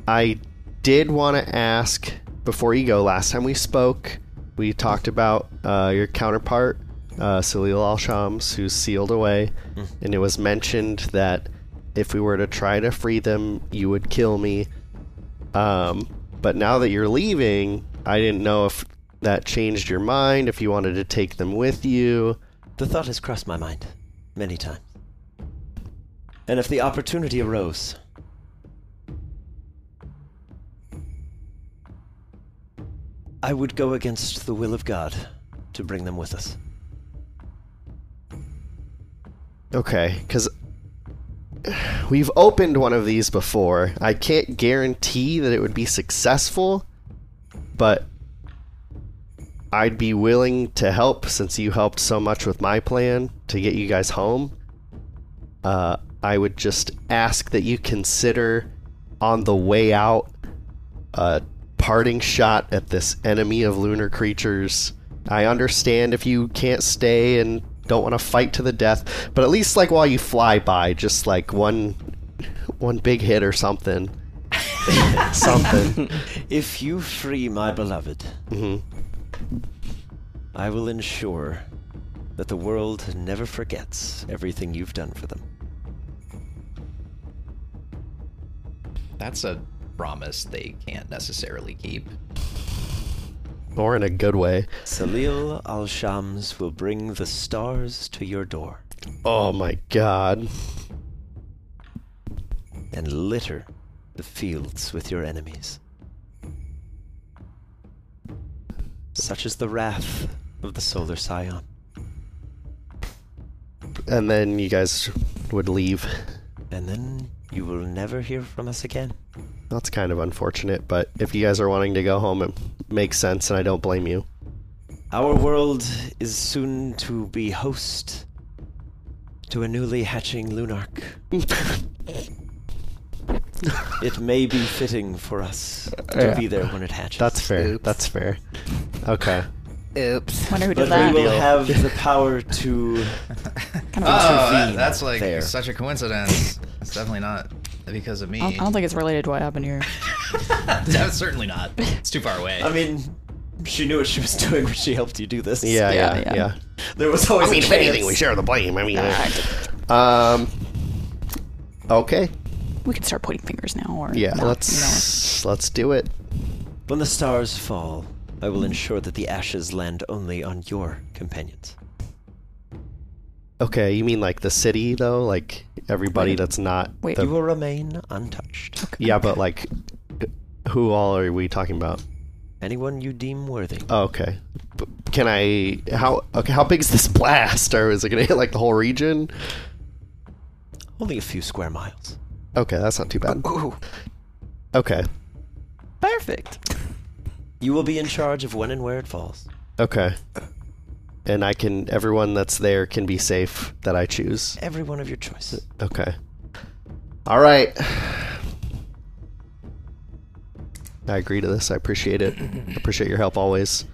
Speaker 5: I did want to ask before you go. Last time we spoke, we talked about uh, your counterpart, uh, Salil Al Shams, who's sealed away, and it was mentioned that if we were to try to free them, you would kill me. Um, but now that you're leaving, I didn't know if that changed your mind, if you wanted to take them with you.
Speaker 2: The thought has crossed my mind many times. And if the opportunity arose, I would go against the will of God to bring them with us.
Speaker 5: Okay, because we've opened one of these before. I can't guarantee that it would be successful, but I'd be willing to help since you helped so much with my plan to get you guys home. Uh, I would just ask that you consider on the way out a parting shot at this enemy of lunar creatures. I understand if you can't stay and don't want to fight to the death, but at least like while you fly by, just like one one big hit or something. something.
Speaker 2: If you free my beloved,
Speaker 5: hmm
Speaker 2: I will ensure that the world never forgets everything you've done for them.
Speaker 6: That's a promise they can't necessarily keep.
Speaker 5: Or in a good way.
Speaker 2: Salil al Shams will bring the stars to your door
Speaker 5: Oh my god.
Speaker 2: and litter the fields with your enemies. Such is the wrath of the solar scion.
Speaker 5: And then you guys would leave.
Speaker 2: And then you will never hear from us again.
Speaker 5: That's kind of unfortunate, but if you guys are wanting to go home, it makes sense, and I don't blame you.
Speaker 2: Our world is soon to be host to a newly hatching Lunark. it may be fitting for us to
Speaker 5: Yeah.
Speaker 2: be there when it hatches.
Speaker 5: That's fair. That's fair. Okay.
Speaker 6: Oops.
Speaker 3: Wonder who
Speaker 2: but
Speaker 3: did
Speaker 2: we
Speaker 3: that.
Speaker 2: will have the power to.
Speaker 3: Kind of
Speaker 6: Oh, that,
Speaker 2: intervene
Speaker 6: that's like
Speaker 2: there.
Speaker 6: such a coincidence. It's definitely not because of me.
Speaker 3: I don't- I don't think it's related to what happened here.
Speaker 6: That's certainly not. It's too far away.
Speaker 2: I mean, she knew what she was doing when she helped you do this.
Speaker 5: Yeah, yeah,
Speaker 3: Yeah,
Speaker 5: yeah.
Speaker 3: yeah.
Speaker 2: There was always a chance.
Speaker 5: share the blame. I mean, uh, um, okay,
Speaker 3: We can start pointing fingers now, or
Speaker 5: yeah.
Speaker 3: no,
Speaker 5: let's let's do it.
Speaker 2: When the stars fall, I will ensure that the ashes land only on your companions.
Speaker 5: Okay, you mean like the city though, like everybody that's not.
Speaker 3: Wait.
Speaker 5: the-
Speaker 2: You will remain untouched.
Speaker 5: yeah, but like, who all are we talking about?
Speaker 2: Anyone you deem worthy.
Speaker 5: Oh, okay. B- Can I? How okay? How big is this blast? Or is it gonna hit like the whole region?
Speaker 2: Only a few square miles.
Speaker 5: Okay, that's not too bad. Okay,
Speaker 3: perfect.
Speaker 2: You will be in charge of when and where it falls.
Speaker 5: okay. And I can. Everyone that's there can be safe. That I choose.
Speaker 2: Every one of your choices.
Speaker 5: Okay. All right. I agree to this. I appreciate it. appreciate your help always.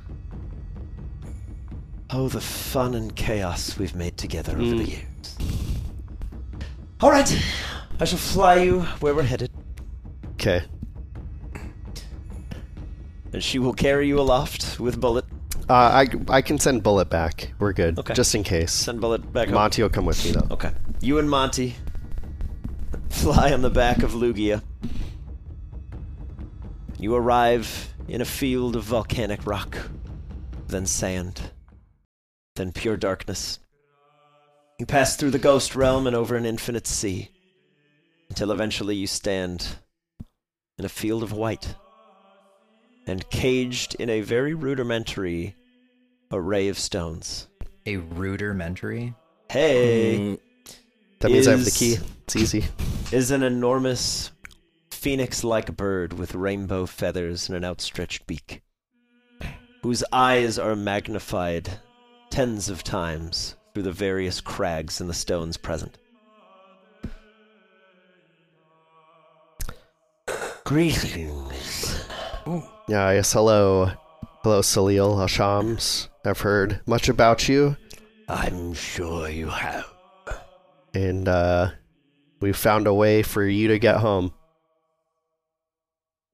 Speaker 2: Oh, the fun and chaos we've made together over
Speaker 5: Mm.
Speaker 2: the years. All right, I shall fly you where we're headed,
Speaker 5: Okay.
Speaker 2: and she will carry you aloft with Bullet.
Speaker 5: Uh, I I can send Bullet back. We're good.
Speaker 2: Okay.
Speaker 5: Just in case.
Speaker 2: Send Bullet back home.
Speaker 5: Monty will come with me though.
Speaker 2: Okay. You and Monty fly on the back of Lugia. You arrive in a field of volcanic rock, then sand, then pure darkness. You pass through the ghost realm and over an infinite sea, until eventually you stand in a field of white and caged in a very rudimentary array of stones.
Speaker 6: a rudimentary.
Speaker 2: Hey!
Speaker 7: Eh, Mm,
Speaker 5: That means I have the
Speaker 2: Is-
Speaker 5: key. It's easy.
Speaker 2: is an enormous phoenix like bird with rainbow feathers and an outstretched beak, whose eyes are magnified tens of times through the various crags and the stones present. Greetings.
Speaker 5: Yeah. Yes. Hello, Hello, Salil Hashams. I've heard much about you,
Speaker 2: I'm sure you have.
Speaker 5: and uh, we found a way for you to get home.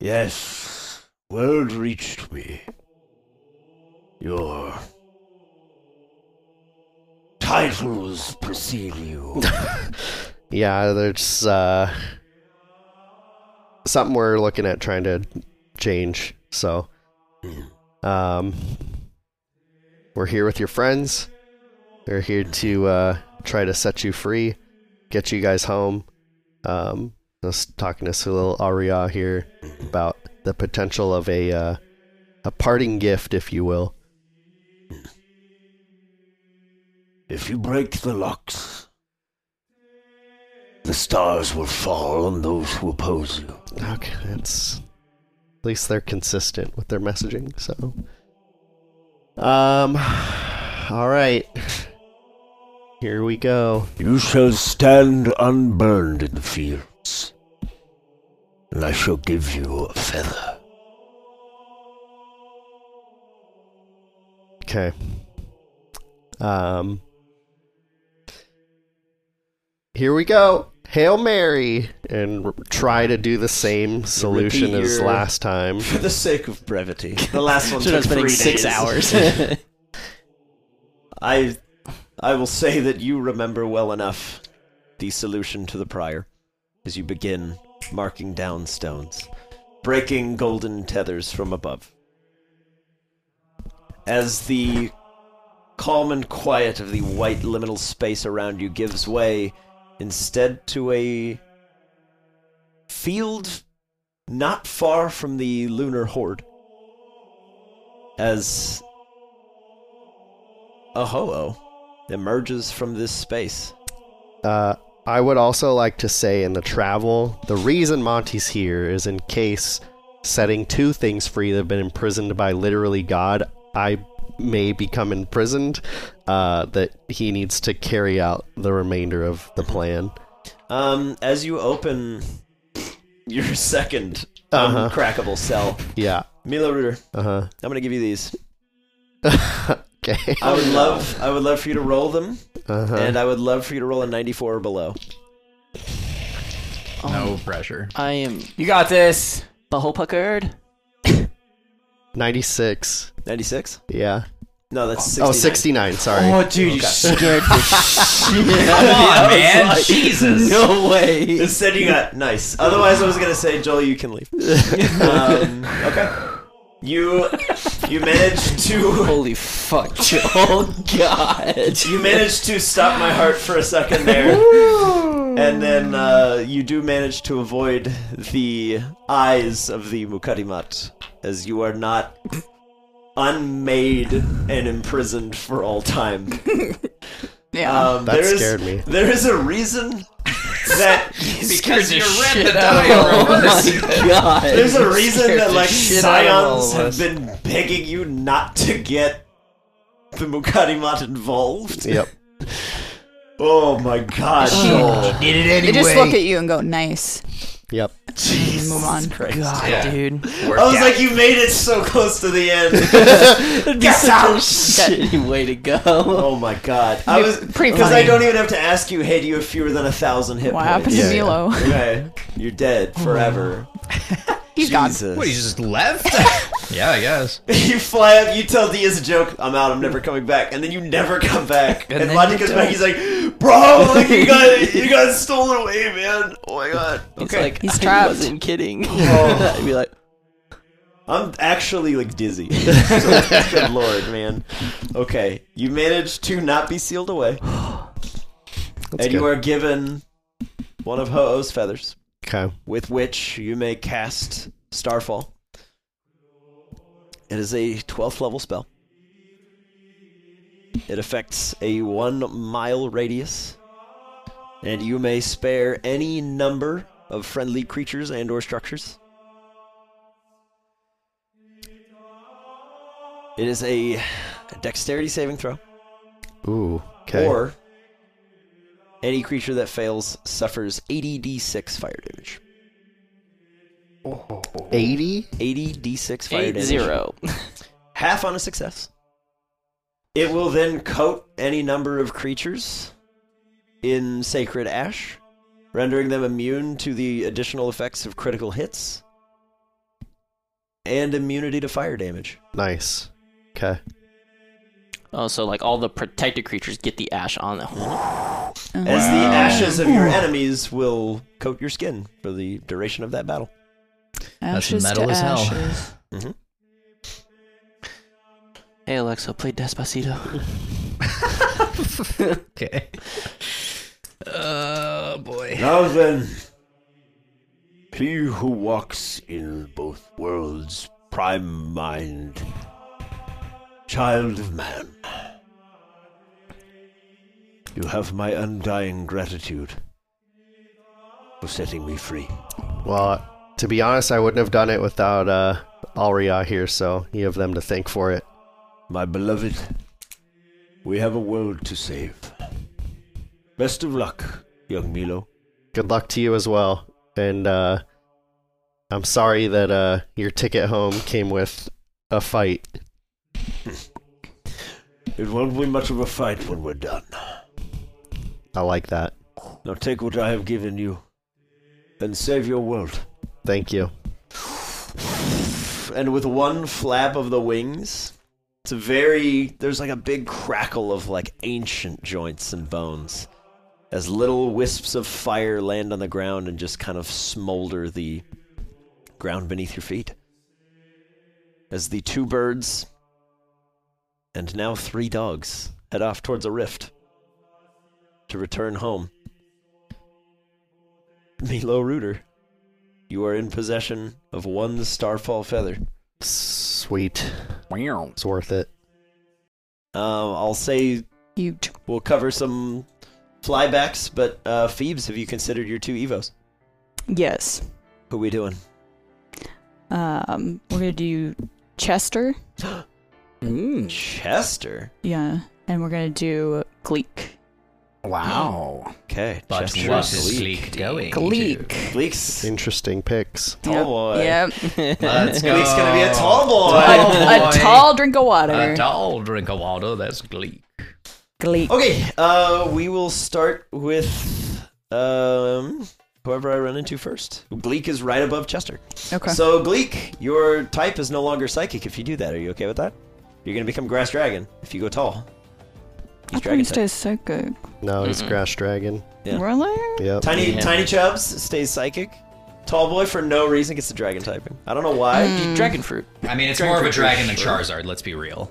Speaker 2: Yes, word reached me. Your titles precede you.
Speaker 5: Yeah, there's uh, something we're looking at trying to change. So, um, we're here with your friends. They're here to uh, try to set you free, get you guys home. Um, I was talking to Sulil Arya here about the potential of a uh, a parting gift, if you will.
Speaker 2: if you break the locks, the stars will fall on those who oppose you.
Speaker 5: Okay, that's at least they're consistent with their messaging. So, um, all right, here we go.
Speaker 2: You shall stand unburned in the fields, and I shall give you a feather.
Speaker 5: Okay. Um, here we go. Hail Mary, and r- try to do the same solution as
Speaker 2: your-
Speaker 5: last time.
Speaker 2: For the sake of brevity,
Speaker 4: The last one
Speaker 7: Should
Speaker 4: took
Speaker 7: have
Speaker 4: three
Speaker 7: been six
Speaker 4: days.
Speaker 7: hours.
Speaker 2: I, I will say that you remember well enough the solution to the prior, as you begin marking down stones, breaking golden tethers from above. As the calm and quiet of the white liminal space around you gives way, instead to a field not far from the lunar horde. As a ho emerges from this space.
Speaker 5: Uh, I would also like to say in the travel, the reason Monty's here is in case setting two things free that have been imprisoned by literally God, I may become imprisoned, uh, that he needs to carry out the remainder of the plan.
Speaker 2: Um, as you open your second
Speaker 5: Uh-huh.
Speaker 2: uncrackable cell,
Speaker 5: Yeah.
Speaker 2: Mila Ruder,
Speaker 5: Uh
Speaker 2: I'm gonna give you these.
Speaker 5: huh. okay.
Speaker 2: I would love, I would love for you to roll them,
Speaker 5: Uh huh.
Speaker 2: and I would love for you to roll a 94 or below.
Speaker 6: No pressure.
Speaker 7: I am
Speaker 8: You got this.
Speaker 7: butthole puckered.
Speaker 5: 96.
Speaker 2: 96?
Speaker 5: Yeah.
Speaker 2: No, that's 69.
Speaker 5: Oh, 69. Sorry.
Speaker 8: Oh, dude, you scared
Speaker 2: Come on,
Speaker 8: man. Jesus.
Speaker 2: No way. Instead, you got nice. Otherwise, I was gonna say, Joel, you can leave. um, okay. You, you managed to.
Speaker 7: Holy fuck, Joel. Oh, God.
Speaker 2: You managed to stop my heart for a second there. and then uh, you do manage to avoid the eyes of the Mukadimat, as you are not unmade and imprisoned for all time.
Speaker 3: Yeah.
Speaker 2: Um,
Speaker 5: That
Speaker 2: there is-
Speaker 5: scared me.
Speaker 2: There is a reason that Oh
Speaker 8: Because you read the
Speaker 2: there's a reason
Speaker 7: scared
Speaker 2: that
Speaker 7: the
Speaker 2: like
Speaker 7: shit out of all
Speaker 2: scions
Speaker 7: of
Speaker 2: have
Speaker 7: us.
Speaker 2: been begging you not to get the Mukadimat involved.
Speaker 5: Yep.
Speaker 2: Oh my god, Joel.
Speaker 8: Did it anyway.
Speaker 3: they just look at you and go, nice.
Speaker 5: Yep.
Speaker 3: and move on.
Speaker 7: God,
Speaker 8: Yeah.
Speaker 7: dude.
Speaker 2: I was like, you made it so close to the end.
Speaker 7: That's a shitty way to go.
Speaker 2: Oh my god. I was
Speaker 3: Pretty
Speaker 2: because I
Speaker 3: funny.
Speaker 2: don't even have to ask you, hey, do you have fewer than a thousand hit
Speaker 3: What happened
Speaker 2: points?
Speaker 3: to
Speaker 5: Yeah, yeah.
Speaker 3: Milo? Oh.
Speaker 2: Okay. You're dead forever.
Speaker 3: He's gone.
Speaker 2: Jesus.
Speaker 6: What, he just left? yeah, I guess.
Speaker 2: you fly up, you tell D as a joke, I'm out, I'm never coming back, and then you never come back. and
Speaker 7: then
Speaker 2: Logic
Speaker 7: you
Speaker 2: comes back, he's like, Bro, like you got you got stolen away, man. Oh my god.
Speaker 7: It's
Speaker 2: Okay.
Speaker 7: like,
Speaker 3: He's
Speaker 7: I
Speaker 3: trapped.
Speaker 7: wasn't kidding.
Speaker 2: Oh.
Speaker 7: I'd be like,
Speaker 2: I'm actually like dizzy. So, good lord, man. Okay, you managed to not be sealed away, and you
Speaker 5: good.
Speaker 2: are given one of Ho-Oh's feathers,
Speaker 5: Okay.
Speaker 2: with which you may cast Starfall. It is a 12th level spell. It affects a one mile radius, and you may spare any number of friendly creatures and/or structures. It is a dexterity saving throw,
Speaker 5: Ooh. Okay.
Speaker 2: or any creature that fails suffers 80d6 fire damage.
Speaker 5: 80?
Speaker 2: 80d6 fire
Speaker 7: eight
Speaker 2: damage.
Speaker 7: zero.
Speaker 2: half on a success. It will then coat any number of creatures in sacred ash, rendering them immune to the additional effects of critical hits and immunity to fire damage.
Speaker 5: Nice. Okay.
Speaker 7: Oh, so like all the protected creatures get the ash on them.
Speaker 2: As the ashes of your enemies will coat your skin for the duration of that battle.
Speaker 6: That's
Speaker 3: Ashes
Speaker 6: metal
Speaker 3: to
Speaker 6: as hell.
Speaker 3: ashes.
Speaker 7: Hey Alexa, play Despacito.
Speaker 6: Okay. Oh boy.
Speaker 2: Now then,
Speaker 4: He who walks in both worlds, prime mind, child of man. You have my undying gratitude for setting me free.
Speaker 5: Well, to be honest, I wouldn't have done it without uh, Alria here, so you have them to thank for it.
Speaker 4: My beloved, we have a world to save. Best of luck, young Milo.
Speaker 5: Good luck to you as well. And uh, I'm sorry that uh, your ticket home came with a fight.
Speaker 4: It won't be much of a fight when we're done.
Speaker 5: I like that.
Speaker 4: Now take what I have given you and save your world.
Speaker 5: Thank you.
Speaker 2: and with one flap of the wings, it's a very there's like a big crackle of like ancient joints and bones as little wisps of fire land on the ground and just kind of smolder the ground beneath your feet. As the two birds and now three dogs head off towards a rift to return home. Milo Rooter, you are in possession of one starfall feather.
Speaker 5: Sweet. It's worth it.
Speaker 2: Um, I'll say
Speaker 3: Huge.
Speaker 2: we'll cover some flybacks, but uh, Phoebes, have you considered your two Evos?
Speaker 3: Yes.
Speaker 2: Who we doing?
Speaker 3: Um, we're gonna do Chester.
Speaker 8: Mm.
Speaker 2: Chester.
Speaker 3: Yeah, and we're gonna do Gleek.
Speaker 8: Wow.
Speaker 2: Okay,
Speaker 6: But
Speaker 2: Chester.
Speaker 6: what is Gleek going?
Speaker 3: Gleek.
Speaker 2: Gleek's
Speaker 5: Interesting picks.
Speaker 2: tall boy.
Speaker 3: Yep.
Speaker 6: Let's go.
Speaker 2: Gleek's gonna be
Speaker 6: Oh.
Speaker 2: a tall boy.
Speaker 3: a, a tall drink of water.
Speaker 6: A tall drink of water. That's Gleek.
Speaker 3: Gleek.
Speaker 2: Okay, uh, we will start with um, whoever I run into first. Gleek is right above Chester.
Speaker 3: Okay.
Speaker 2: So Gleek, your type is no longer psychic. If you do that, are you okay with that? You're gonna become grass dragon if you go tall.
Speaker 3: I
Speaker 2: He's
Speaker 3: thought you
Speaker 2: dragon type.
Speaker 3: stays psychic.
Speaker 5: No, he's Grass Dragon.
Speaker 2: Yeah.
Speaker 3: Really?
Speaker 5: Yep.
Speaker 2: Tiny
Speaker 7: Yeah.
Speaker 2: Tiny Chubs stays psychic. Tall boy for no reason gets the dragon typing. I don't know why.
Speaker 7: Dragon fruit.
Speaker 6: I mean, it's more of a dragon than Charizard. Let's be real.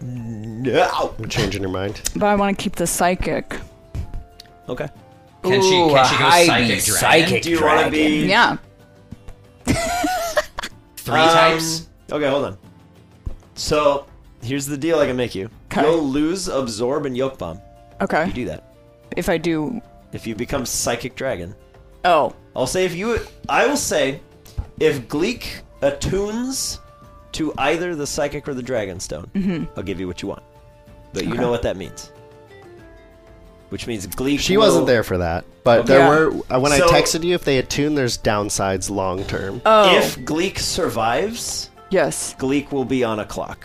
Speaker 2: No.
Speaker 5: I'm changing your mind.
Speaker 3: But I want to keep the psychic.
Speaker 2: Okay.
Speaker 6: Can she?
Speaker 8: Ooh,
Speaker 6: Can
Speaker 8: a
Speaker 6: she go
Speaker 8: high
Speaker 6: psychic dragon?
Speaker 8: psychic
Speaker 2: Do you want to
Speaker 8: dragon.
Speaker 2: be
Speaker 3: Yeah.
Speaker 6: Three
Speaker 2: um,
Speaker 6: types.
Speaker 2: Okay, hold on. So here's the deal I can make you.
Speaker 3: 'Kay.
Speaker 2: You'll lose absorb and yoke bomb.
Speaker 3: Okay.
Speaker 2: You do that
Speaker 3: If I do.
Speaker 2: if you become psychic dragon.
Speaker 3: Oh.
Speaker 2: I'll say if you. I will say if Gleek attunes to either the psychic or the dragon stone, I'll give you what you want. But you know what that means. Which means Gleek.
Speaker 5: She
Speaker 2: will-
Speaker 5: wasn't there for that, but
Speaker 2: Okay.
Speaker 5: there
Speaker 3: Yeah.
Speaker 5: were. uh, When
Speaker 2: So-
Speaker 5: I texted you, if they attune, there's downsides long term.
Speaker 3: Oh.
Speaker 2: If Gleek survives,
Speaker 3: yes.
Speaker 2: Gleek will be on a clock.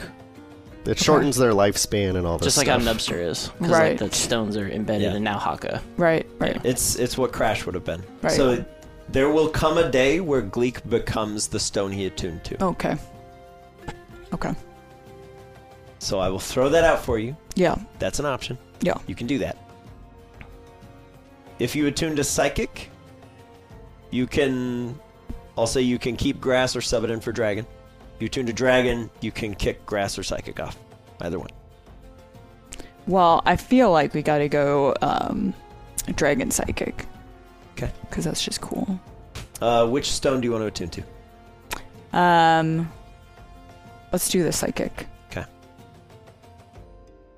Speaker 5: It shortens their lifespan and all this
Speaker 7: Just like
Speaker 5: stuff.
Speaker 7: how Nubster is. 'cause,
Speaker 3: Right.
Speaker 7: Like, the stones are embedded
Speaker 2: Yeah.
Speaker 7: in now Haka.
Speaker 3: Right. Right.
Speaker 2: It's it's what Crash would have been.
Speaker 3: Right.
Speaker 2: So there will come a day where Gleek becomes the stone he attuned to.
Speaker 3: Okay. Okay.
Speaker 2: So I will throw that out for you.
Speaker 3: Yeah.
Speaker 2: That's an option.
Speaker 3: Yeah.
Speaker 2: You can do that. If you attune to psychic, you can I'll say you can keep grass or sub it in for dragon. If you attune to dragon, you can kick grass or psychic off. Either one.
Speaker 3: Well, I feel like we gotta go um, dragon psychic.
Speaker 2: 'Kay.
Speaker 3: Because that's just cool.
Speaker 2: Uh, which stone do you want to attune to?
Speaker 3: Um, let's do the psychic.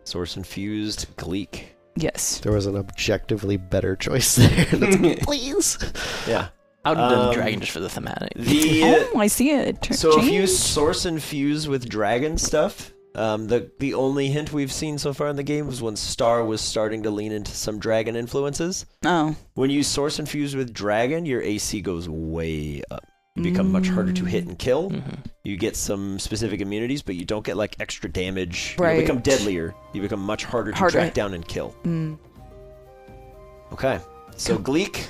Speaker 2: Source infused Gleek.
Speaker 3: Yes.
Speaker 5: There was an objectively better choice there. That's- Please.
Speaker 2: Yeah.
Speaker 7: I would have done
Speaker 2: Um,
Speaker 7: dragon just for the thematic.
Speaker 2: The uh,
Speaker 3: oh, I see it. Tr-
Speaker 2: so if you
Speaker 3: change.
Speaker 2: source infuse with dragon stuff, um, the the only hint we've seen so far in the game was when Star was starting to lean into some dragon influences.
Speaker 3: oh,
Speaker 2: When you source infuse with dragon, your AC goes way up. You become much harder to hit and kill.
Speaker 3: Mm-hmm.
Speaker 2: You get some specific immunities, but you don't get like extra damage.
Speaker 3: Right.
Speaker 2: You become deadlier. You become much harder to
Speaker 3: Harder.
Speaker 2: track down and kill.
Speaker 3: Mm.
Speaker 2: Okay. So Gleek,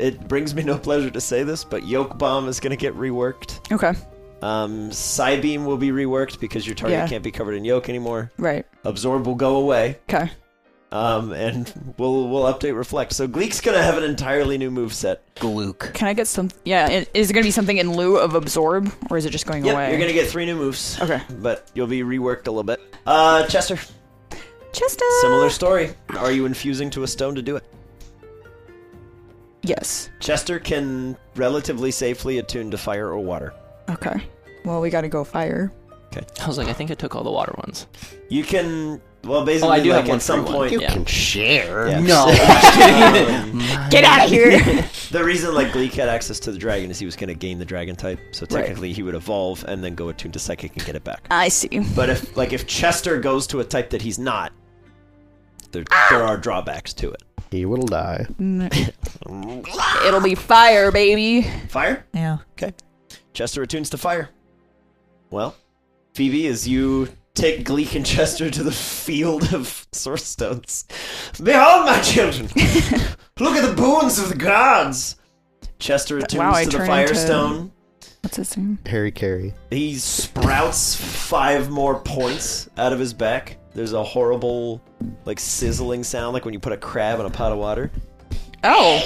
Speaker 2: it brings me no pleasure to say this, but Yoke Bomb is going to get reworked.
Speaker 3: Okay.
Speaker 2: Um, Psybeam will be reworked because your target
Speaker 3: Yeah.
Speaker 2: can't be covered in Yoke anymore.
Speaker 3: Right.
Speaker 2: Absorb will go away,
Speaker 3: Okay.
Speaker 2: um, and we'll we'll update Reflect. So Gleek's going to have an entirely new move set.
Speaker 8: Gluke.
Speaker 3: Can I get some? Yeah. i- Is it gonna be something in lieu of absorb, or is it just going
Speaker 2: Yep,
Speaker 3: away?
Speaker 2: you're going to get three new moves,
Speaker 3: Okay.
Speaker 2: but you'll be reworked a little bit. Uh, Chester,
Speaker 3: Chester.
Speaker 2: similar story. Are you infusing to a stone to do it?
Speaker 3: Yes.
Speaker 2: Chester can relatively safely attune to fire or water.
Speaker 3: Okay. Well, we gotta go fire.
Speaker 7: I was like, I think I took all the water ones.
Speaker 2: You can. Well, basically,
Speaker 7: Oh, do
Speaker 2: like
Speaker 7: have one
Speaker 2: at some
Speaker 7: free one.
Speaker 2: point,
Speaker 5: You
Speaker 7: Yeah.
Speaker 5: can share.
Speaker 2: Uh,
Speaker 3: Get out of here.
Speaker 2: the reason like Gleek had access to the dragon is he was going to gain the dragon type. So technically, he would evolve and then go attune to psychic and get it back.
Speaker 3: I see.
Speaker 2: But if like if Chester goes to a type that he's not, there there are drawbacks to it.
Speaker 5: He will die.
Speaker 3: It'll be fire, baby.
Speaker 2: Fire.
Speaker 9: Yeah.
Speaker 2: Chester attunes to fire. Well, Phoebe, as you take Gleek and Chester to the field of source stones, behold, my children! Look at the boons of the gods. Chester attunes
Speaker 3: Wow, I
Speaker 2: to the
Speaker 3: turn
Speaker 2: fire
Speaker 3: into-
Speaker 2: stone.
Speaker 3: What's his name?
Speaker 5: Harry Carey.
Speaker 2: He sprouts five more points out of his back. There's a horrible, like sizzling sound, like when you put a crab in a pot of water.
Speaker 3: Oh.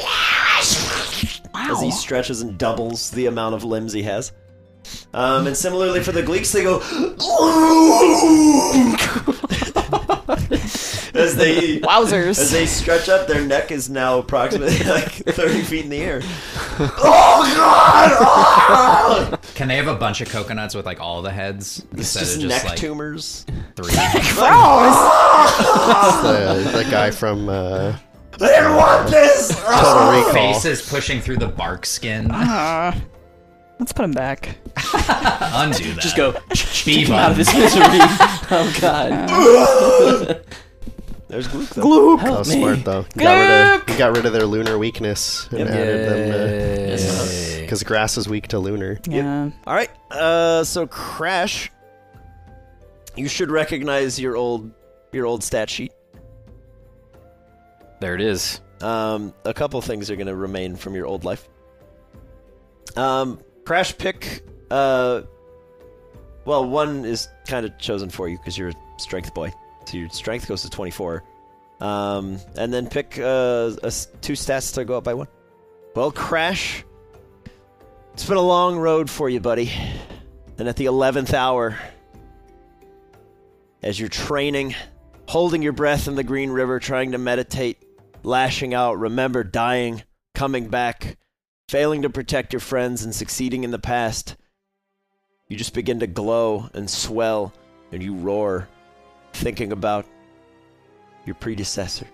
Speaker 2: As he stretches and doubles the amount of limbs he has. Um, and similarly for the Gleeks, they go as they as
Speaker 3: Wowzers.
Speaker 2: they stretch up. Their neck is now approximately like 30 feet in the air. Oh God! Oh!
Speaker 6: Can they have a bunch of coconuts with like all the heads instead
Speaker 2: Just
Speaker 6: of
Speaker 2: neck
Speaker 6: just like
Speaker 2: tumors.
Speaker 6: three?
Speaker 7: Ah.
Speaker 5: The, the guy from uh,
Speaker 2: They didn't want this.
Speaker 7: Ah.
Speaker 5: Total Recall.
Speaker 6: Faces pushing through the bark skin.
Speaker 3: Uh, let's put him back.
Speaker 6: Undo that. Just
Speaker 7: go,
Speaker 6: Be
Speaker 7: Out of
Speaker 6: one.
Speaker 7: this misery. oh god.
Speaker 2: There's Gleek.
Speaker 5: That was
Speaker 7: me.
Speaker 5: smart though. He got, rid of, he got rid of their lunar weakness and added them to because grass is weak to lunar.
Speaker 3: Yeah.
Speaker 2: All right. Uh, so Crash, you should recognize your old your old stat sheet.
Speaker 8: There it is.
Speaker 2: Um, a couple things are going to remain from your old life. Um, Crash pick. Uh, well, one is kind of chosen for you because you're a strength boy, so your strength goes to twenty four. Um, and then pick uh, a s two stats to go up by one. Well, Crash, it's been a long road for you, buddy. And at the eleventh hour, as you're training, holding your breath in the Green River, trying to meditate, lashing out, remember dying, coming back, failing to protect your friends, and succeeding in the past. You just begin to glow and swell, and you roar, thinking about your predecessor,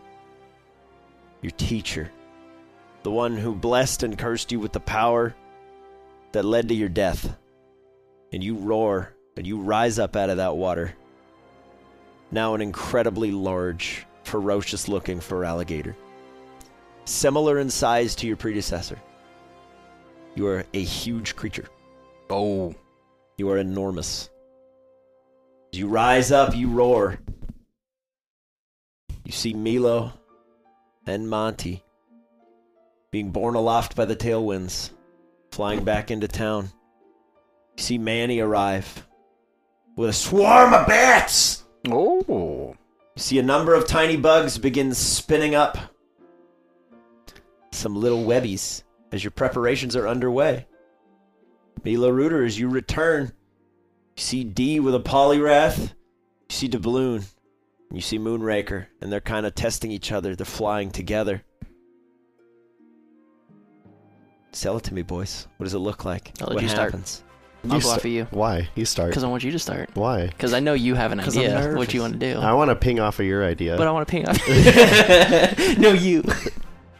Speaker 2: your teacher, the one who blessed and cursed you with the power that led to your death. And you roar, and you rise up out of that water now an incredibly large, ferocious looking for alligator. Similar in size to your predecessor. You are a huge creature.
Speaker 8: Oh,
Speaker 2: You are enormous. As you rise up, you roar. You see Milo and Monty being borne aloft by the tailwinds, flying back into town. You see Manny arrive with a swarm of bats.
Speaker 8: oh,
Speaker 2: You see a number of tiny bugs begin spinning up. Some little webbies as your preparations are underway. Mila Rooter, as you return, you see D with a polyrath. You see Doubloon. and You see Moonraker, and they're kind of testing each other. They're flying together. Sell it to me, boys. What does it look like?
Speaker 7: I'll let
Speaker 2: what
Speaker 7: you start.
Speaker 2: happens?
Speaker 5: You
Speaker 7: I'll go
Speaker 5: sta-
Speaker 7: after you
Speaker 5: Why? You start.
Speaker 7: because I want you to start
Speaker 5: Why?
Speaker 7: because I know you have an
Speaker 2: 'Cause I'm
Speaker 7: idea what
Speaker 2: nervous.
Speaker 7: you want to do,
Speaker 5: I want to ping off of your idea.
Speaker 7: Oh. but I want to ping off. no, you.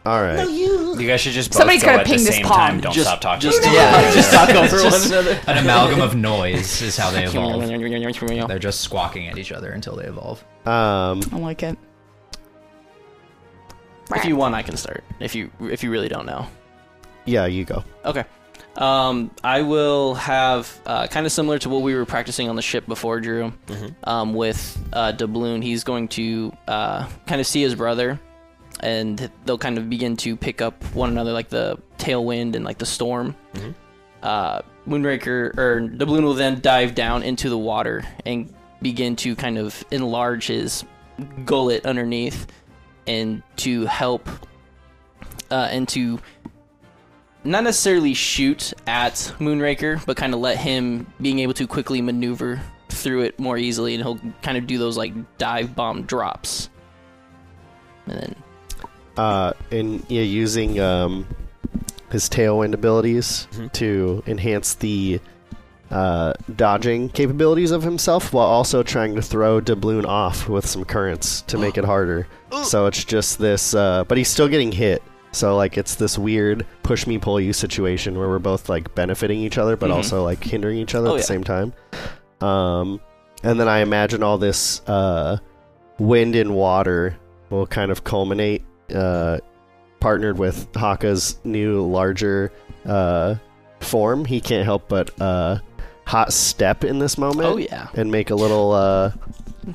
Speaker 5: All right.
Speaker 8: you guys should just both
Speaker 3: Somebody's
Speaker 8: go
Speaker 3: gotta
Speaker 8: at
Speaker 3: ping
Speaker 8: the
Speaker 3: this
Speaker 8: same
Speaker 3: palm.
Speaker 8: time. Don't stop talking.
Speaker 7: Just
Speaker 8: to each
Speaker 7: yeah,
Speaker 8: other.
Speaker 7: just talk over one another.
Speaker 6: An amalgam of noise is how they evolve. They're just squawking at each other until they evolve.
Speaker 5: Um,
Speaker 3: I like it.
Speaker 7: If you want, I can start. If you if you really don't know,
Speaker 5: yeah, you go.
Speaker 7: okay. Um, I will have uh, kind of similar to what we were practicing on the ship before, Drew. Um, with uh, Doubloon, he's going to uh, kind of see his brother, and they'll kind of begin to pick up one another, like the tailwind and like the storm. Uh, Moonraker or Doubloon will then dive down into the water and begin to kind of enlarge his gullet underneath, and to help uh, and to not necessarily shoot at Moonraker, but kind of let him being able to quickly maneuver through it more easily, and he'll kind of do those like dive bomb drops. And then,
Speaker 5: uh, and yeah, using um, his tailwind abilities
Speaker 7: Mm-hmm.
Speaker 5: to enhance the uh, dodging capabilities of himself, while also trying to throw Doubloon off with some currents to make it harder. So it's just this, uh, but he's still getting hit. So like it's this weird push me pull you situation where we're both like benefiting each other, but
Speaker 7: Mhm.
Speaker 5: also like hindering each other
Speaker 7: Oh,
Speaker 5: at the
Speaker 7: yeah.
Speaker 5: same time. Um, and then I imagine all this uh, wind and water will kind of culminate, uh, partnered with Haka's new larger uh, form. He can't help but uh, hot step in this moment
Speaker 7: oh yeah,
Speaker 5: and make a little uh,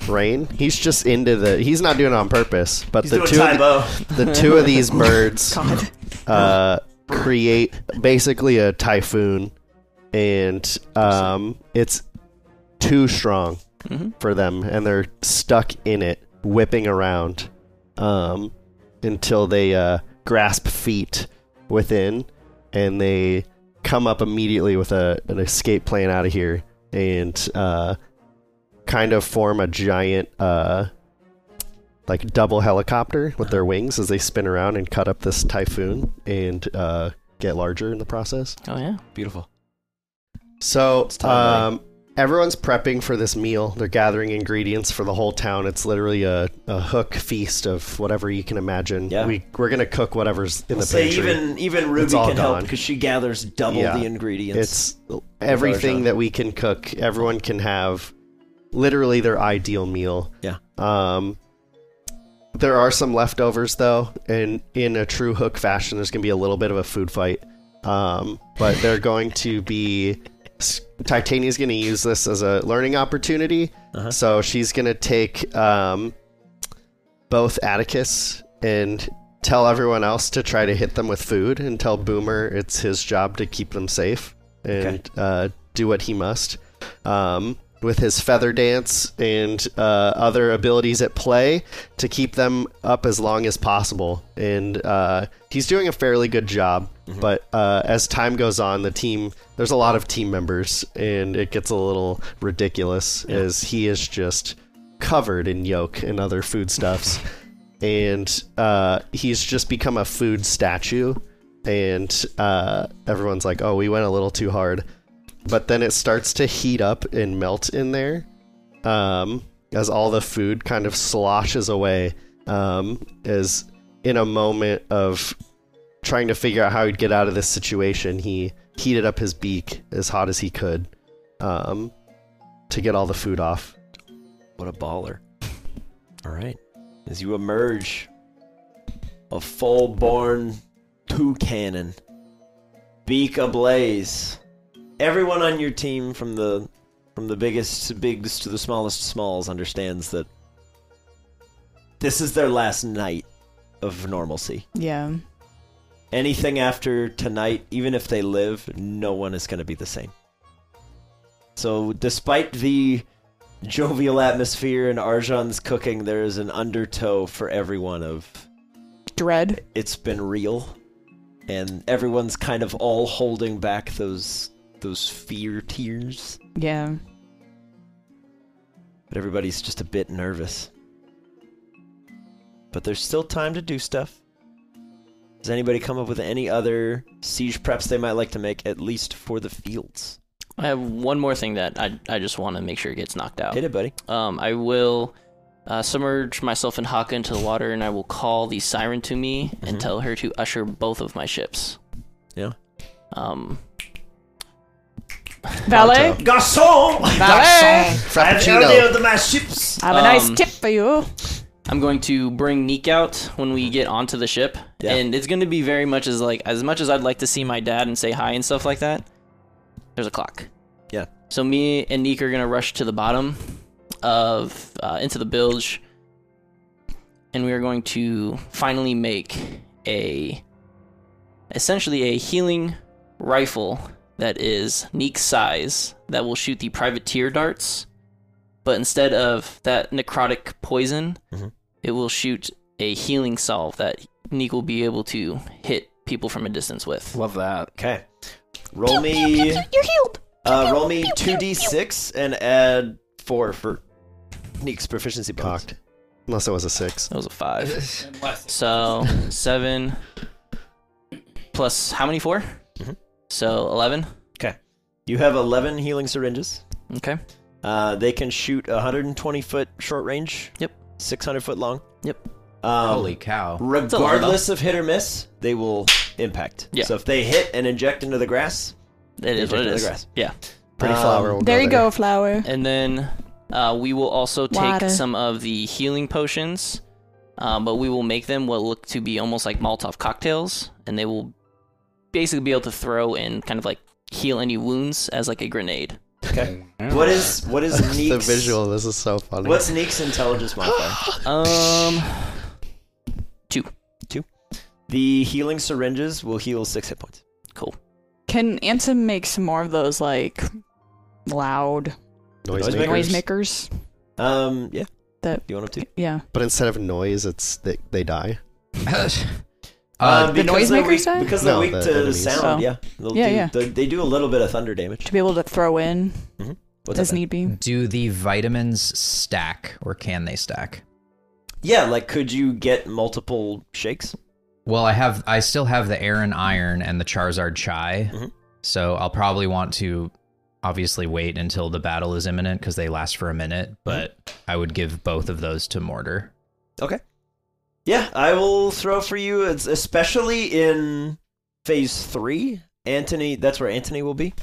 Speaker 5: rain. He's just into the. He's not doing it on purpose, but
Speaker 2: He's
Speaker 5: the
Speaker 2: doing
Speaker 5: two of the,
Speaker 2: Tybo.
Speaker 5: the two of these birds
Speaker 3: God.
Speaker 5: uh, create basically a typhoon, and um, it's too strong
Speaker 7: hmm
Speaker 5: for them, and they're stuck in it, whipping around um, until they uh, grasp feet within, and they come up immediately with a, an escape plan out of here, and uh, kind of form a giant, uh, like double helicopter with their wings as they spin around and cut up this typhoon and uh, get larger in the process.
Speaker 7: oh yeah.
Speaker 2: Beautiful.
Speaker 5: So,
Speaker 2: time,
Speaker 5: um, everyone's prepping for this meal. They're gathering ingredients for the whole town. It's literally a, a hook feast of whatever you can imagine.
Speaker 2: Yeah.
Speaker 5: We, we're going to cook whatever's in the
Speaker 2: Say
Speaker 5: pantry.
Speaker 2: even even Ruby
Speaker 5: It's all
Speaker 2: can help
Speaker 5: gone.
Speaker 2: because she gathers double
Speaker 5: Yeah.
Speaker 2: the ingredients.
Speaker 5: it's everything that we can cook. Everyone can have literally their ideal meal.
Speaker 2: Yeah.
Speaker 5: Um, there are some leftovers, though, and in a true hook fashion, there's going to be a little bit of a food fight. Um, but they're going to be. S- Titania's going to use this as a learning opportunity. So she's going to take um, both Atticus and tell everyone else to try to hit them with food and tell Boomer it's his job to keep them safe and uh, do what he must. Um, with his feather dance and uh, other abilities at play to keep them up as long as possible. And uh, he's doing a fairly good job. But uh, as time goes on, the team, there's a lot of team members, and it gets a little ridiculous as he is just covered in yolk and other foodstuffs. and uh, he's just become a food statue. And uh, everyone's like, oh, we went a little too hard. But then it starts to heat up and melt in there um, as all the food kind of sloshes away. Um, as in a moment of trying to figure out how he'd get out of this situation, he heated up his beak as hot as he could um, to get all the food off.
Speaker 2: What a baller. All right. As you emerge, a full born two cannon, beak ablaze. Everyone on your team from the from the biggest to bigs to the smallest smalls understands that this is their last night of normalcy.
Speaker 3: Yeah.
Speaker 2: Anything after tonight, even if they live, no one is going to be the same. So, despite the jovial atmosphere and Arjan's cooking, there is an undertow for everyone of
Speaker 3: Dread.
Speaker 2: it's been real, and everyone's kind of all holding back those those fear tears,
Speaker 3: Yeah.
Speaker 2: but everybody's just a bit nervous. But there's still time to do stuff. Does anybody come up with any other siege preps they might like to make, at least for the fields?
Speaker 7: I have one more thing that I I just want to make sure it gets knocked out.
Speaker 2: Hit it, buddy.
Speaker 7: Um, I will uh, submerge myself and Haka into the water, and I will call the siren to me and tell her to usher both of my ships.
Speaker 2: Mm-hmm. Yeah.
Speaker 7: Um,
Speaker 3: Valet.
Speaker 2: Garçon!
Speaker 3: Valet.
Speaker 5: Frappuccino.
Speaker 2: of my ships!
Speaker 3: I have a nice
Speaker 7: Um,
Speaker 3: tip for you.
Speaker 7: I'm going to bring Neek out when we get onto the ship,
Speaker 2: Yeah.
Speaker 7: and it's going to be very much as like as much as I'd like to see my dad and say hi and stuff like that. There's a clock.
Speaker 2: Yeah.
Speaker 7: So me and Neek are going to rush to the bottom of uh, into the bilge, and we are going to finally make a essentially a healing rifle that is Neek's size that will shoot the privateer darts, but instead of that necrotic poison,
Speaker 2: Mhm.
Speaker 7: it will shoot a healing salve that Neek will be able to hit people from a distance with.
Speaker 8: Love that.
Speaker 2: Okay. Roll me.
Speaker 3: You're healed.
Speaker 2: Uh, roll me two d six and add four for Neek's proficiency bonus.
Speaker 5: Cocked. Unless it was a six.
Speaker 7: That was a five. So seven plus how many 4
Speaker 2: Mhm.
Speaker 7: So eleven.
Speaker 2: You have eleven healing syringes.
Speaker 7: Okay.
Speaker 2: Uh, they can shoot 120 foot short range.
Speaker 7: Yep.
Speaker 2: 600 foot long.
Speaker 7: Yep.
Speaker 8: Oh.
Speaker 2: Um,
Speaker 6: Holy cow.
Speaker 7: a lot,
Speaker 2: Regardless of hit or miss, they will impact.
Speaker 7: Yeah.
Speaker 2: So if they hit and inject into the grass,
Speaker 7: It is
Speaker 2: Inject
Speaker 7: what it
Speaker 2: into the
Speaker 7: is.
Speaker 2: grass.
Speaker 7: Yeah.
Speaker 5: Pretty
Speaker 2: Um,
Speaker 5: flower. Will
Speaker 3: There you
Speaker 5: there.
Speaker 3: go, flower.
Speaker 7: And then uh, we will also take
Speaker 3: Water.
Speaker 7: some of the healing potions, um, but we will make them what look to be almost like Molotov cocktails, and they will basically be able to throw and kind of like heal any wounds as like a grenade.
Speaker 2: okay. What is what is
Speaker 5: the
Speaker 2: Neek's
Speaker 5: visual. This is so funny.
Speaker 2: What's Neek's intelligence modifier?
Speaker 7: Um,
Speaker 2: the healing syringes will heal six hit points.
Speaker 3: Can Ansem make some more of those like loud
Speaker 5: noise
Speaker 2: noisemaker?
Speaker 5: maker?
Speaker 2: Makers.
Speaker 3: noise makers?
Speaker 2: Um, yeah.
Speaker 3: That- Uh,
Speaker 2: you want them to?
Speaker 3: Yeah.
Speaker 5: But instead of noise, it's they, they die.
Speaker 2: Uh,
Speaker 6: uh,
Speaker 3: the
Speaker 2: because they're
Speaker 3: noisemakers
Speaker 2: weak-
Speaker 3: die?
Speaker 2: Because they're
Speaker 5: No,
Speaker 2: weak
Speaker 5: the
Speaker 2: to
Speaker 5: enemies.
Speaker 2: sound.
Speaker 3: Oh.
Speaker 2: Yeah. They'll
Speaker 3: Yeah,
Speaker 2: do,
Speaker 3: yeah.
Speaker 2: They, they do a little bit of thunder damage.
Speaker 3: To be able to throw in
Speaker 2: What's
Speaker 3: as
Speaker 2: that?
Speaker 3: need be.
Speaker 6: do the vitamins stack or can they stack?
Speaker 2: Yeah, like could you get multiple shakes?
Speaker 6: Well, I have I still have the Aaron Iron and the Charizard Chai.
Speaker 2: Mhm.
Speaker 6: So I'll probably want to obviously wait until the battle is imminent because they last for a minute, but I would give both of those to Mortar.
Speaker 2: Yeah, I will throw for you. It's especially in phase three. Anthony, that's where Anthony will be.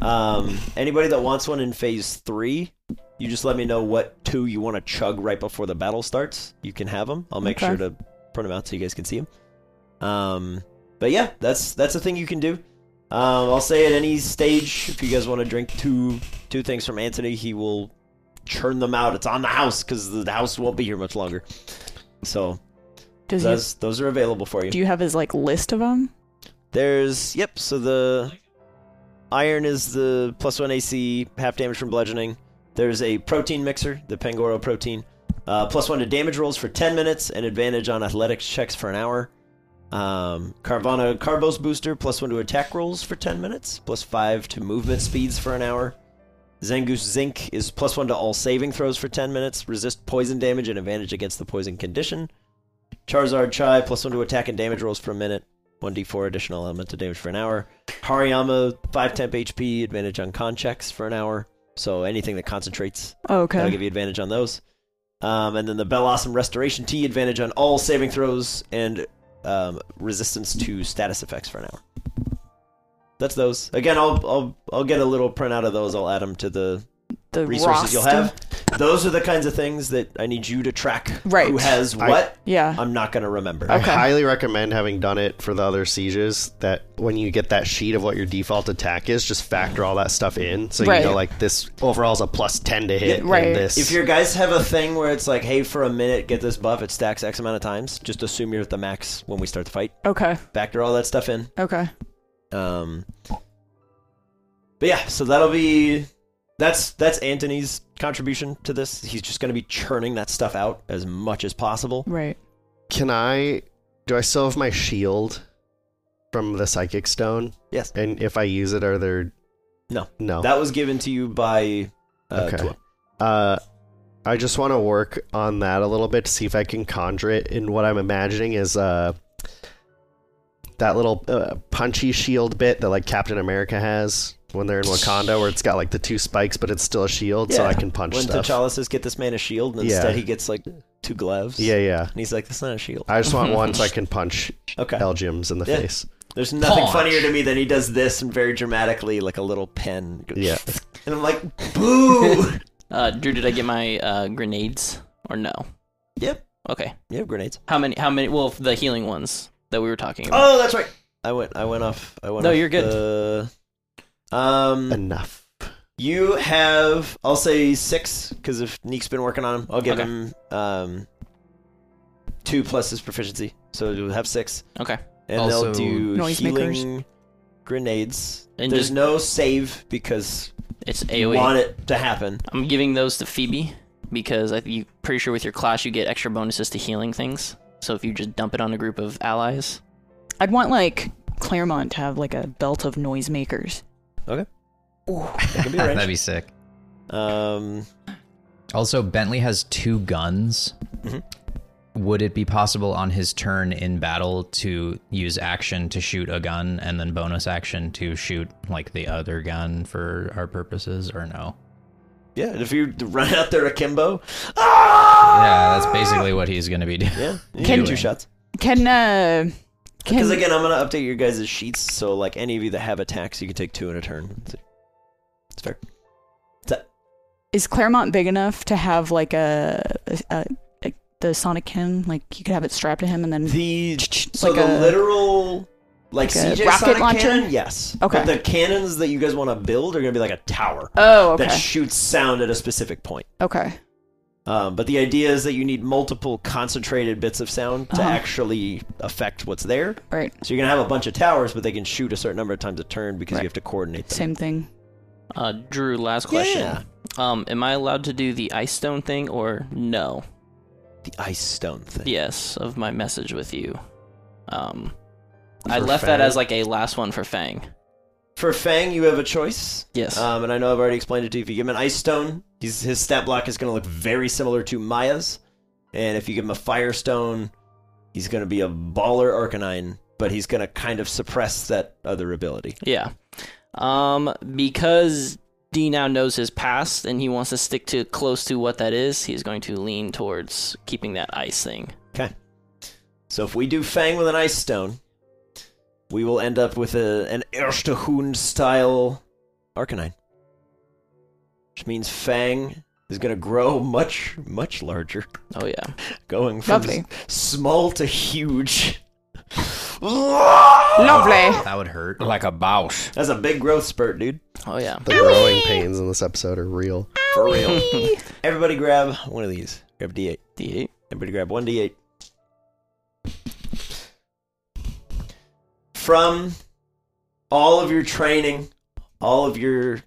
Speaker 2: Um, anybody that wants one in phase three, you just let me know what two you want to chug right before the battle starts. You can have them. I'll make
Speaker 3: Okay.
Speaker 2: sure to print them out so you guys can see them. Um, but yeah, that's that's a thing you can do. Um, I'll say at any stage if you guys want to drink two two things from Anthony, he will churn them out. It's on the house because the house won't be here much longer. So
Speaker 3: Does he,
Speaker 2: those those are available for you.
Speaker 3: do you have his like list of them?
Speaker 2: There's yep. So the iron is the plus one AC, half damage from bludgeoning. There's a protein mixer, the Pangoro protein, uh, plus one to damage rolls for ten minutes and advantage on athletics checks for an hour. Um, Carvana Carbos booster, plus one to attack rolls for ten minutes, plus five to movement speeds for an hour. Zangoose Zinc is plus one to all saving throws for ten minutes, resist poison damage and advantage against the poison condition. Charizard Chai, plus one to attack and damage rolls per minute. 1d4 additional elemental damage for an hour. Hariyama, 5 temp HP, advantage on con checks for an hour. So anything that concentrates,
Speaker 3: Oh,
Speaker 2: that'll
Speaker 3: okay.
Speaker 2: give you advantage on those. Um, and then the Bellossom Restoration T, advantage on all saving throws and um, resistance to status effects for an hour. That's those. Again, I'll, I'll I'll get a little printout of those. I'll add them to the
Speaker 3: the
Speaker 2: resources you'll
Speaker 3: roster.
Speaker 2: have. Those are the kinds of things that I need you to track.
Speaker 3: Right.
Speaker 2: Who has
Speaker 5: I-
Speaker 2: what?
Speaker 3: Yeah.
Speaker 2: I, am not going to remember.
Speaker 5: I
Speaker 3: Okay.
Speaker 5: highly recommend having done it for the other sieges that when you get that sheet of what your default attack is, just factor all that stuff in. So
Speaker 3: Right.
Speaker 5: you know like this overall is a plus ten to hit.
Speaker 3: right.
Speaker 5: and this-
Speaker 2: If your guys have a thing where it's like, hey, for a minute, get this buff, it stacks X amount of times, just assume you're at the max when we start the fight.
Speaker 3: Okay.
Speaker 2: Factor all that stuff in.
Speaker 3: Okay.
Speaker 2: Um, but yeah, so that'll be that's that's Anthony's contribution to this. He's just going to be churning that stuff out as much as possible.
Speaker 3: Right.
Speaker 5: Can I? Do I still have my shield from the psychic stone?
Speaker 2: Yes.
Speaker 5: And if I use it, are there?
Speaker 2: No.
Speaker 5: No.
Speaker 2: That was given to you by uh,
Speaker 5: Okay.
Speaker 2: Tua.
Speaker 5: uh, I just want to work on that a little bit to see if I can conjure it. And what I'm imagining is uh, that little uh, punchy shield bit that like Captain America has when they're in Wakanda, where it's got like the two spikes, but it's still a shield, so
Speaker 2: Yeah.
Speaker 5: I can punch
Speaker 2: when
Speaker 5: stuff.
Speaker 2: T'Challa says, "Get this man a shield," and
Speaker 5: Yeah.
Speaker 2: instead he gets like two gloves.
Speaker 5: Yeah, yeah.
Speaker 2: and he's like, "That's not a shield."
Speaker 5: I just want one so I can punch
Speaker 2: Okay.
Speaker 5: Elgiums in the
Speaker 2: Yeah.
Speaker 5: face.
Speaker 2: There's nothing
Speaker 6: Punch.
Speaker 2: funnier to me than he does this and very dramatically, like a little pen. goes,
Speaker 5: Yeah.
Speaker 2: And I'm like, boo!
Speaker 7: Uh, Drew, did I get my uh, grenades or no?
Speaker 2: Yep.
Speaker 7: Okay.
Speaker 2: You have grenades.
Speaker 7: How many? How many? Well, the healing ones that we were talking about.
Speaker 2: Oh, that's right. I went. I went off. I went.
Speaker 7: No,
Speaker 2: off
Speaker 7: you're good.
Speaker 2: the- um,
Speaker 5: Enough.
Speaker 2: you have. I'll say six because if Neek's been working on him, I'll give
Speaker 7: Okay.
Speaker 2: him um two plus his proficiency, so you'll have six.
Speaker 7: Okay.
Speaker 2: And they'll
Speaker 6: Also-
Speaker 2: do
Speaker 3: Noisemakers.
Speaker 2: healing grenades.
Speaker 7: And
Speaker 2: There's
Speaker 7: just E.
Speaker 2: no save because
Speaker 7: it's
Speaker 2: you
Speaker 7: AOE.
Speaker 2: want it to happen.
Speaker 7: I'm giving those to Phoebe because I you pretty sure with your class you get extra bonuses to healing things. So if you just dump it on a group of allies,
Speaker 3: I'd want like Claremont to have like a belt of noisemakers.
Speaker 2: It can be
Speaker 6: That'd
Speaker 2: arranged.
Speaker 6: be sick.
Speaker 2: um,
Speaker 6: Also, Bentley has two guns.
Speaker 2: Mhm.
Speaker 6: Would it be possible on his turn in battle to use action to shoot a gun and then bonus action to shoot like the other gun for our purposes, or no?
Speaker 2: yeah. and If you run out there akimbo, Ah!
Speaker 6: Yeah, that's basically what he's going to be doing.
Speaker 2: yeah, you
Speaker 6: Can-
Speaker 2: get two shots.
Speaker 3: Can uh can
Speaker 2: Because again, I'm gonna update your guys' sheets, so like any of you that have attacks, you can take two in a turn. It's fair.
Speaker 3: is Claremont big enough to have like a, a, a the Sonic hymn? Like you could have it strapped to him and then
Speaker 2: The so
Speaker 3: Like
Speaker 2: the
Speaker 3: a-
Speaker 2: literal like,
Speaker 3: like a
Speaker 2: CJ
Speaker 3: rocket
Speaker 2: Sonic
Speaker 3: launcher?
Speaker 2: cannon, yes.
Speaker 3: Okay.
Speaker 2: But the cannons that you guys want to build are gonna be like a tower
Speaker 3: oh okay
Speaker 2: that shoots sound at a specific point.
Speaker 3: okay
Speaker 2: Um, but the idea is that you need multiple concentrated bits of sound to
Speaker 3: Uh-huh.
Speaker 2: actually affect what's there.
Speaker 3: right
Speaker 2: So you're gonna have a bunch of towers, but they can shoot a certain number of times a turn because
Speaker 3: Right.
Speaker 2: you have to coordinate them.
Speaker 3: same thing.
Speaker 7: uh, Drew, last question.
Speaker 2: Yeah.
Speaker 7: Um, am I allowed to do the ice stone thing or no?
Speaker 2: The ice stone thing.
Speaker 7: Yes, of my message with you. Um, I left that as like a last one for Fang.
Speaker 2: For Fang, you have a choice.
Speaker 7: Yes.
Speaker 2: Um, and I know I've already explained it to you. If you give him an ice stone, he's, his stat block is going to look very similar to Maya's. And if you give him a fire stone, he's going to be a baller Arcanine, but he's going to kind of suppress that other ability.
Speaker 7: Yeah. Um, because D now knows his past and he wants to stick to close to what that is, he's going to lean towards keeping that ice thing.
Speaker 2: So if we do Fang with an ice stone, we will end up with a, an Erste Hoon style Arcanine. Which means Fang is going to grow much, much larger,
Speaker 7: Oh yeah.
Speaker 2: going from
Speaker 3: Lovely.
Speaker 2: small to huge.
Speaker 8: Eh.
Speaker 3: Lovely.
Speaker 6: That would hurt.
Speaker 8: Like a boss.
Speaker 2: That's a big growth spurt, dude.
Speaker 7: Oh yeah.
Speaker 5: The growing pains in this episode are real.
Speaker 2: For real. Everybody grab one of these. Grab D8.
Speaker 7: D8.
Speaker 2: Everybody grab one D8. From all of your training, all of your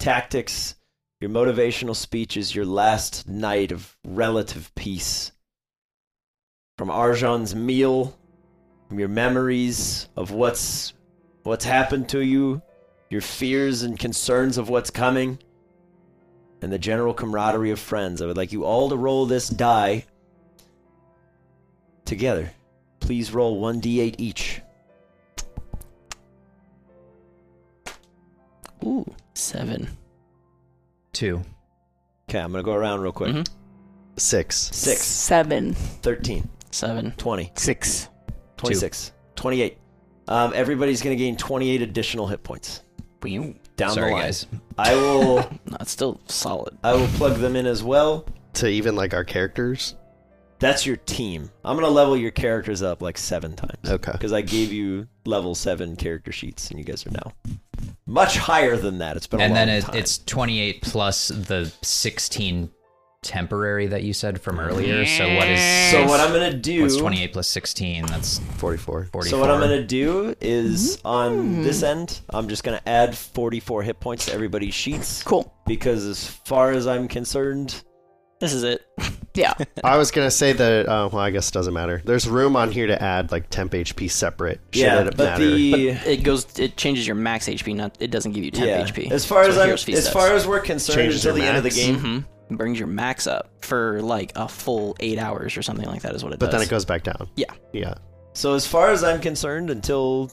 Speaker 2: tactics, your motivational speeches, your last night of relative peace, from Arjan's meal, from your memories of what's what's happened to you, your fears and concerns of what's coming, and the general camaraderie of friends. I would like you all to roll this die together. Please roll 1d8 each.
Speaker 7: Ooh. Seven.
Speaker 6: Two.
Speaker 2: Okay, I'm going to go around real quick.
Speaker 7: Mhm.
Speaker 6: Mm-hmm.
Speaker 5: Six.
Speaker 2: 6,
Speaker 3: seven
Speaker 2: 13,
Speaker 7: Seven.
Speaker 2: 20,
Speaker 8: Six.
Speaker 2: 26, 28. Um, everybody's going to gain 28 additional hit points down
Speaker 6: Sorry,
Speaker 2: the line.
Speaker 6: guys.
Speaker 2: I will
Speaker 7: No, it's still solid.
Speaker 2: I will plug them in as well.
Speaker 5: To even like our characters.
Speaker 2: That's your team. I'm going to level your characters up like 7 times
Speaker 5: Okay.
Speaker 2: because I gave you level 7 character sheets and you guys are now much higher than that. It's been a
Speaker 6: And
Speaker 2: long
Speaker 6: then it,
Speaker 2: time.
Speaker 6: it's 28 plus the 16 temporary that you said from earlier. So what is
Speaker 2: so what I'm going to do
Speaker 6: What's 28 plus 16? That's
Speaker 5: Forty-four.
Speaker 6: 44.
Speaker 2: So what I'm gonna do is on this
Speaker 7: Hmm.
Speaker 2: end, I'm just gonna add 44 hit points to everybody's sheets
Speaker 3: cool
Speaker 2: because, as far as I'm concerned,
Speaker 7: This is it.
Speaker 3: yeah
Speaker 5: I was gonna say that. Uh, well, I guess it doesn't matter. There's room on here to add like temp HP separate. Should
Speaker 2: yeah,
Speaker 5: it
Speaker 2: but
Speaker 5: matter?
Speaker 2: the
Speaker 7: It goes. It changes your max HP. Not. It doesn't give you temp
Speaker 2: yeah,
Speaker 7: HP.
Speaker 2: as far
Speaker 7: That's
Speaker 2: as
Speaker 7: what
Speaker 2: I'm,
Speaker 7: Heroes Feast
Speaker 2: as
Speaker 7: does.
Speaker 2: far as we're concerned,
Speaker 5: Changes
Speaker 2: until the
Speaker 5: their
Speaker 2: end of the
Speaker 5: max.
Speaker 2: game,
Speaker 7: Mhm. brings your max up for like a full eight hours or something like that. Is what it
Speaker 5: but
Speaker 7: does.
Speaker 5: then it goes back down.
Speaker 7: Yeah.
Speaker 5: Yeah.
Speaker 2: so as far as I'm concerned, until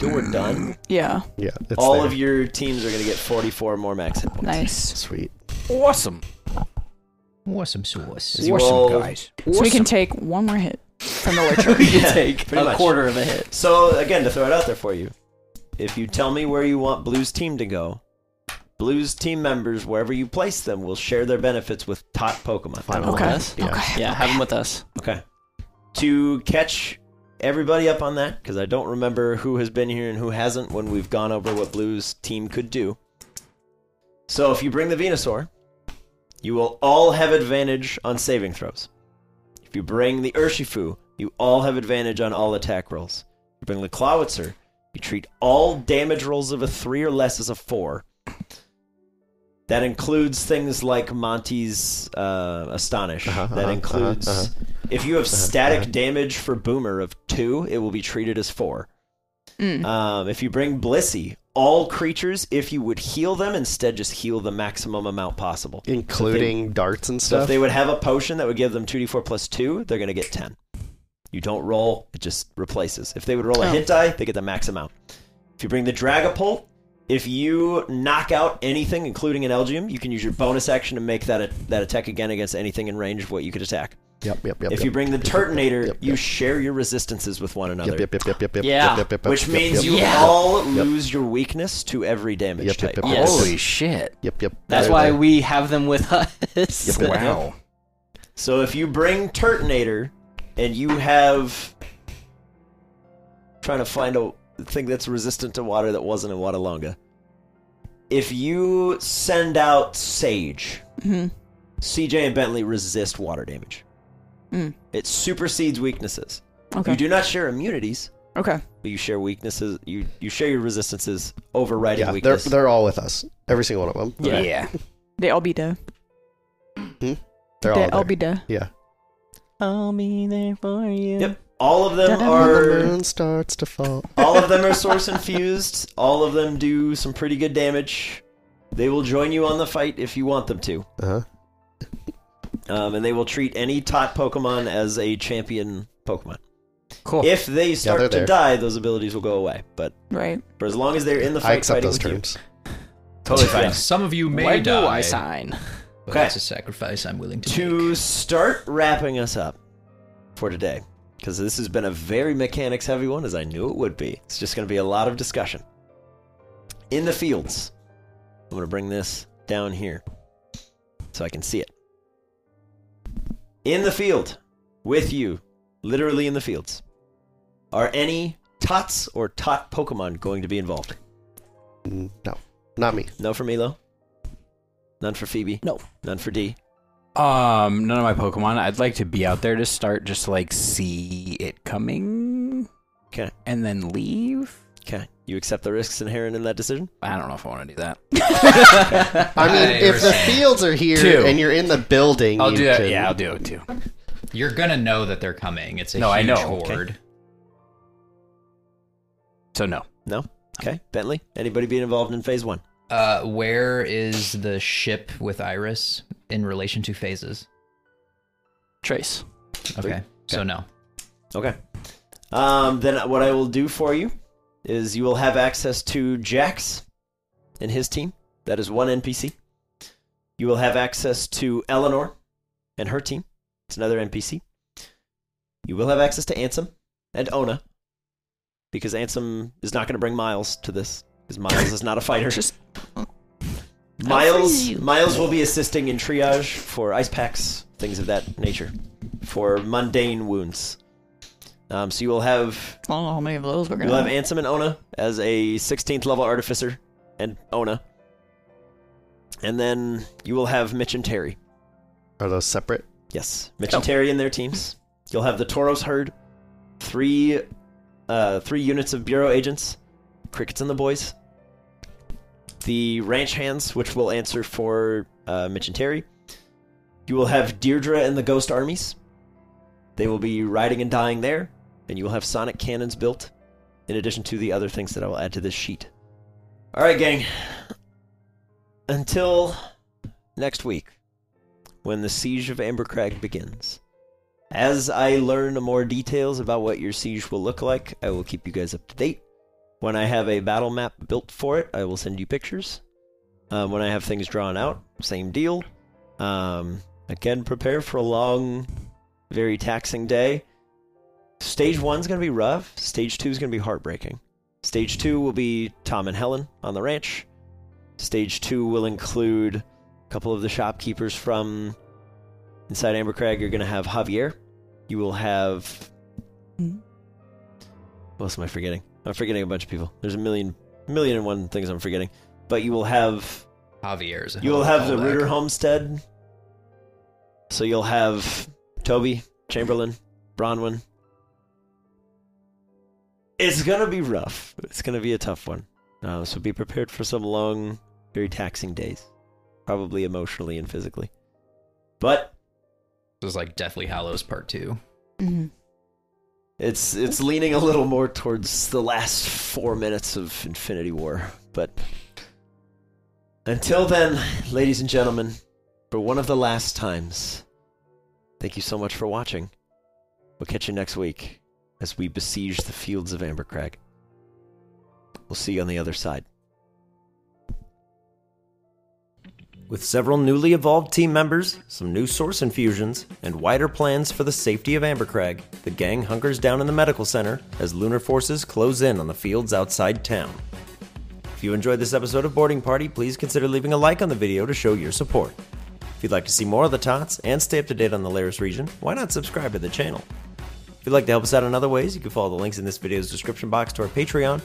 Speaker 2: until we're done,
Speaker 3: yeah
Speaker 5: Yeah. It's
Speaker 2: all
Speaker 5: there.
Speaker 2: of your teams are gonna get 44 more max hit points.
Speaker 3: nice
Speaker 5: Sweet.
Speaker 8: Awesome.
Speaker 6: Awesome sauce.
Speaker 2: You
Speaker 8: Awesome,
Speaker 2: all-
Speaker 8: guys.
Speaker 3: so we can take one more hit from the literature
Speaker 2: Yeah, pretty
Speaker 7: a
Speaker 2: much.
Speaker 7: quarter of a hit.
Speaker 2: So again, to throw it out there for you, if you tell me where you want Blue's team to go, Blue's team members, wherever you place them, will share their benefits with tot Pokemon.
Speaker 5: Final
Speaker 7: Okay.
Speaker 5: one. Yeah.
Speaker 3: Okay.
Speaker 7: Yeah, have him with us.
Speaker 2: Okay. To catch everybody up on that, because I don't remember who has been here and who hasn't when we've gone over what Blue's team could do. So if you bring the Venusaur, you will all have advantage on saving throws. If you bring the Urshifu, you all have advantage on all attack rolls. If you bring the Clawitzer, you treat all damage rolls of a three or less as a four. That includes things like Monty's uh, Astonish.
Speaker 5: Uh-huh,
Speaker 2: that
Speaker 5: uh-huh,
Speaker 2: includes
Speaker 5: uh-huh,
Speaker 2: if you have static damage for Boomer of two, it will be treated as four.
Speaker 3: Mm.
Speaker 2: Um, if you bring Blissey, all creatures, if you would heal them, instead just heal the maximum amount possible.
Speaker 5: Including darts and
Speaker 2: So
Speaker 5: stuff.
Speaker 2: if they would have a potion that would give them 2d4 plus 2, they're going to get 10. You don't roll, it just replaces. If they would roll a
Speaker 3: Oh.
Speaker 2: hit die, they get the max amount. If you bring the Dragapult, if you knock out anything, including an Elgium, you can use your bonus action to make that, that attack again against anything in range of what you could attack.
Speaker 5: yep, yep, yep.
Speaker 2: If
Speaker 5: yep.
Speaker 2: you bring the Turtonator,
Speaker 5: yep,
Speaker 2: you
Speaker 5: yep.
Speaker 2: share your resistances with one another.
Speaker 5: Yep, yep, yep, yep, yep, yep,
Speaker 7: Yeah.
Speaker 5: yep, yep, yep,
Speaker 2: Which
Speaker 5: yep,
Speaker 2: means
Speaker 5: yep,
Speaker 2: you
Speaker 5: yep,
Speaker 2: all lose your weakness to every damage
Speaker 5: Yep,
Speaker 2: type.
Speaker 5: yep, yep,
Speaker 7: Yes.
Speaker 8: Holy shit.
Speaker 5: Yep, yep.
Speaker 7: That's
Speaker 5: There,
Speaker 7: why
Speaker 5: there.
Speaker 7: we have them with us.
Speaker 5: Yep, yep,
Speaker 8: Wow.
Speaker 2: So if you bring Turtonator and you have trying to find a thing that's resistant to water that wasn't in Watalonga. If you send out Sage,
Speaker 3: Mhm.
Speaker 2: CJ and Bentley resist water damage.
Speaker 3: Mm.
Speaker 2: It supersedes weaknesses.
Speaker 3: Okay.
Speaker 2: You do not share immunities,
Speaker 3: okay.
Speaker 2: but you share weaknesses. You you share your resistances, overriding
Speaker 5: Yeah, they're,
Speaker 2: weakness.
Speaker 5: they're all with us. Every single one of them.
Speaker 8: Yeah.
Speaker 3: They all be there.
Speaker 5: They're
Speaker 3: They
Speaker 5: all,
Speaker 3: all
Speaker 5: there.
Speaker 3: be there.
Speaker 5: Yeah.
Speaker 7: I'll be there for you.
Speaker 2: Yep. All of them
Speaker 3: Da-da.
Speaker 5: When the
Speaker 2: are
Speaker 5: moon starts to fall.
Speaker 2: all of them are source infused. All of them do some pretty good damage. They will join you on the fight if you want them to,
Speaker 5: Uh-huh.
Speaker 2: um, and they will treat any tot Pokemon as a champion Pokemon.
Speaker 7: Cool.
Speaker 2: If they start
Speaker 5: they're
Speaker 2: to
Speaker 5: there.
Speaker 2: die, those abilities will go away. But
Speaker 3: Right.
Speaker 2: for as long as they're in the fight,
Speaker 5: I accept
Speaker 2: fighting
Speaker 5: those
Speaker 2: with you-
Speaker 5: terms.
Speaker 8: Totally fine.
Speaker 6: Some of you may
Speaker 7: Why
Speaker 6: die.
Speaker 7: do I sign?
Speaker 6: But
Speaker 2: Okay.
Speaker 6: that's a sacrifice I'm willing to,
Speaker 2: to
Speaker 6: make.
Speaker 2: start wrapping us up for today because this has been a very mechanics heavy one as i knew it would be it's just going to be a lot of discussion in the fields i'm going to bring this down here so i can see it in the field with you literally in the fields are any tots or tot pokemon going to be involved
Speaker 5: Mm, No. Not me.
Speaker 2: no for milo none for phoebe
Speaker 7: No.
Speaker 2: none for d
Speaker 8: Um, none of my Pokemon. I'd like to be out there to start, just to, like see it coming.
Speaker 2: 'Kay.
Speaker 8: And then leave.
Speaker 2: okay you accept the risks inherent in that decision
Speaker 8: I don't know if I want to do that.
Speaker 5: I mean, if the
Speaker 6: understand.
Speaker 5: fields are here
Speaker 8: Two.
Speaker 5: and you're in the building,
Speaker 8: I'll
Speaker 5: you
Speaker 8: do that.
Speaker 5: can-
Speaker 8: Yeah, I'll do it too.
Speaker 6: You're gonna know that they're coming. It's a
Speaker 8: No, I
Speaker 6: huge
Speaker 8: know. Okay.
Speaker 6: horde.
Speaker 8: So no.
Speaker 2: No? Okay. Bentley, anybody being involved in phase one?
Speaker 6: Uh, where is the ship with Iris in relation to phases?
Speaker 7: Trace.
Speaker 6: Okay, so no.
Speaker 2: Okay. Um, then what I will do for you is you will have access to Jax and his team. That is one NPC. You will have access to Eleanor and her team. It's another NPC. You will have access to Ansem and Ona because Ansem is not going to bring Miles to this because Miles is not a fighter.
Speaker 3: Just
Speaker 2: Miles Miles will be assisting in triage for ice packs, things of that nature, for mundane wounds. Um, so you will have
Speaker 3: I don't know how many of those we're
Speaker 2: you'll have
Speaker 3: gonna.
Speaker 2: Ansem and Ona as a 16th level artificer, and Ona, and then you will have Mitch and Terry.
Speaker 5: Are those separate?
Speaker 2: Yes, Mitch and Terry and their teams. You'll have the Toros herd, three, uh, three units of bureau agents, crickets and the boys. The ranch hands, which will answer for uh, Mitch and Terry. You will have Deirdre and the ghost armies. They will be riding and dying there, and you will have sonic cannons built, in addition to the other things that I will add to this sheet. All right, gang. Until next week when the siege of Ambercrag begins. As I learn more details about what your siege will look like, I will keep you guys up to date. When I have a battle map built for it, I will send you pictures. Um, when I have things drawn out, same deal. Um, again, prepare for a long, very taxing day. Stage one's going to be rough. Stage two is going to be heartbreaking. Stage two will be Tom and Helen on the ranch. Stage two will include a couple of the shopkeepers from inside Ambercrag. You're going to have Javier. You will have.
Speaker 3: Hmm.
Speaker 2: What else am I forgetting? I'm forgetting a bunch of people. There's a million, million and one things I'm forgetting. But you will have
Speaker 6: Javier's. a
Speaker 2: you will
Speaker 6: hell
Speaker 2: have
Speaker 6: of a
Speaker 2: the
Speaker 6: callback.
Speaker 2: Rooter Homestead. So you'll have Toby, Chamberlain, Bronwyn. It's gonna be rough. It's gonna be a tough one. Uh, so be prepared for some long, very taxing days, probably emotionally and physically. But
Speaker 6: It was like Deathly Hallows Part Two.
Speaker 3: Mhm.
Speaker 2: it's it's leaning a little more towards the last four minutes of Infinity War. But until then, ladies and gentlemen, for one of the last times, thank you so much for watching. We'll catch you next week as we besiege the fields of Ambercrag. We'll see you on the other side.
Speaker 1: With several newly evolved team members, some new source infusions, and wider plans for the safety of Ambercrag, the gang hunkers down in the medical center as lunar forces close in on the fields outside town. If you enjoyed this episode of Boarding Party, please consider leaving a like on the video to show your support. If you'd like to see more of the Tots and stay up to date on the Laris region, why not subscribe to the channel? If you'd like to help us out in other ways, you can follow the links in this video's description box to our Patreon.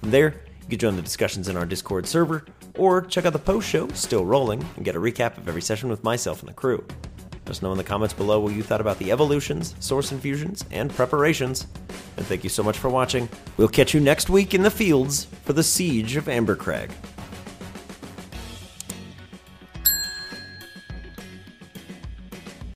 Speaker 1: From there, you can join the discussions in our Discord server, or check out the post show, Still Rolling, and get a recap of every session with myself and the crew. Let us know in the comments below what you thought about the evolutions, source infusions, and preparations. And thank you so much for watching. We'll catch you next week in the fields for the Siege of Ambercrag.